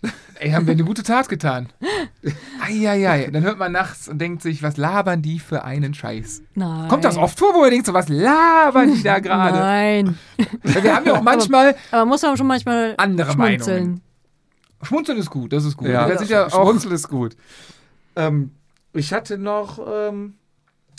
[SPEAKER 4] Äh,
[SPEAKER 2] ey, haben wir eine gute Tat getan. Eieiei, dann hört man nachts und denkt sich, was labern die für einen Scheiß?
[SPEAKER 4] Nein.
[SPEAKER 2] Kommt das oft vor, wo ihr denkt, so was labern die da gerade?
[SPEAKER 4] Nein.
[SPEAKER 2] Weil Wir haben ja auch manchmal,
[SPEAKER 4] Aber man muss auch schon manchmal
[SPEAKER 2] Andere
[SPEAKER 4] schmunzeln.
[SPEAKER 2] Meinungen. Schmunzeln ist gut, das ist gut.
[SPEAKER 1] Ja,
[SPEAKER 2] das sind ja auch,
[SPEAKER 1] Schmunzeln ist gut. Ähm, ich hatte noch, ähm,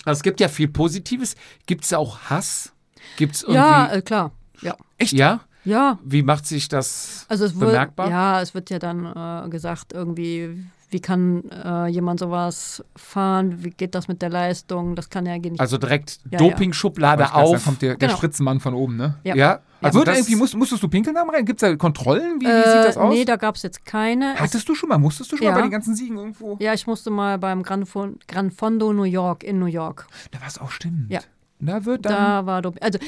[SPEAKER 1] also es gibt ja viel Positives. Gibt es auch Hass? Gibt es irgendwie,
[SPEAKER 4] Ja, äh, klar. Ja.
[SPEAKER 1] echt? Ja?
[SPEAKER 4] Ja.
[SPEAKER 1] Wie macht sich das
[SPEAKER 4] Also es wird,
[SPEAKER 1] bemerkbar?
[SPEAKER 4] Ja, es wird ja dann äh, gesagt, irgendwie, wie kann äh, jemand sowas fahren? Wie geht das mit der Leistung? Das kann ja gehen.
[SPEAKER 1] Also direkt
[SPEAKER 4] Ja,
[SPEAKER 1] Doping-Schublade
[SPEAKER 2] da
[SPEAKER 1] auf.
[SPEAKER 2] kommt der, der
[SPEAKER 4] Genau.
[SPEAKER 2] Spritzenmann von oben, ne?
[SPEAKER 4] Ja.
[SPEAKER 1] also
[SPEAKER 2] Wird
[SPEAKER 1] das-
[SPEAKER 2] irgendwie, musst, musstest du pinkeln am Rennen? Gibt es da Kontrollen? Wie, wie
[SPEAKER 4] äh,
[SPEAKER 2] sieht das aus?
[SPEAKER 4] Nee, da gab es jetzt keine. Es
[SPEAKER 2] Hattest du schon mal, musstest du schon
[SPEAKER 4] Ja.
[SPEAKER 2] mal bei den ganzen Siegen irgendwo?
[SPEAKER 4] Ja, ich musste mal beim Gran, Fon Gran Fondo New York in New York.
[SPEAKER 2] Da war es auch stimmt.
[SPEAKER 4] Ja.
[SPEAKER 2] Da wird dann.
[SPEAKER 4] Da war Doping. Also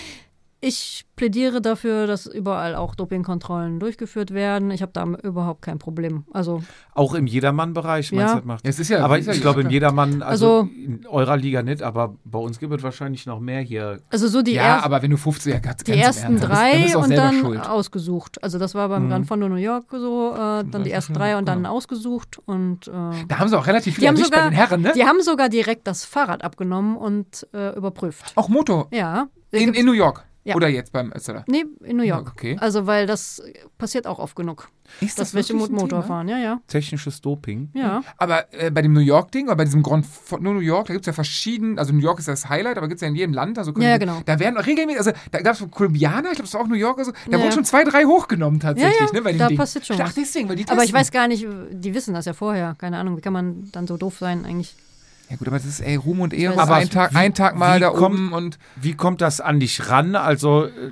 [SPEAKER 4] ich plädiere dafür, dass überall auch Dopingkontrollen durchgeführt werden. Ich habe da überhaupt kein Problem. Also
[SPEAKER 1] Auch im Jedermann-Bereich, meinst
[SPEAKER 4] Ja.
[SPEAKER 1] du, das macht.
[SPEAKER 2] Ja, es ist ja-
[SPEAKER 1] aber
[SPEAKER 2] es ist ja
[SPEAKER 1] ich glaube, im
[SPEAKER 2] klar.
[SPEAKER 1] Jedermann, also,
[SPEAKER 4] Also-
[SPEAKER 1] in eurer Liga nicht, aber bei uns gibt es wahrscheinlich noch mehr hier.
[SPEAKER 4] also so die,
[SPEAKER 2] ja,
[SPEAKER 4] erst-
[SPEAKER 2] aber wenn du 50 ja, ganz,
[SPEAKER 4] die
[SPEAKER 2] ganz im
[SPEAKER 4] ersten
[SPEAKER 2] Ernst, dann bist-
[SPEAKER 4] drei
[SPEAKER 2] bist du auch
[SPEAKER 4] und
[SPEAKER 2] selber
[SPEAKER 4] dann
[SPEAKER 2] schuld. Mhm.
[SPEAKER 4] ausgesucht. Also das war beim Gran Fondo New York so, äh, dann die ersten drei und
[SPEAKER 2] genau.
[SPEAKER 4] dann ausgesucht und äh,
[SPEAKER 2] Da haben sie auch relativ viel
[SPEAKER 4] die haben
[SPEAKER 2] erwischt bei
[SPEAKER 4] sogar
[SPEAKER 2] den Herren, ne?
[SPEAKER 4] die haben sogar direkt das Fahrrad abgenommen und äh, überprüft.
[SPEAKER 2] Auch Motor
[SPEAKER 4] Ja.
[SPEAKER 2] in, in New York.
[SPEAKER 4] Ja.
[SPEAKER 2] Oder jetzt beim Ötzeler?
[SPEAKER 4] Nee, in New York.
[SPEAKER 2] Okay.
[SPEAKER 4] Also, weil das passiert auch oft genug,
[SPEAKER 2] Ist
[SPEAKER 4] dass welche mit
[SPEAKER 2] wirklich ein
[SPEAKER 4] Motor
[SPEAKER 2] Thema?
[SPEAKER 4] fahren. Ja, ja.
[SPEAKER 1] Technisches Doping.
[SPEAKER 4] Ja.
[SPEAKER 2] Aber äh, bei dem New York-Ding, oder bei diesem Grand Fort New York, da gibt es ja verschiedene, also New York ist das Highlight, aber gibt es ja in jedem Land. Also können
[SPEAKER 4] Ja, ja,
[SPEAKER 2] die-
[SPEAKER 4] genau.
[SPEAKER 2] Da werden auch regelmäßig, also da gab es Kolumbianer, ich glaube, das war auch New York, also, da
[SPEAKER 4] Ja,
[SPEAKER 2] wurden
[SPEAKER 4] ja.
[SPEAKER 2] schon zwei, drei hochgenommen tatsächlich.
[SPEAKER 4] Ja, ja,
[SPEAKER 2] ne, bei dem
[SPEAKER 4] da
[SPEAKER 2] Ding.
[SPEAKER 4] passiert schon
[SPEAKER 2] Ach,
[SPEAKER 4] was.
[SPEAKER 2] deswegen, weil die
[SPEAKER 4] Aber ich
[SPEAKER 2] testen.
[SPEAKER 4] weiß gar nicht, die wissen das ja vorher. Keine Ahnung, wie kann man dann so doof sein eigentlich?
[SPEAKER 2] Ja gut, aber das ist, ey, Ruhm und Ehre,
[SPEAKER 4] weiß
[SPEAKER 2] aber
[SPEAKER 1] nicht.
[SPEAKER 2] ein Tag,
[SPEAKER 1] Wie-
[SPEAKER 2] ein Tag mal
[SPEAKER 1] wie
[SPEAKER 2] da
[SPEAKER 1] kommt-
[SPEAKER 2] oben und
[SPEAKER 1] Wie kommt das an dich ran? Also äh,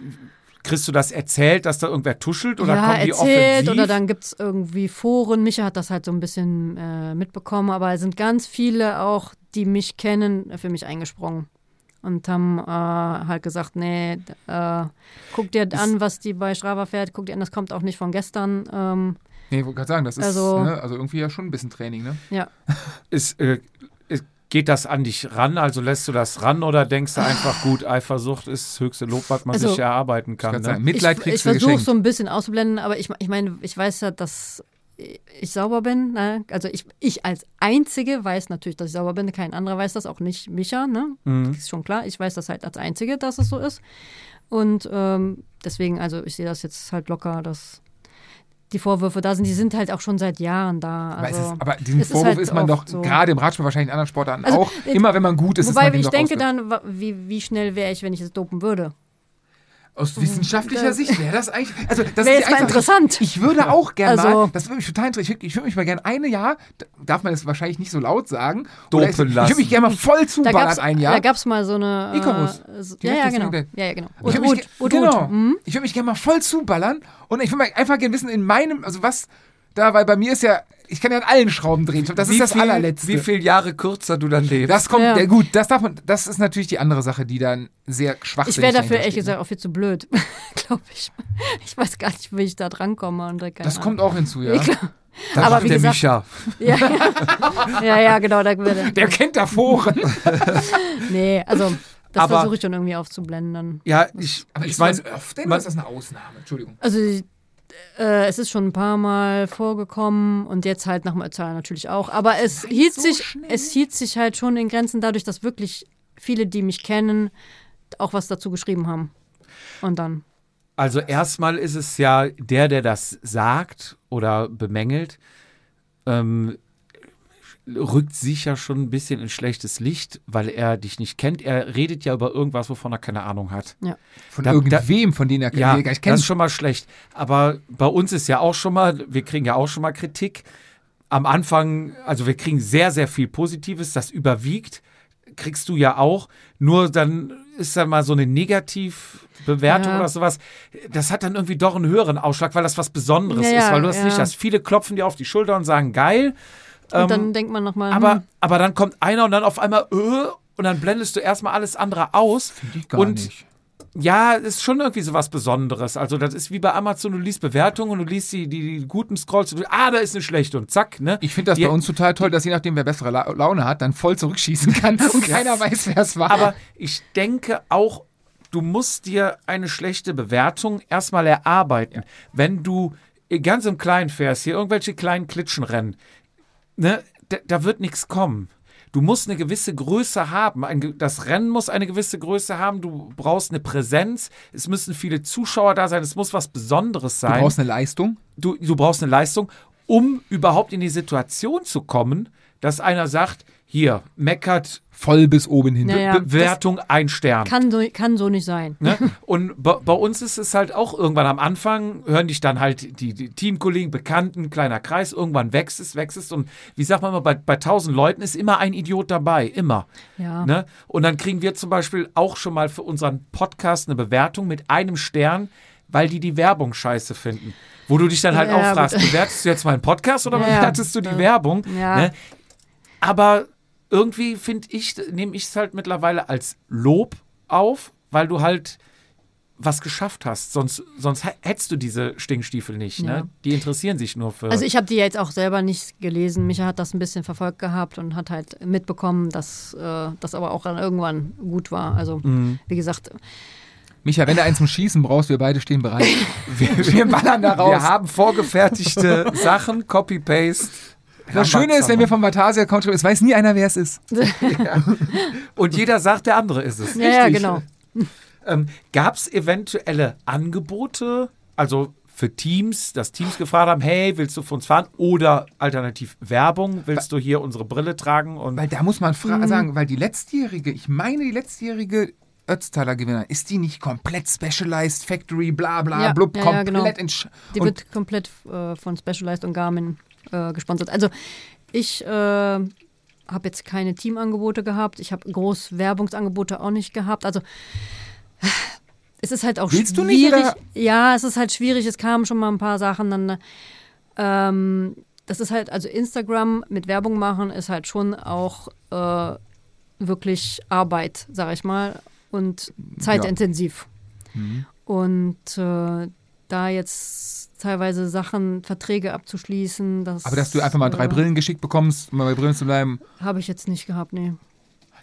[SPEAKER 1] kriegst du das erzählt, dass da irgendwer tuschelt oder
[SPEAKER 4] ja,
[SPEAKER 1] kommen die
[SPEAKER 4] erzählt
[SPEAKER 1] offensiv?
[SPEAKER 4] oder dann gibt es irgendwie Foren. Micha hat das halt so ein bisschen äh, mitbekommen, aber es sind ganz viele auch, die mich kennen, äh, für mich eingesprungen. Und haben äh, halt gesagt, nee, d- äh, guck dir an, was die bei Strava fährt, guck dir an, das kommt auch nicht von gestern. Ähm,
[SPEAKER 2] Nee, ich wollte gerade sagen, das ist also,
[SPEAKER 4] Also-
[SPEAKER 2] ne, also irgendwie ja schon ein bisschen Training, ne?
[SPEAKER 4] ja.
[SPEAKER 1] Ist, äh, ist- Geht das an dich ran? Also lässt du das ran oder denkst du einfach, gut, Eifersucht ist das höchste Lob, was man
[SPEAKER 4] Ah. Also-
[SPEAKER 1] sich erarbeiten
[SPEAKER 2] Ich
[SPEAKER 1] kann?
[SPEAKER 2] grad sagen,
[SPEAKER 1] Ne?
[SPEAKER 2] Mitleid
[SPEAKER 4] ich, ich
[SPEAKER 2] kriegst du
[SPEAKER 4] versuche
[SPEAKER 2] geschenkt.
[SPEAKER 4] so ein bisschen auszublenden, aber ich, ich meine, ich weiß ja, dass ich sauber bin. Ne? Also ich, ich als Einzige weiß natürlich, dass ich sauber bin. Kein anderer weiß das, auch nicht Micha. Ne?
[SPEAKER 2] Mhm.
[SPEAKER 4] Ist schon klar. Ich weiß das halt als Einzige, dass es so ist. Und ähm, deswegen, also ich sehe das jetzt halt locker, dass die Vorwürfe da sind. Die sind halt auch schon seit Jahren da.
[SPEAKER 2] aber, es
[SPEAKER 4] Also,
[SPEAKER 2] ist, aber diesen
[SPEAKER 4] es ist
[SPEAKER 2] Vorwurf
[SPEAKER 4] halt
[SPEAKER 2] ist man doch
[SPEAKER 4] oft so.
[SPEAKER 2] gerade im Radsport, wahrscheinlich in anderen Sportarten
[SPEAKER 4] Also,
[SPEAKER 2] auch.
[SPEAKER 4] äh,
[SPEAKER 2] Immer wenn man gut ist, ist
[SPEAKER 4] Wobei
[SPEAKER 2] man
[SPEAKER 4] ich
[SPEAKER 2] doch
[SPEAKER 4] denke
[SPEAKER 2] ausge-
[SPEAKER 4] dann, wa- wie, wie schnell wäre ich, wenn ich es dopen würde?
[SPEAKER 2] Aus wissenschaftlicher
[SPEAKER 4] Oh, Das-
[SPEAKER 2] Sicht wäre das eigentlich. Also, das
[SPEAKER 4] Wäre
[SPEAKER 2] ist
[SPEAKER 4] jetzt
[SPEAKER 2] die
[SPEAKER 4] mal
[SPEAKER 2] einfache-
[SPEAKER 4] interessant.
[SPEAKER 2] Ich würde auch gerne mal,
[SPEAKER 4] Also-
[SPEAKER 2] das würde mich total interessieren. Ich, ich würde mich mal gerne eine Jahr, d- darf man das wahrscheinlich nicht so laut sagen, oder ich,
[SPEAKER 1] Dopen
[SPEAKER 2] ich würde
[SPEAKER 1] lassen.
[SPEAKER 2] mich gerne mal voll
[SPEAKER 4] Da
[SPEAKER 2] zuballern
[SPEAKER 4] gab's
[SPEAKER 2] ein Jahr.
[SPEAKER 4] da gab's mal so eine. äh,
[SPEAKER 2] Icarus.
[SPEAKER 4] so-
[SPEAKER 2] Die
[SPEAKER 4] Ja, ja,
[SPEAKER 2] Netflix-
[SPEAKER 4] genau. Ja, ja, genau.
[SPEAKER 2] Ich
[SPEAKER 4] Und,
[SPEAKER 2] würde mich,
[SPEAKER 4] und, und,
[SPEAKER 2] genau.
[SPEAKER 4] und. Mhm.
[SPEAKER 2] Ich würde mich gerne mal voll zuballern und ich würde mal einfach gerne wissen, in meinem, also was da, weil bei mir ist ja, ich kann ja an allen Schrauben drehen. Ich glaube, das ist das
[SPEAKER 1] viel,
[SPEAKER 2] allerletzte.
[SPEAKER 1] Wie viele Jahre kürzer du dann lebst?
[SPEAKER 2] das kommt, ja.
[SPEAKER 4] Ja.
[SPEAKER 2] gut, das darf man, das ist natürlich die andere Sache, die dann sehr schwach
[SPEAKER 4] Ich wäre dafür ehrlich
[SPEAKER 2] ne?
[SPEAKER 4] gesagt auch viel zu blöd, glaube ich. Ich weiß gar nicht, wie ich da drankomme. Und, äh, keine
[SPEAKER 2] Das kommt
[SPEAKER 4] Ahnung.
[SPEAKER 2] auch hinzu, ja.
[SPEAKER 4] Ich glaub-
[SPEAKER 1] Da
[SPEAKER 4] aber
[SPEAKER 1] macht
[SPEAKER 4] wie
[SPEAKER 1] der
[SPEAKER 4] gesagt-
[SPEAKER 1] Micha.
[SPEAKER 4] Ja, ja. ja, ja, genau. Da würde,
[SPEAKER 2] Der kennt da Foren.
[SPEAKER 4] nee, also das
[SPEAKER 1] Aber-
[SPEAKER 4] versuche ich schon irgendwie aufzublenden. Dann.
[SPEAKER 1] Ja, ich, ich meine,
[SPEAKER 2] öfter
[SPEAKER 1] man-
[SPEAKER 2] das eine Ausnahme? Entschuldigung.
[SPEAKER 4] Also äh, es ist schon ein paar Mal vorgekommen und jetzt halt nach dem Ötztal natürlich auch. Aber es hielt,
[SPEAKER 2] so
[SPEAKER 4] sich,
[SPEAKER 2] schnell.
[SPEAKER 4] es hielt sich halt schon in Grenzen dadurch, dass wirklich viele, die mich kennen, auch was dazu geschrieben haben. Und dann.
[SPEAKER 1] Also erstmal ist es ja der, der das sagt oder bemängelt, ähm, rückt sich ja schon ein bisschen in schlechtes Licht, weil er dich nicht kennt. Er redet ja über irgendwas, wovon er keine Ahnung hat.
[SPEAKER 2] Von
[SPEAKER 1] Da-
[SPEAKER 2] irgendwem, von denen er
[SPEAKER 1] Ja,
[SPEAKER 2] die er gar nicht
[SPEAKER 1] das ist
[SPEAKER 2] kennt.
[SPEAKER 1] schon mal schlecht. Aber bei uns ist ja auch schon mal, wir kriegen ja auch schon mal Kritik. Am Anfang, also wir kriegen sehr, sehr viel Positives, das überwiegt, kriegst du ja auch. Nur dann ist da mal so eine Negativbewertung
[SPEAKER 4] Ja.
[SPEAKER 1] oder sowas. Das hat dann irgendwie doch einen höheren Ausschlag, weil das was Besonderes
[SPEAKER 4] Ja,
[SPEAKER 1] ist, weil du das
[SPEAKER 4] ja.
[SPEAKER 1] nicht hast. Viele klopfen dir auf die Schulter und sagen, geil.
[SPEAKER 4] Und
[SPEAKER 1] Ähm,
[SPEAKER 4] dann denkt man hm, nochmal.
[SPEAKER 1] aber, aber dann kommt einer und dann auf einmal, öh, und dann blendest du erstmal alles andere aus.
[SPEAKER 2] Ich gar
[SPEAKER 1] und
[SPEAKER 2] nicht.
[SPEAKER 1] ja, ist schon irgendwie so was Besonderes. Also das ist wie bei Amazon, du liest Bewertungen und du liest die, die, die guten Scrolls. Und du, ah, da ist eine schlechte und zack, ne?
[SPEAKER 2] Ich finde das
[SPEAKER 1] Ja.
[SPEAKER 2] bei uns total toll, dass je nachdem, wer bessere La Laune hat, dann voll zurückschießen kann und keiner weiß, wer es war.
[SPEAKER 1] Aber ich denke auch, du musst dir eine schlechte Bewertung erstmal erarbeiten. Wenn du eh, ganz im Kleinen fährst, hier irgendwelche kleinen Klitschen rennen, ne, da, da wird nichts kommen. Du musst eine gewisse Größe haben. Ein, ge- das Rennen muss eine gewisse Größe haben. Du brauchst eine Präsenz. Es müssen viele Zuschauer da sein. Es muss was Besonderes
[SPEAKER 2] du
[SPEAKER 1] sein.
[SPEAKER 2] brauchst eine Leistung.
[SPEAKER 1] du, du brauchst eine Leistung, um überhaupt in die Situation zu kommen, dass einer sagt, hier, meckert,
[SPEAKER 2] Voll bis oben hin.
[SPEAKER 4] Ja, ja. das-
[SPEAKER 1] Bewertung ein Stern.
[SPEAKER 4] Kann so, kann so nicht sein.
[SPEAKER 1] Ne? Und bei, bei uns ist es halt auch irgendwann am Anfang, hören dich dann halt die, die Teamkollegen, Bekannten, kleiner Kreis, irgendwann wächst es, wächst es. Und wie sagt man immer, bei, bei tausend Leuten ist immer ein Idiot dabei, immer.
[SPEAKER 4] Ja.
[SPEAKER 1] Ne? Und dann kriegen wir zum Beispiel auch schon mal für unseren Podcast eine Bewertung mit einem Stern, weil die die Werbung scheiße finden. Wo du dich dann halt
[SPEAKER 4] Ja,
[SPEAKER 1] auch fragst,
[SPEAKER 4] gut.
[SPEAKER 1] bewertest du jetzt meinen Podcast oder
[SPEAKER 4] Ja, ja.
[SPEAKER 1] bewertest du die Werbung?
[SPEAKER 4] Ja.
[SPEAKER 1] Ne? Aber irgendwie finde ich, nehme ich es halt mittlerweile als Lob auf, weil du halt was geschafft hast. Sonst, sonst hä- hättest du diese Stinkstiefel nicht.
[SPEAKER 4] Ja.
[SPEAKER 1] Ne? Die interessieren sich nur für.
[SPEAKER 4] Also ich habe die jetzt auch selber nicht gelesen. Micha hat das ein bisschen verfolgt gehabt und hat halt mitbekommen, dass äh, das aber auch dann irgendwann gut war. Also
[SPEAKER 1] Mhm.
[SPEAKER 4] wie gesagt,
[SPEAKER 2] Micha, wenn du eins zum Schießen brauchst, wir beide stehen bereit. wir, wir ballern da raus.
[SPEAKER 1] wir haben vorgefertigte Sachen, Copy-Paste.
[SPEAKER 2] das Schöne ist, wenn wir vom Vatasia-Account schreiben, es weiß nie einer, wer es ist.
[SPEAKER 1] Und jeder sagt, der andere ist es.
[SPEAKER 4] ja, ja
[SPEAKER 2] Richtig.
[SPEAKER 4] genau.
[SPEAKER 1] Ähm, Gab es eventuelle Angebote, also für Teams, dass Teams gefragt haben, hey, willst du für uns fahren? Oder alternativ Werbung, willst du hier unsere Brille tragen? Und
[SPEAKER 2] Weil da muss man fra- sagen, weil die letztjährige, ich meine die letztjährige Ötztaler Gewinner, ist die nicht komplett Specialized Factory, bla bla
[SPEAKER 4] Ja,
[SPEAKER 2] blub,
[SPEAKER 4] ja, ja,
[SPEAKER 2] komplett
[SPEAKER 4] genau.
[SPEAKER 2] in Sch
[SPEAKER 4] Die
[SPEAKER 2] und
[SPEAKER 4] wird komplett äh, von Specialized und Garmin äh, gesponsert. Also ich äh, habe jetzt keine Teamangebote gehabt. Ich habe groß Werbungsangebote auch nicht gehabt. Also es ist halt auch
[SPEAKER 2] Willst du
[SPEAKER 4] schwierig.
[SPEAKER 2] nicht, oder?
[SPEAKER 4] Ja, es ist halt schwierig. Es kamen schon mal ein paar Sachen dann. Ähm, das ist halt, also Instagram mit Werbung machen ist halt schon auch äh, wirklich Arbeit, sag ich mal, und zeitintensiv. Und äh, da jetzt teilweise Sachen, Verträge abzuschließen, das.
[SPEAKER 2] Aber dass du einfach mal drei
[SPEAKER 4] äh,
[SPEAKER 2] Brillen geschickt bekommst, um mal bei Brillen zu bleiben,
[SPEAKER 4] Habe ich jetzt nicht gehabt, nee.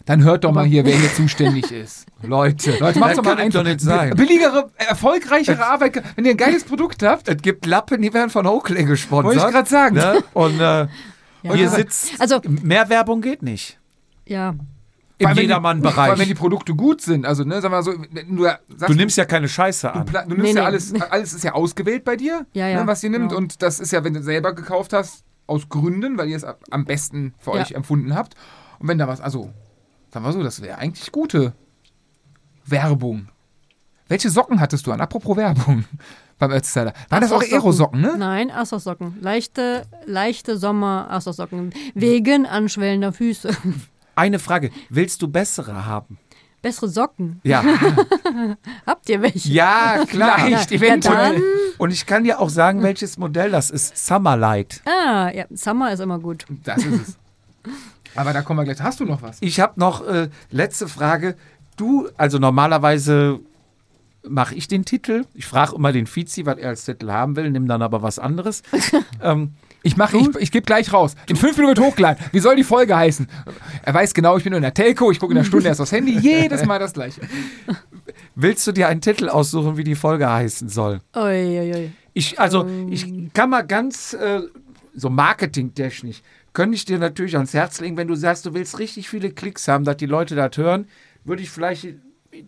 [SPEAKER 2] dann hört doch mal hier, wer hier zuständig ist. Leute, Leute, macht
[SPEAKER 1] Das
[SPEAKER 2] doch mal
[SPEAKER 1] kann es
[SPEAKER 2] einfach.
[SPEAKER 1] doch nicht sein.
[SPEAKER 2] Billigere, erfolgreichere Arbeit. Wenn ihr ein geiles Produkt habt,
[SPEAKER 1] es gibt Lappen, die werden von Oakley gesponsert.
[SPEAKER 2] Wollte ich grad sagen.
[SPEAKER 1] Ne? Und äh,
[SPEAKER 4] Ja.
[SPEAKER 1] hier sitzt,
[SPEAKER 4] Also,
[SPEAKER 1] mehr Werbung geht nicht.
[SPEAKER 4] ja.
[SPEAKER 1] Im
[SPEAKER 2] wenn die- Vor allem, wenn die
[SPEAKER 1] Jedermann-Bereich.
[SPEAKER 2] Produkte gut sind, also, ne, sag mal so, wenn du, sagst,
[SPEAKER 1] Du nimmst ja keine Scheiße an.
[SPEAKER 2] Pla- Du nimmst
[SPEAKER 4] Nee,
[SPEAKER 2] ja
[SPEAKER 4] nee.
[SPEAKER 2] alles, alles ist ja ausgewählt bei dir,
[SPEAKER 4] Ja, ja,
[SPEAKER 2] ne, was ihr nimmt.
[SPEAKER 4] genau.
[SPEAKER 2] Und das ist ja, wenn du selber gekauft hast, aus Gründen, weil ihr es a- am besten für
[SPEAKER 4] Ja.
[SPEAKER 2] euch empfunden habt. Und wenn da was, also, sagen wir so, das wäre eigentlich gute Werbung. Welche Socken hattest du an? Apropos Werbung beim Ötztaler. Waren das auch
[SPEAKER 4] Assos-Socken.
[SPEAKER 2] Aero-Socken, ne?
[SPEAKER 4] Nein, Assos-Socken. Leichte, leichte Sommer-Assos-Socken. Wegen anschwellender Füße.
[SPEAKER 1] Eine Frage, willst du bessere haben?
[SPEAKER 4] Bessere Socken.
[SPEAKER 1] Ja,
[SPEAKER 4] Habt ihr welche?
[SPEAKER 1] ja klar.
[SPEAKER 2] Vielleicht,
[SPEAKER 4] Ja,
[SPEAKER 2] eventuell.
[SPEAKER 4] dann-
[SPEAKER 1] Und ich kann dir auch sagen, welches Modell das ist. Summerlight.
[SPEAKER 4] Ah, ja, Summer ist immer gut.
[SPEAKER 2] das ist es. Aber da kommen wir gleich. Hast du noch was?
[SPEAKER 1] Ich habe noch äh, letzte Frage. Du, also normalerweise mache ich den Titel. Ich frage immer den Fizi, was er als Titel haben will, nimm dann aber was anderes. ähm,
[SPEAKER 2] Ich mache, ich, ich gebe gleich raus. In fünf Minuten wird hochgeladen. Wie soll die Folge heißen? Er weiß genau, ich bin in der Telco, ich gucke in der Stunde erst aufs Handy. Jedes Mal das gleiche.
[SPEAKER 1] willst du dir einen Titel aussuchen, wie die Folge heißen soll?
[SPEAKER 4] Uiuiui.
[SPEAKER 1] Ich, also,
[SPEAKER 2] Ähm.
[SPEAKER 1] ich kann mal ganz äh, so marketingtechnisch, könnte ich dir natürlich ans Herz legen, wenn du sagst, du willst richtig viele Klicks haben, dass die Leute das hören, würde ich vielleicht in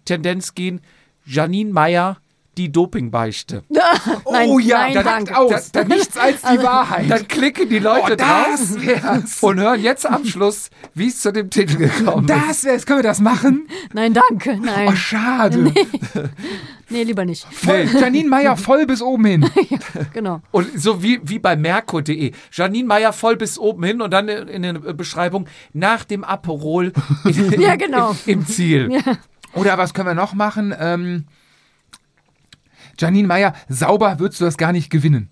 [SPEAKER 1] Tendenz gehen, Janine Meyer, die Dopingbeichte.
[SPEAKER 4] Nein,
[SPEAKER 2] oh ja,
[SPEAKER 4] nein,
[SPEAKER 2] da
[SPEAKER 4] danke.
[SPEAKER 2] aus. Da, Also, nichts als die Wahrheit.
[SPEAKER 1] Dann klicken die Leute
[SPEAKER 2] Oh, das
[SPEAKER 1] drauf
[SPEAKER 2] wär's.
[SPEAKER 1] und hören jetzt am Schluss, wie es zu dem Titel gekommen ist.
[SPEAKER 2] das wär's. Können wir das machen?
[SPEAKER 4] Nein, danke.
[SPEAKER 2] Oh,
[SPEAKER 4] Nein.
[SPEAKER 2] schade.
[SPEAKER 4] Nee, lieber nicht.
[SPEAKER 2] Voll, Janine Meyer voll bis oben hin.
[SPEAKER 4] Genau.
[SPEAKER 1] Und so wie, wie bei merkur.de. Janine Meyer voll bis oben hin und dann in der Beschreibung nach dem Aperol in,
[SPEAKER 4] Ja, genau.
[SPEAKER 1] im, im Ziel.
[SPEAKER 2] Oder was können wir noch machen? Ähm, Janine Meyer, sauber würdest du das gar nicht gewinnen.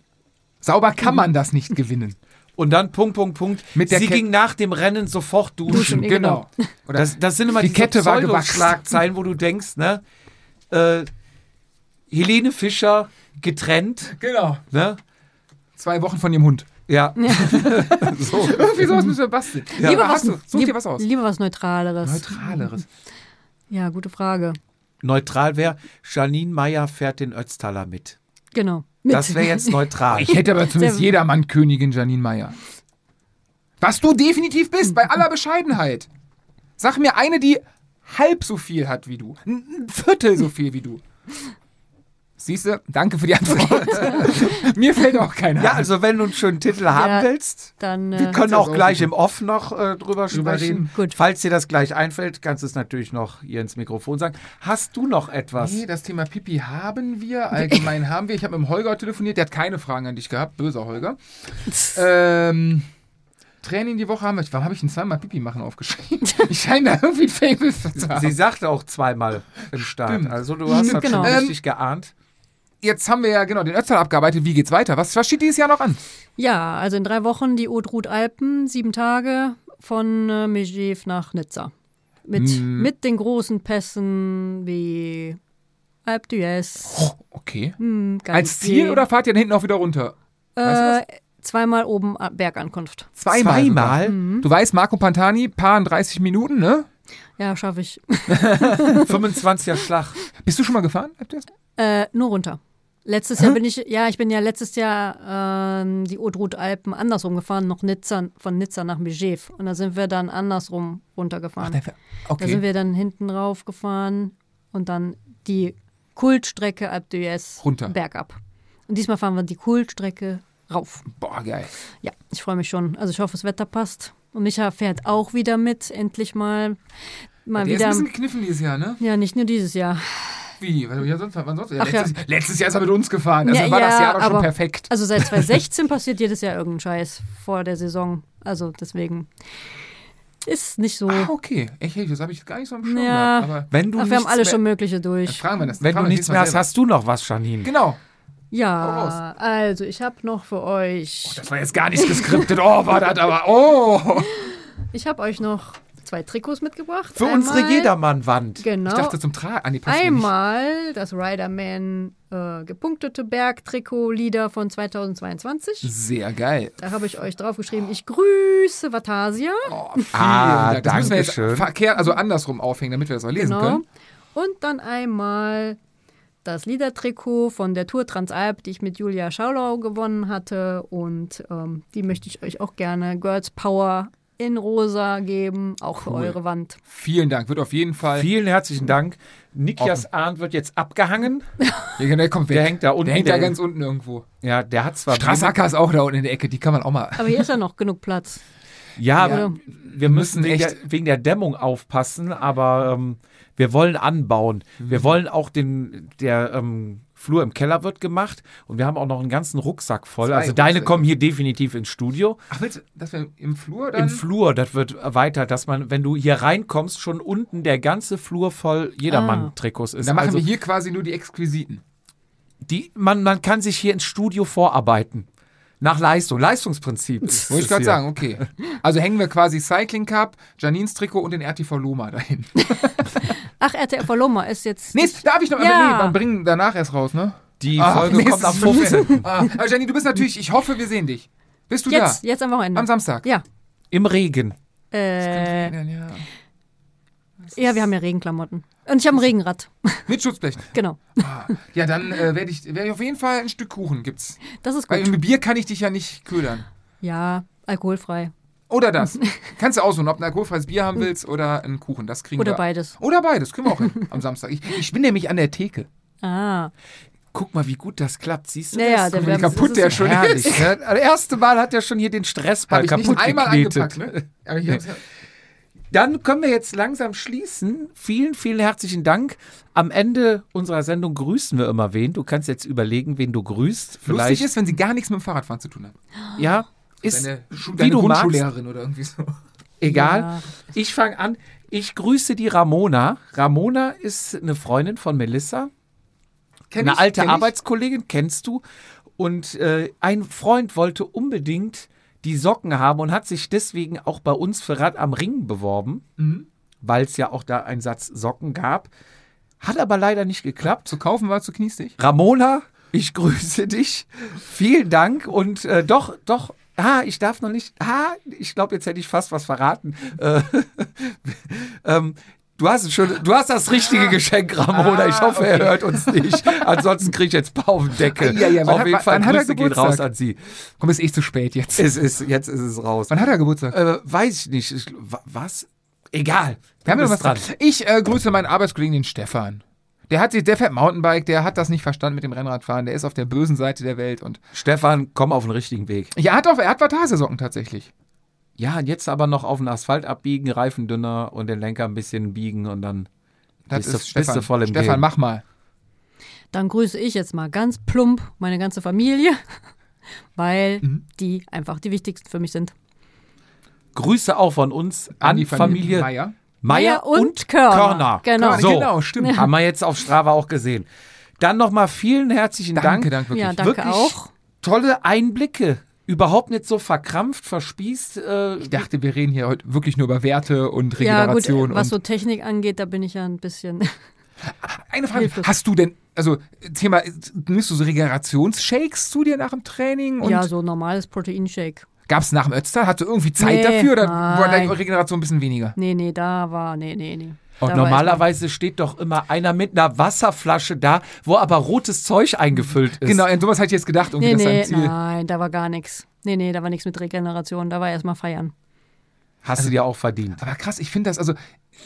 [SPEAKER 2] Sauber kann man das nicht gewinnen.
[SPEAKER 1] Und dann Punkt, Punkt, Punkt.
[SPEAKER 2] Mit der
[SPEAKER 1] sie
[SPEAKER 2] Ke-
[SPEAKER 1] ging nach dem Rennen sofort duschen.
[SPEAKER 2] eh
[SPEAKER 4] Duschen, ja. Genau.
[SPEAKER 2] Oder
[SPEAKER 1] Das, das sind immer
[SPEAKER 2] Die
[SPEAKER 1] diese
[SPEAKER 2] Kette war gewachsen.
[SPEAKER 1] Pseudoschlagzeilen, wo du denkst, ne? Äh, Helene Fischer getrennt,
[SPEAKER 2] genau.
[SPEAKER 1] ne?
[SPEAKER 2] Zwei Wochen von ihrem Hund.
[SPEAKER 1] Ja.
[SPEAKER 4] Ja.
[SPEAKER 1] so.
[SPEAKER 2] Irgendwie sowas müssen wir basteln.
[SPEAKER 4] Lieber
[SPEAKER 2] Hast
[SPEAKER 4] was,
[SPEAKER 2] du, such dir
[SPEAKER 4] lieb-
[SPEAKER 2] was aus.
[SPEAKER 4] Lieber was Neutraleres.
[SPEAKER 2] Neutraleres.
[SPEAKER 4] ja, gute Frage.
[SPEAKER 1] Neutral wäre, Janine Meyer fährt den Ötztaler mit.
[SPEAKER 4] Genau. Mit.
[SPEAKER 1] Das wäre jetzt neutral.
[SPEAKER 2] Ich hätte aber zumindest
[SPEAKER 4] Sehr-
[SPEAKER 2] jedermann Königin Janine Meyer. Was du definitiv bist, bei aller Bescheidenheit. Sag mir eine, die halb so viel hat wie du. Ein ein Viertel so viel wie du. Siehst du? Danke für die Antwort. mir fällt auch keiner.
[SPEAKER 1] Ja, also wenn du einen schönen Titel haben
[SPEAKER 4] Ja.
[SPEAKER 1] willst,
[SPEAKER 4] Dann
[SPEAKER 1] wir
[SPEAKER 4] äh,
[SPEAKER 1] können
[SPEAKER 2] das
[SPEAKER 1] auch
[SPEAKER 2] auch
[SPEAKER 1] gleich
[SPEAKER 2] gut.
[SPEAKER 1] im Off noch äh, drüber sprechen.
[SPEAKER 2] reden.
[SPEAKER 4] Gut.
[SPEAKER 1] Falls dir das gleich einfällt, kannst du es natürlich noch hier ins Mikrofon sagen. Hast du noch etwas?
[SPEAKER 2] also, Nee, das Thema Pipi haben wir, allgemein haben wir. Ich habe mit dem Holger telefoniert, der hat keine Fragen an dich gehabt, böser Holger. ähm, Training die Woche haben wir. Warum habe ich ihn zweimal Pipi machen aufgeschrieben? Ich scheine da irgendwie ein Fable zu haben.
[SPEAKER 1] Sie sagte auch zweimal im Start.
[SPEAKER 2] Stimmt.
[SPEAKER 1] Also du hast das
[SPEAKER 4] Genau.
[SPEAKER 1] schon
[SPEAKER 2] Ähm,
[SPEAKER 1] richtig geahnt.
[SPEAKER 2] Jetzt haben wir ja genau den Ötztal abgearbeitet. Wie geht's weiter? Was, was steht dieses Jahr noch an?
[SPEAKER 4] ja, also in drei Wochen die Haute-Route Alpen, sieben Tage von äh, Megève nach Nizza. Mit,
[SPEAKER 2] Mm.
[SPEAKER 4] mit den großen Pässen wie Alpe d'Huez.
[SPEAKER 2] Oh, okay.
[SPEAKER 4] hm,
[SPEAKER 2] Als Ziel
[SPEAKER 4] Galibier.
[SPEAKER 2] oder fahrt ihr dann hinten auch wieder runter?
[SPEAKER 4] Äh,
[SPEAKER 2] Weißt
[SPEAKER 4] zweimal oben a- Bergankunft.
[SPEAKER 2] sogar.
[SPEAKER 1] Mhm.
[SPEAKER 2] Du weißt, Marco Pantani, paar in 30 Minuten, ne?
[SPEAKER 4] Ja, schaffe ich. Mhm.
[SPEAKER 1] 25er Schlag.
[SPEAKER 2] Bist du schon mal gefahren? Habt ihr das-
[SPEAKER 4] Äh, nur runter. Letztes Jahr bin ich, ja, ich bin ja letztes Jahr ähm, die Odrut Alpen andersrum gefahren, noch Nizza, von Nizza nach Megève. Und da sind wir dann andersrum runtergefahren.
[SPEAKER 2] Ach, der-
[SPEAKER 4] Da sind
[SPEAKER 2] Okay.
[SPEAKER 4] wir dann hinten rauf gefahren und dann die Kultstrecke Alp d'Huez
[SPEAKER 2] Runter.
[SPEAKER 4] bergab. Und diesmal fahren wir die Kultstrecke rauf.
[SPEAKER 2] Boah, geil.
[SPEAKER 4] Ja, ich freue mich schon. Also ich hoffe, das Wetter passt. Und Micha fährt auch wieder mit, endlich mal.
[SPEAKER 2] Der ist ein
[SPEAKER 4] Mal wieder.
[SPEAKER 2] bisschen gekniffen dieses Jahr, ne?
[SPEAKER 4] Ja, nicht nur dieses Jahr.
[SPEAKER 2] Wie? Was hab ich ja sonst, wann sonst? Ja,
[SPEAKER 4] Ach ja.
[SPEAKER 2] letztes, letztes Jahr ist er mit uns gefahren. Also
[SPEAKER 4] Ja,
[SPEAKER 2] war das
[SPEAKER 4] ja,
[SPEAKER 2] Jahr doch schon
[SPEAKER 4] aber-
[SPEAKER 2] perfekt.
[SPEAKER 4] Also seit 2016 passiert jedes Jahr irgendein Scheiß vor der Saison. Also deswegen ist nicht so.
[SPEAKER 2] Ah, okay. Echt, das habe ich jetzt gar nicht so am Schirm
[SPEAKER 4] Ja.
[SPEAKER 2] gehabt. Aber
[SPEAKER 1] Wenn du,
[SPEAKER 4] Ach, wir haben
[SPEAKER 1] nichts,
[SPEAKER 4] alle
[SPEAKER 1] mehr,
[SPEAKER 4] schon Mögliche
[SPEAKER 2] dann
[SPEAKER 4] durch.
[SPEAKER 2] fragen wir das.
[SPEAKER 1] wenn du
[SPEAKER 2] fragen wir
[SPEAKER 1] nichts
[SPEAKER 2] nächstes Mal
[SPEAKER 1] mehr hast,
[SPEAKER 2] selber.
[SPEAKER 1] hast du noch was, Janine.
[SPEAKER 2] Genau.
[SPEAKER 4] Ja, also ich habe noch für euch,
[SPEAKER 2] Das war jetzt gar nicht geskriptet. Oh, war das aber. Oh.
[SPEAKER 4] ich habe euch noch zwei Trikots mitgebracht.
[SPEAKER 1] Für unsere
[SPEAKER 4] Einmal-
[SPEAKER 1] Jedermann-Wand.
[SPEAKER 4] Genau.
[SPEAKER 2] Ich dachte zum Tragen. Ah, nee, passt mir
[SPEAKER 4] Einmal das Riderman äh, gepunktete Berg-Trikot-Lieder von 2022.
[SPEAKER 2] Nicht. Sehr geil.
[SPEAKER 4] Da habe ich euch draufgeschrieben, ich grüße Vatasia.
[SPEAKER 2] Oh, vielen
[SPEAKER 1] Ah,
[SPEAKER 2] Dank. Das müssen wir jetzt
[SPEAKER 1] Dankeschön.
[SPEAKER 2] verkehrt, also andersrum aufhängen, damit wir das mal lesen
[SPEAKER 4] Genau.
[SPEAKER 2] können.
[SPEAKER 4] Und dann einmal das Liedertrikot von der Tour Transalp, die ich mit Julia Schaulau gewonnen hatte. Und ähm, die möchte ich euch auch gerne Girls Power in rosa geben, auch für
[SPEAKER 2] Cool.
[SPEAKER 4] eure Wand.
[SPEAKER 2] Vielen Dank. Wird auf jeden Fall.
[SPEAKER 1] Vielen herzlichen Dank. Niklas Arndt wird jetzt abgehangen.
[SPEAKER 2] Ja, der kommt weg.
[SPEAKER 1] Der hängt da unten.
[SPEAKER 2] Der hängt da
[SPEAKER 1] Der-
[SPEAKER 2] ganz unten irgendwo.
[SPEAKER 1] Ja, der hat zwar.
[SPEAKER 2] Strassacker ist auch da unten in der Ecke. Die kann man auch mal.
[SPEAKER 4] Aber hier ist ja noch genug Platz.
[SPEAKER 1] Ja,
[SPEAKER 4] Ja.
[SPEAKER 1] wir müssen
[SPEAKER 2] müssen
[SPEAKER 1] wegen der,
[SPEAKER 2] echt-
[SPEAKER 1] wegen der Dämmung aufpassen, aber ähm, wir wollen anbauen.
[SPEAKER 2] Mhm.
[SPEAKER 1] Wir wollen auch den, der ähm, Flur im Keller wird gemacht und wir haben auch noch einen ganzen Rucksack voll.
[SPEAKER 2] Zwei
[SPEAKER 1] also deine
[SPEAKER 2] Rucksäcke.
[SPEAKER 1] kommen hier definitiv ins Studio.
[SPEAKER 2] Ach, willst du, dass wir im Flur dann.
[SPEAKER 1] Im Flur, das wird erweitert, dass man, wenn du hier reinkommst, schon unten der ganze Flur voll Jedermann-Trikots ist.
[SPEAKER 2] dann Ah. machen
[SPEAKER 1] also
[SPEAKER 2] wir hier quasi nur die Exquisiten.
[SPEAKER 1] die, man, man kann sich hier ins Studio vorarbeiten. Nach Leistung, Leistungsprinzip. ist
[SPEAKER 2] Wollte
[SPEAKER 1] es
[SPEAKER 2] ich gerade
[SPEAKER 1] hier.
[SPEAKER 2] sagen, okay. Also hängen wir quasi Cycling Cup, Janins Trikot und den RTV Loma dahin.
[SPEAKER 4] Ach, RTL Paloma ist jetzt.
[SPEAKER 2] Nee, darf ich noch
[SPEAKER 4] Ja.
[SPEAKER 2] nee, man bringen danach erst raus, ne?
[SPEAKER 1] Die
[SPEAKER 2] Ah,
[SPEAKER 1] Folge kommt
[SPEAKER 2] nächstes
[SPEAKER 1] am
[SPEAKER 2] Mal.
[SPEAKER 1] 15.
[SPEAKER 2] Ah, aber Janine, du bist natürlich, ich hoffe, wir sehen dich. Bist du
[SPEAKER 4] jetzt,
[SPEAKER 2] da?
[SPEAKER 4] jetzt am Wochenende.
[SPEAKER 2] Am Samstag.
[SPEAKER 4] Ja.
[SPEAKER 1] Im Regen.
[SPEAKER 4] Äh,
[SPEAKER 2] Ja, ja.
[SPEAKER 4] ja, wir haben ja Regenklamotten. Und ich habe ein Regenrad.
[SPEAKER 2] Mit Schutzblech.
[SPEAKER 4] Genau.
[SPEAKER 2] Ja, dann äh, werde ich, werd ich auf jeden Fall ein Stück Kuchen gibt's.
[SPEAKER 4] Das ist
[SPEAKER 2] Weil
[SPEAKER 4] gut.
[SPEAKER 2] mit Bier kann ich dich ja nicht ködern.
[SPEAKER 4] Ja, alkoholfrei.
[SPEAKER 2] Oder das. Kannst du aussuchen, ob du ein alkoholfreies Bier haben willst oder einen Kuchen. Das kriegen
[SPEAKER 4] Oder
[SPEAKER 2] wir.
[SPEAKER 4] beides.
[SPEAKER 2] Oder beides, kriegen wir auch hin am Samstag. Ich, ich bin nämlich an der Theke.
[SPEAKER 4] Ah.
[SPEAKER 1] Guck mal, wie gut das klappt. Siehst du
[SPEAKER 4] Ja, ja,
[SPEAKER 1] Ah, das?
[SPEAKER 4] der
[SPEAKER 2] Wie
[SPEAKER 4] Wärme-
[SPEAKER 2] kaputt
[SPEAKER 4] das
[SPEAKER 2] der
[SPEAKER 4] ist-
[SPEAKER 2] schon
[SPEAKER 1] Herrlich,
[SPEAKER 2] ist.
[SPEAKER 1] ne? Das erste Mal hat er schon hier den Stressball
[SPEAKER 2] Habe ich
[SPEAKER 1] kaputt
[SPEAKER 2] nicht einmal
[SPEAKER 1] geknetet.
[SPEAKER 2] angepackt, ne? Aber ich hab's ja-
[SPEAKER 1] Dann können wir jetzt langsam schließen. Vielen, vielen herzlichen Dank. Am Ende unserer Sendung grüßen wir immer wen. Du kannst jetzt überlegen, wen du grüßt. Vielleicht,
[SPEAKER 2] Lustig ist, wenn sie gar nichts mit dem Fahrradfahren zu tun hat.
[SPEAKER 1] ja, ist
[SPEAKER 2] deine Schu
[SPEAKER 1] wie
[SPEAKER 2] deine
[SPEAKER 1] du magst.
[SPEAKER 2] Grundschullehrerin oder irgendwie so.
[SPEAKER 1] egal.
[SPEAKER 4] Ja.
[SPEAKER 1] Ich fange an. Ich grüße die Ramona. Ramona ist eine Freundin von Melissa.
[SPEAKER 2] Kenn
[SPEAKER 1] eine
[SPEAKER 2] ich,
[SPEAKER 1] alte
[SPEAKER 2] kenn ich.
[SPEAKER 1] Arbeitskollegin, kennst du. Und äh, ein Freund wollte unbedingt die Socken haben und hat sich deswegen auch bei uns für Rad am Ring beworben,
[SPEAKER 2] Mhm.
[SPEAKER 1] weil es ja auch da einen Satz Socken gab. Hat aber leider nicht geklappt.
[SPEAKER 2] Zu kaufen war zu kniestig.
[SPEAKER 1] Ramona, ich grüße dich. Vielen Dank und äh, doch, doch. Ah, ich darf noch nicht. Ah, ich glaube, jetzt hätte ich fast was verraten. Äh, ähm, du hast es schon, du hast das richtige Geschenk, Ramona. Ich hoffe, er hört uns nicht. Ansonsten kriege ich jetzt ein paar auf den Deckel.
[SPEAKER 2] Ah, Ja, ja, wann
[SPEAKER 1] auf
[SPEAKER 2] hat-
[SPEAKER 1] jeden Fall
[SPEAKER 2] wann hat er
[SPEAKER 1] Grüße gehen
[SPEAKER 2] Geburtstag?
[SPEAKER 1] raus an sie.
[SPEAKER 2] Komm, ist eh zu spät jetzt.
[SPEAKER 1] Es ist, jetzt ist es raus.
[SPEAKER 2] Wann hat er Geburtstag?
[SPEAKER 1] Äh, weiß ich nicht. Ich, wa- was? Egal.
[SPEAKER 2] Wir haben
[SPEAKER 1] Du
[SPEAKER 2] ja noch was
[SPEAKER 1] bist
[SPEAKER 2] dran. Ich äh, grüße meinen Arbeitskollegen, den Stefan. Der hat sich, der fährt Mountainbike, der hat das nicht verstanden mit dem Rennradfahren, der ist auf der bösen Seite der Welt und.
[SPEAKER 1] Stefan, komm auf den richtigen Weg.
[SPEAKER 2] Ja, er hat auch, er hat Vatasesocken tatsächlich.
[SPEAKER 1] Ja, und jetzt aber noch auf den Asphalt abbiegen, Reifen dünner und den Lenker ein bisschen biegen und dann
[SPEAKER 2] Das
[SPEAKER 1] Bist du-
[SPEAKER 2] ist
[SPEAKER 1] bist
[SPEAKER 2] Stefan.
[SPEAKER 1] du voll im
[SPEAKER 2] Stefan,
[SPEAKER 1] Game.
[SPEAKER 2] mach mal.
[SPEAKER 4] Dann grüße ich jetzt mal ganz plump meine ganze Familie, weil
[SPEAKER 2] Mhm.
[SPEAKER 4] die einfach die wichtigsten für mich sind.
[SPEAKER 1] Grüße auch von uns an,
[SPEAKER 2] die
[SPEAKER 1] Familie,
[SPEAKER 2] Meier.
[SPEAKER 1] Meier und, Körner.
[SPEAKER 4] Körner. Genau.
[SPEAKER 1] So,
[SPEAKER 2] Genau, stimmt.
[SPEAKER 1] Haben wir jetzt auf Strava auch gesehen. Dann nochmal vielen herzlichen
[SPEAKER 2] Danke,
[SPEAKER 1] Dank.
[SPEAKER 2] danke, wirklich.
[SPEAKER 4] Ja, danke
[SPEAKER 1] Wirklich
[SPEAKER 4] auch.
[SPEAKER 1] Tolle Einblicke. Überhaupt nicht so verkrampft, verspießt. Äh,
[SPEAKER 2] Ich dachte, wir reden hier heute wirklich nur über Werte und
[SPEAKER 4] Ja, gut,
[SPEAKER 2] Regeneration.
[SPEAKER 4] was so
[SPEAKER 2] und
[SPEAKER 4] Technik angeht, da bin ich ja ein bisschen.
[SPEAKER 2] eine Frage,
[SPEAKER 4] Hilflos.
[SPEAKER 2] hast du denn, also Thema, äh, nimmst du so Regenerationsshakes zu dir nach dem Training? Und
[SPEAKER 4] ja, so normales Proteinshake.
[SPEAKER 2] Gab es nach dem Ötztal? Hattest du irgendwie Zeit
[SPEAKER 4] Nee,
[SPEAKER 2] dafür oder war
[SPEAKER 4] nein.
[SPEAKER 2] deine Regeneration ein bisschen weniger?
[SPEAKER 4] Nee, nee, da war. Nee, nee, nee. Da
[SPEAKER 1] und
[SPEAKER 4] war
[SPEAKER 1] normalerweise steht doch immer einer mit einer Wasserflasche da, wo aber rotes Zeug eingefüllt ist.
[SPEAKER 2] Genau, an sowas hatte ich jetzt gedacht. Irgendwie,
[SPEAKER 4] erstmal-
[SPEAKER 2] dass
[SPEAKER 4] Nee,
[SPEAKER 2] dein
[SPEAKER 4] nee,
[SPEAKER 2] Ziel,
[SPEAKER 4] nein, da war gar nichts. Nee, nee, da war nichts mit Regeneration. Da war erstmal feiern.
[SPEAKER 1] Hast du dir auch verdient.
[SPEAKER 2] Aber krass, ich finde das, also,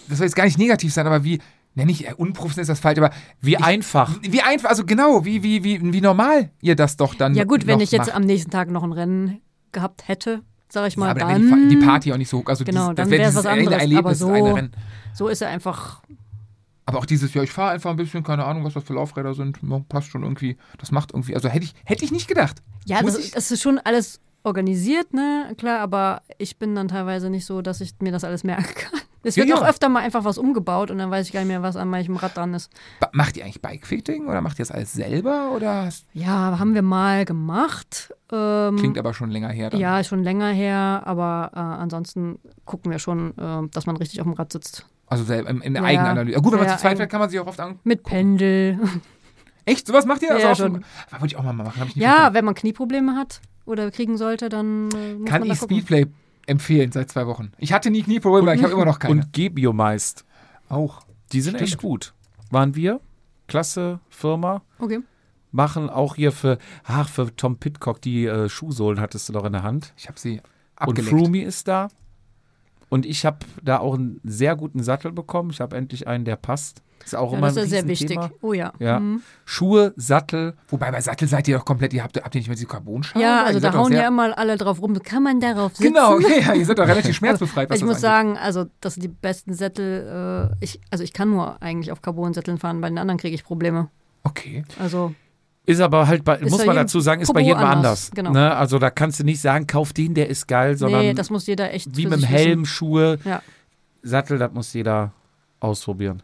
[SPEAKER 2] das soll jetzt gar nicht negativ sein, aber wie Nenn ich äh, unprofessionell ist das falsch, aber
[SPEAKER 1] Wie einfach.
[SPEAKER 2] wie einfach, also genau, wie, wie, wie, wie normal ihr das doch dann.
[SPEAKER 4] Ja gut, wenn
[SPEAKER 2] noch
[SPEAKER 4] ich jetzt
[SPEAKER 2] macht.
[SPEAKER 4] am nächsten Tag noch ein Rennen gehabt hätte, sage ich mal,
[SPEAKER 2] aber dann
[SPEAKER 4] dann,
[SPEAKER 2] wäre die, Fa- die Party auch nicht so hoch. Also
[SPEAKER 4] Genau,
[SPEAKER 2] dieses,
[SPEAKER 4] dann
[SPEAKER 2] das wäre
[SPEAKER 4] wär's
[SPEAKER 2] dieses
[SPEAKER 4] was
[SPEAKER 2] eine
[SPEAKER 4] anderes,
[SPEAKER 2] Erlebnis,
[SPEAKER 4] aber
[SPEAKER 2] das
[SPEAKER 4] so-
[SPEAKER 2] eine Rennen.
[SPEAKER 4] so ist er einfach.
[SPEAKER 2] Aber auch dieses, ja, ich fahre einfach ein bisschen, keine Ahnung, was das für Laufräder sind, ja, passt schon irgendwie. Das macht irgendwie, also hätte ich, hätte ich nicht gedacht.
[SPEAKER 4] Ja,
[SPEAKER 2] Muss
[SPEAKER 4] das,
[SPEAKER 2] ich-
[SPEAKER 4] das ist schon alles organisiert, ne, klar, aber ich bin dann teilweise nicht so, dass ich mir das alles merken kann. Es
[SPEAKER 2] Ja,
[SPEAKER 4] wird
[SPEAKER 2] ja.
[SPEAKER 4] auch öfter mal einfach was umgebaut und dann weiß ich gar nicht mehr, was an manchem Rad dran ist.
[SPEAKER 2] Ba- Macht ihr eigentlich Bikefitting oder macht ihr das alles selber? Oder das
[SPEAKER 4] Ja, haben wir mal gemacht. Ähm,
[SPEAKER 2] klingt aber schon länger her dann.
[SPEAKER 4] ja, ist schon länger her, aber äh, ansonsten gucken wir schon, äh, dass man richtig auf dem Rad sitzt.
[SPEAKER 2] Also selber in, in der
[SPEAKER 4] Ja,
[SPEAKER 2] Eigenanalyse. Ja, gut, wenn man
[SPEAKER 4] ja,
[SPEAKER 2] zu
[SPEAKER 4] also
[SPEAKER 2] zweit
[SPEAKER 4] eigen-
[SPEAKER 2] fährt, kann man sich auch oft an.
[SPEAKER 4] Mit Pendel.
[SPEAKER 2] Echt? Sowas macht ihr?
[SPEAKER 4] Ja,
[SPEAKER 2] Also
[SPEAKER 4] ja,
[SPEAKER 2] auch schon. Ah, Wollte ich auch mal machen. Hab ich nie
[SPEAKER 4] Ja,
[SPEAKER 2] verstanden.
[SPEAKER 4] wenn man Knieprobleme hat oder kriegen sollte, dann äh, muss
[SPEAKER 2] Kann
[SPEAKER 4] man da
[SPEAKER 2] ich
[SPEAKER 4] gucken.
[SPEAKER 2] Speedplay empfehlen seit zwei Wochen. Ich hatte nie Knieprobleme, ich habe immer noch keine.
[SPEAKER 1] Und Gebio meist.
[SPEAKER 2] auch.
[SPEAKER 1] Die sind echt gut. Waren wir? Klasse, Firma.
[SPEAKER 4] Okay.
[SPEAKER 1] Machen auch hier für, ach, für Tom Pitcock die äh, Schuhsohlen hattest du doch in der Hand.
[SPEAKER 2] Ich habe sie
[SPEAKER 1] Und
[SPEAKER 2] abgelegt.
[SPEAKER 1] Froomey ist da. Und ich habe da auch einen sehr guten Sattel bekommen. Ich habe endlich einen, der passt. Ist auch
[SPEAKER 4] Ja,
[SPEAKER 1] immer
[SPEAKER 4] das
[SPEAKER 1] ein
[SPEAKER 4] ist sehr wichtig.
[SPEAKER 1] Riesenthema.
[SPEAKER 4] Oh ja.
[SPEAKER 1] Ja.
[SPEAKER 4] Mhm.
[SPEAKER 1] Schuhe, Sattel.
[SPEAKER 2] Wobei bei Sattel seid ihr doch komplett, ihr habt, habt ihr nicht mehr diese Carbonschale?
[SPEAKER 4] Ja, also
[SPEAKER 2] Ihr seid
[SPEAKER 4] da
[SPEAKER 2] doch
[SPEAKER 4] hauen
[SPEAKER 2] sehr-
[SPEAKER 4] ja immer alle drauf rum. Kann man darauf sitzen?
[SPEAKER 2] Genau, ja, ja, ihr seid doch relativ schmerzbefreit, was
[SPEAKER 4] Also ich
[SPEAKER 2] das
[SPEAKER 4] muss
[SPEAKER 2] angeht.
[SPEAKER 4] sagen, also das sind die besten Sättel. Äh, ich, also ich kann nur eigentlich auf Carbon-Sätteln fahren. Bei den anderen kriege ich Probleme.
[SPEAKER 2] Okay.
[SPEAKER 4] Also
[SPEAKER 1] Ist aber halt, bei,
[SPEAKER 4] Ist
[SPEAKER 1] muss
[SPEAKER 4] bei
[SPEAKER 1] man
[SPEAKER 4] jedem
[SPEAKER 1] dazu sagen, ist
[SPEAKER 4] Popo
[SPEAKER 1] bei jedem anders.
[SPEAKER 4] anders, genau.
[SPEAKER 1] Ne? Also da kannst du nicht sagen, kauf den, der ist geil, sondern
[SPEAKER 4] nee, das muss jeder echt
[SPEAKER 1] wie
[SPEAKER 4] für
[SPEAKER 1] mit dem
[SPEAKER 4] sich
[SPEAKER 1] Helm, Schuhe,
[SPEAKER 4] Wissen. Ja.
[SPEAKER 1] Sattel, das muss jeder ausprobieren.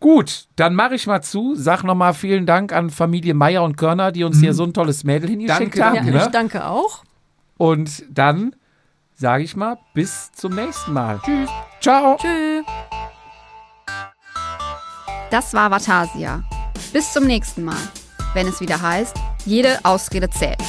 [SPEAKER 1] Gut, dann mache ich mal zu. Sag nochmal vielen Dank an Familie Meier und Körner, die uns hier so ein tolles Mädel hingeschickt
[SPEAKER 2] Danke,
[SPEAKER 1] haben.
[SPEAKER 4] ja,
[SPEAKER 2] danke.
[SPEAKER 1] ne?
[SPEAKER 4] ich danke auch.
[SPEAKER 1] Und dann sage ich mal, bis zum nächsten Mal. Tschüss. Ciao.
[SPEAKER 4] Tschüss.
[SPEAKER 3] Das war Vatasia. Bis zum nächsten Mal, wenn es wieder heißt, jede Ausrede zählt.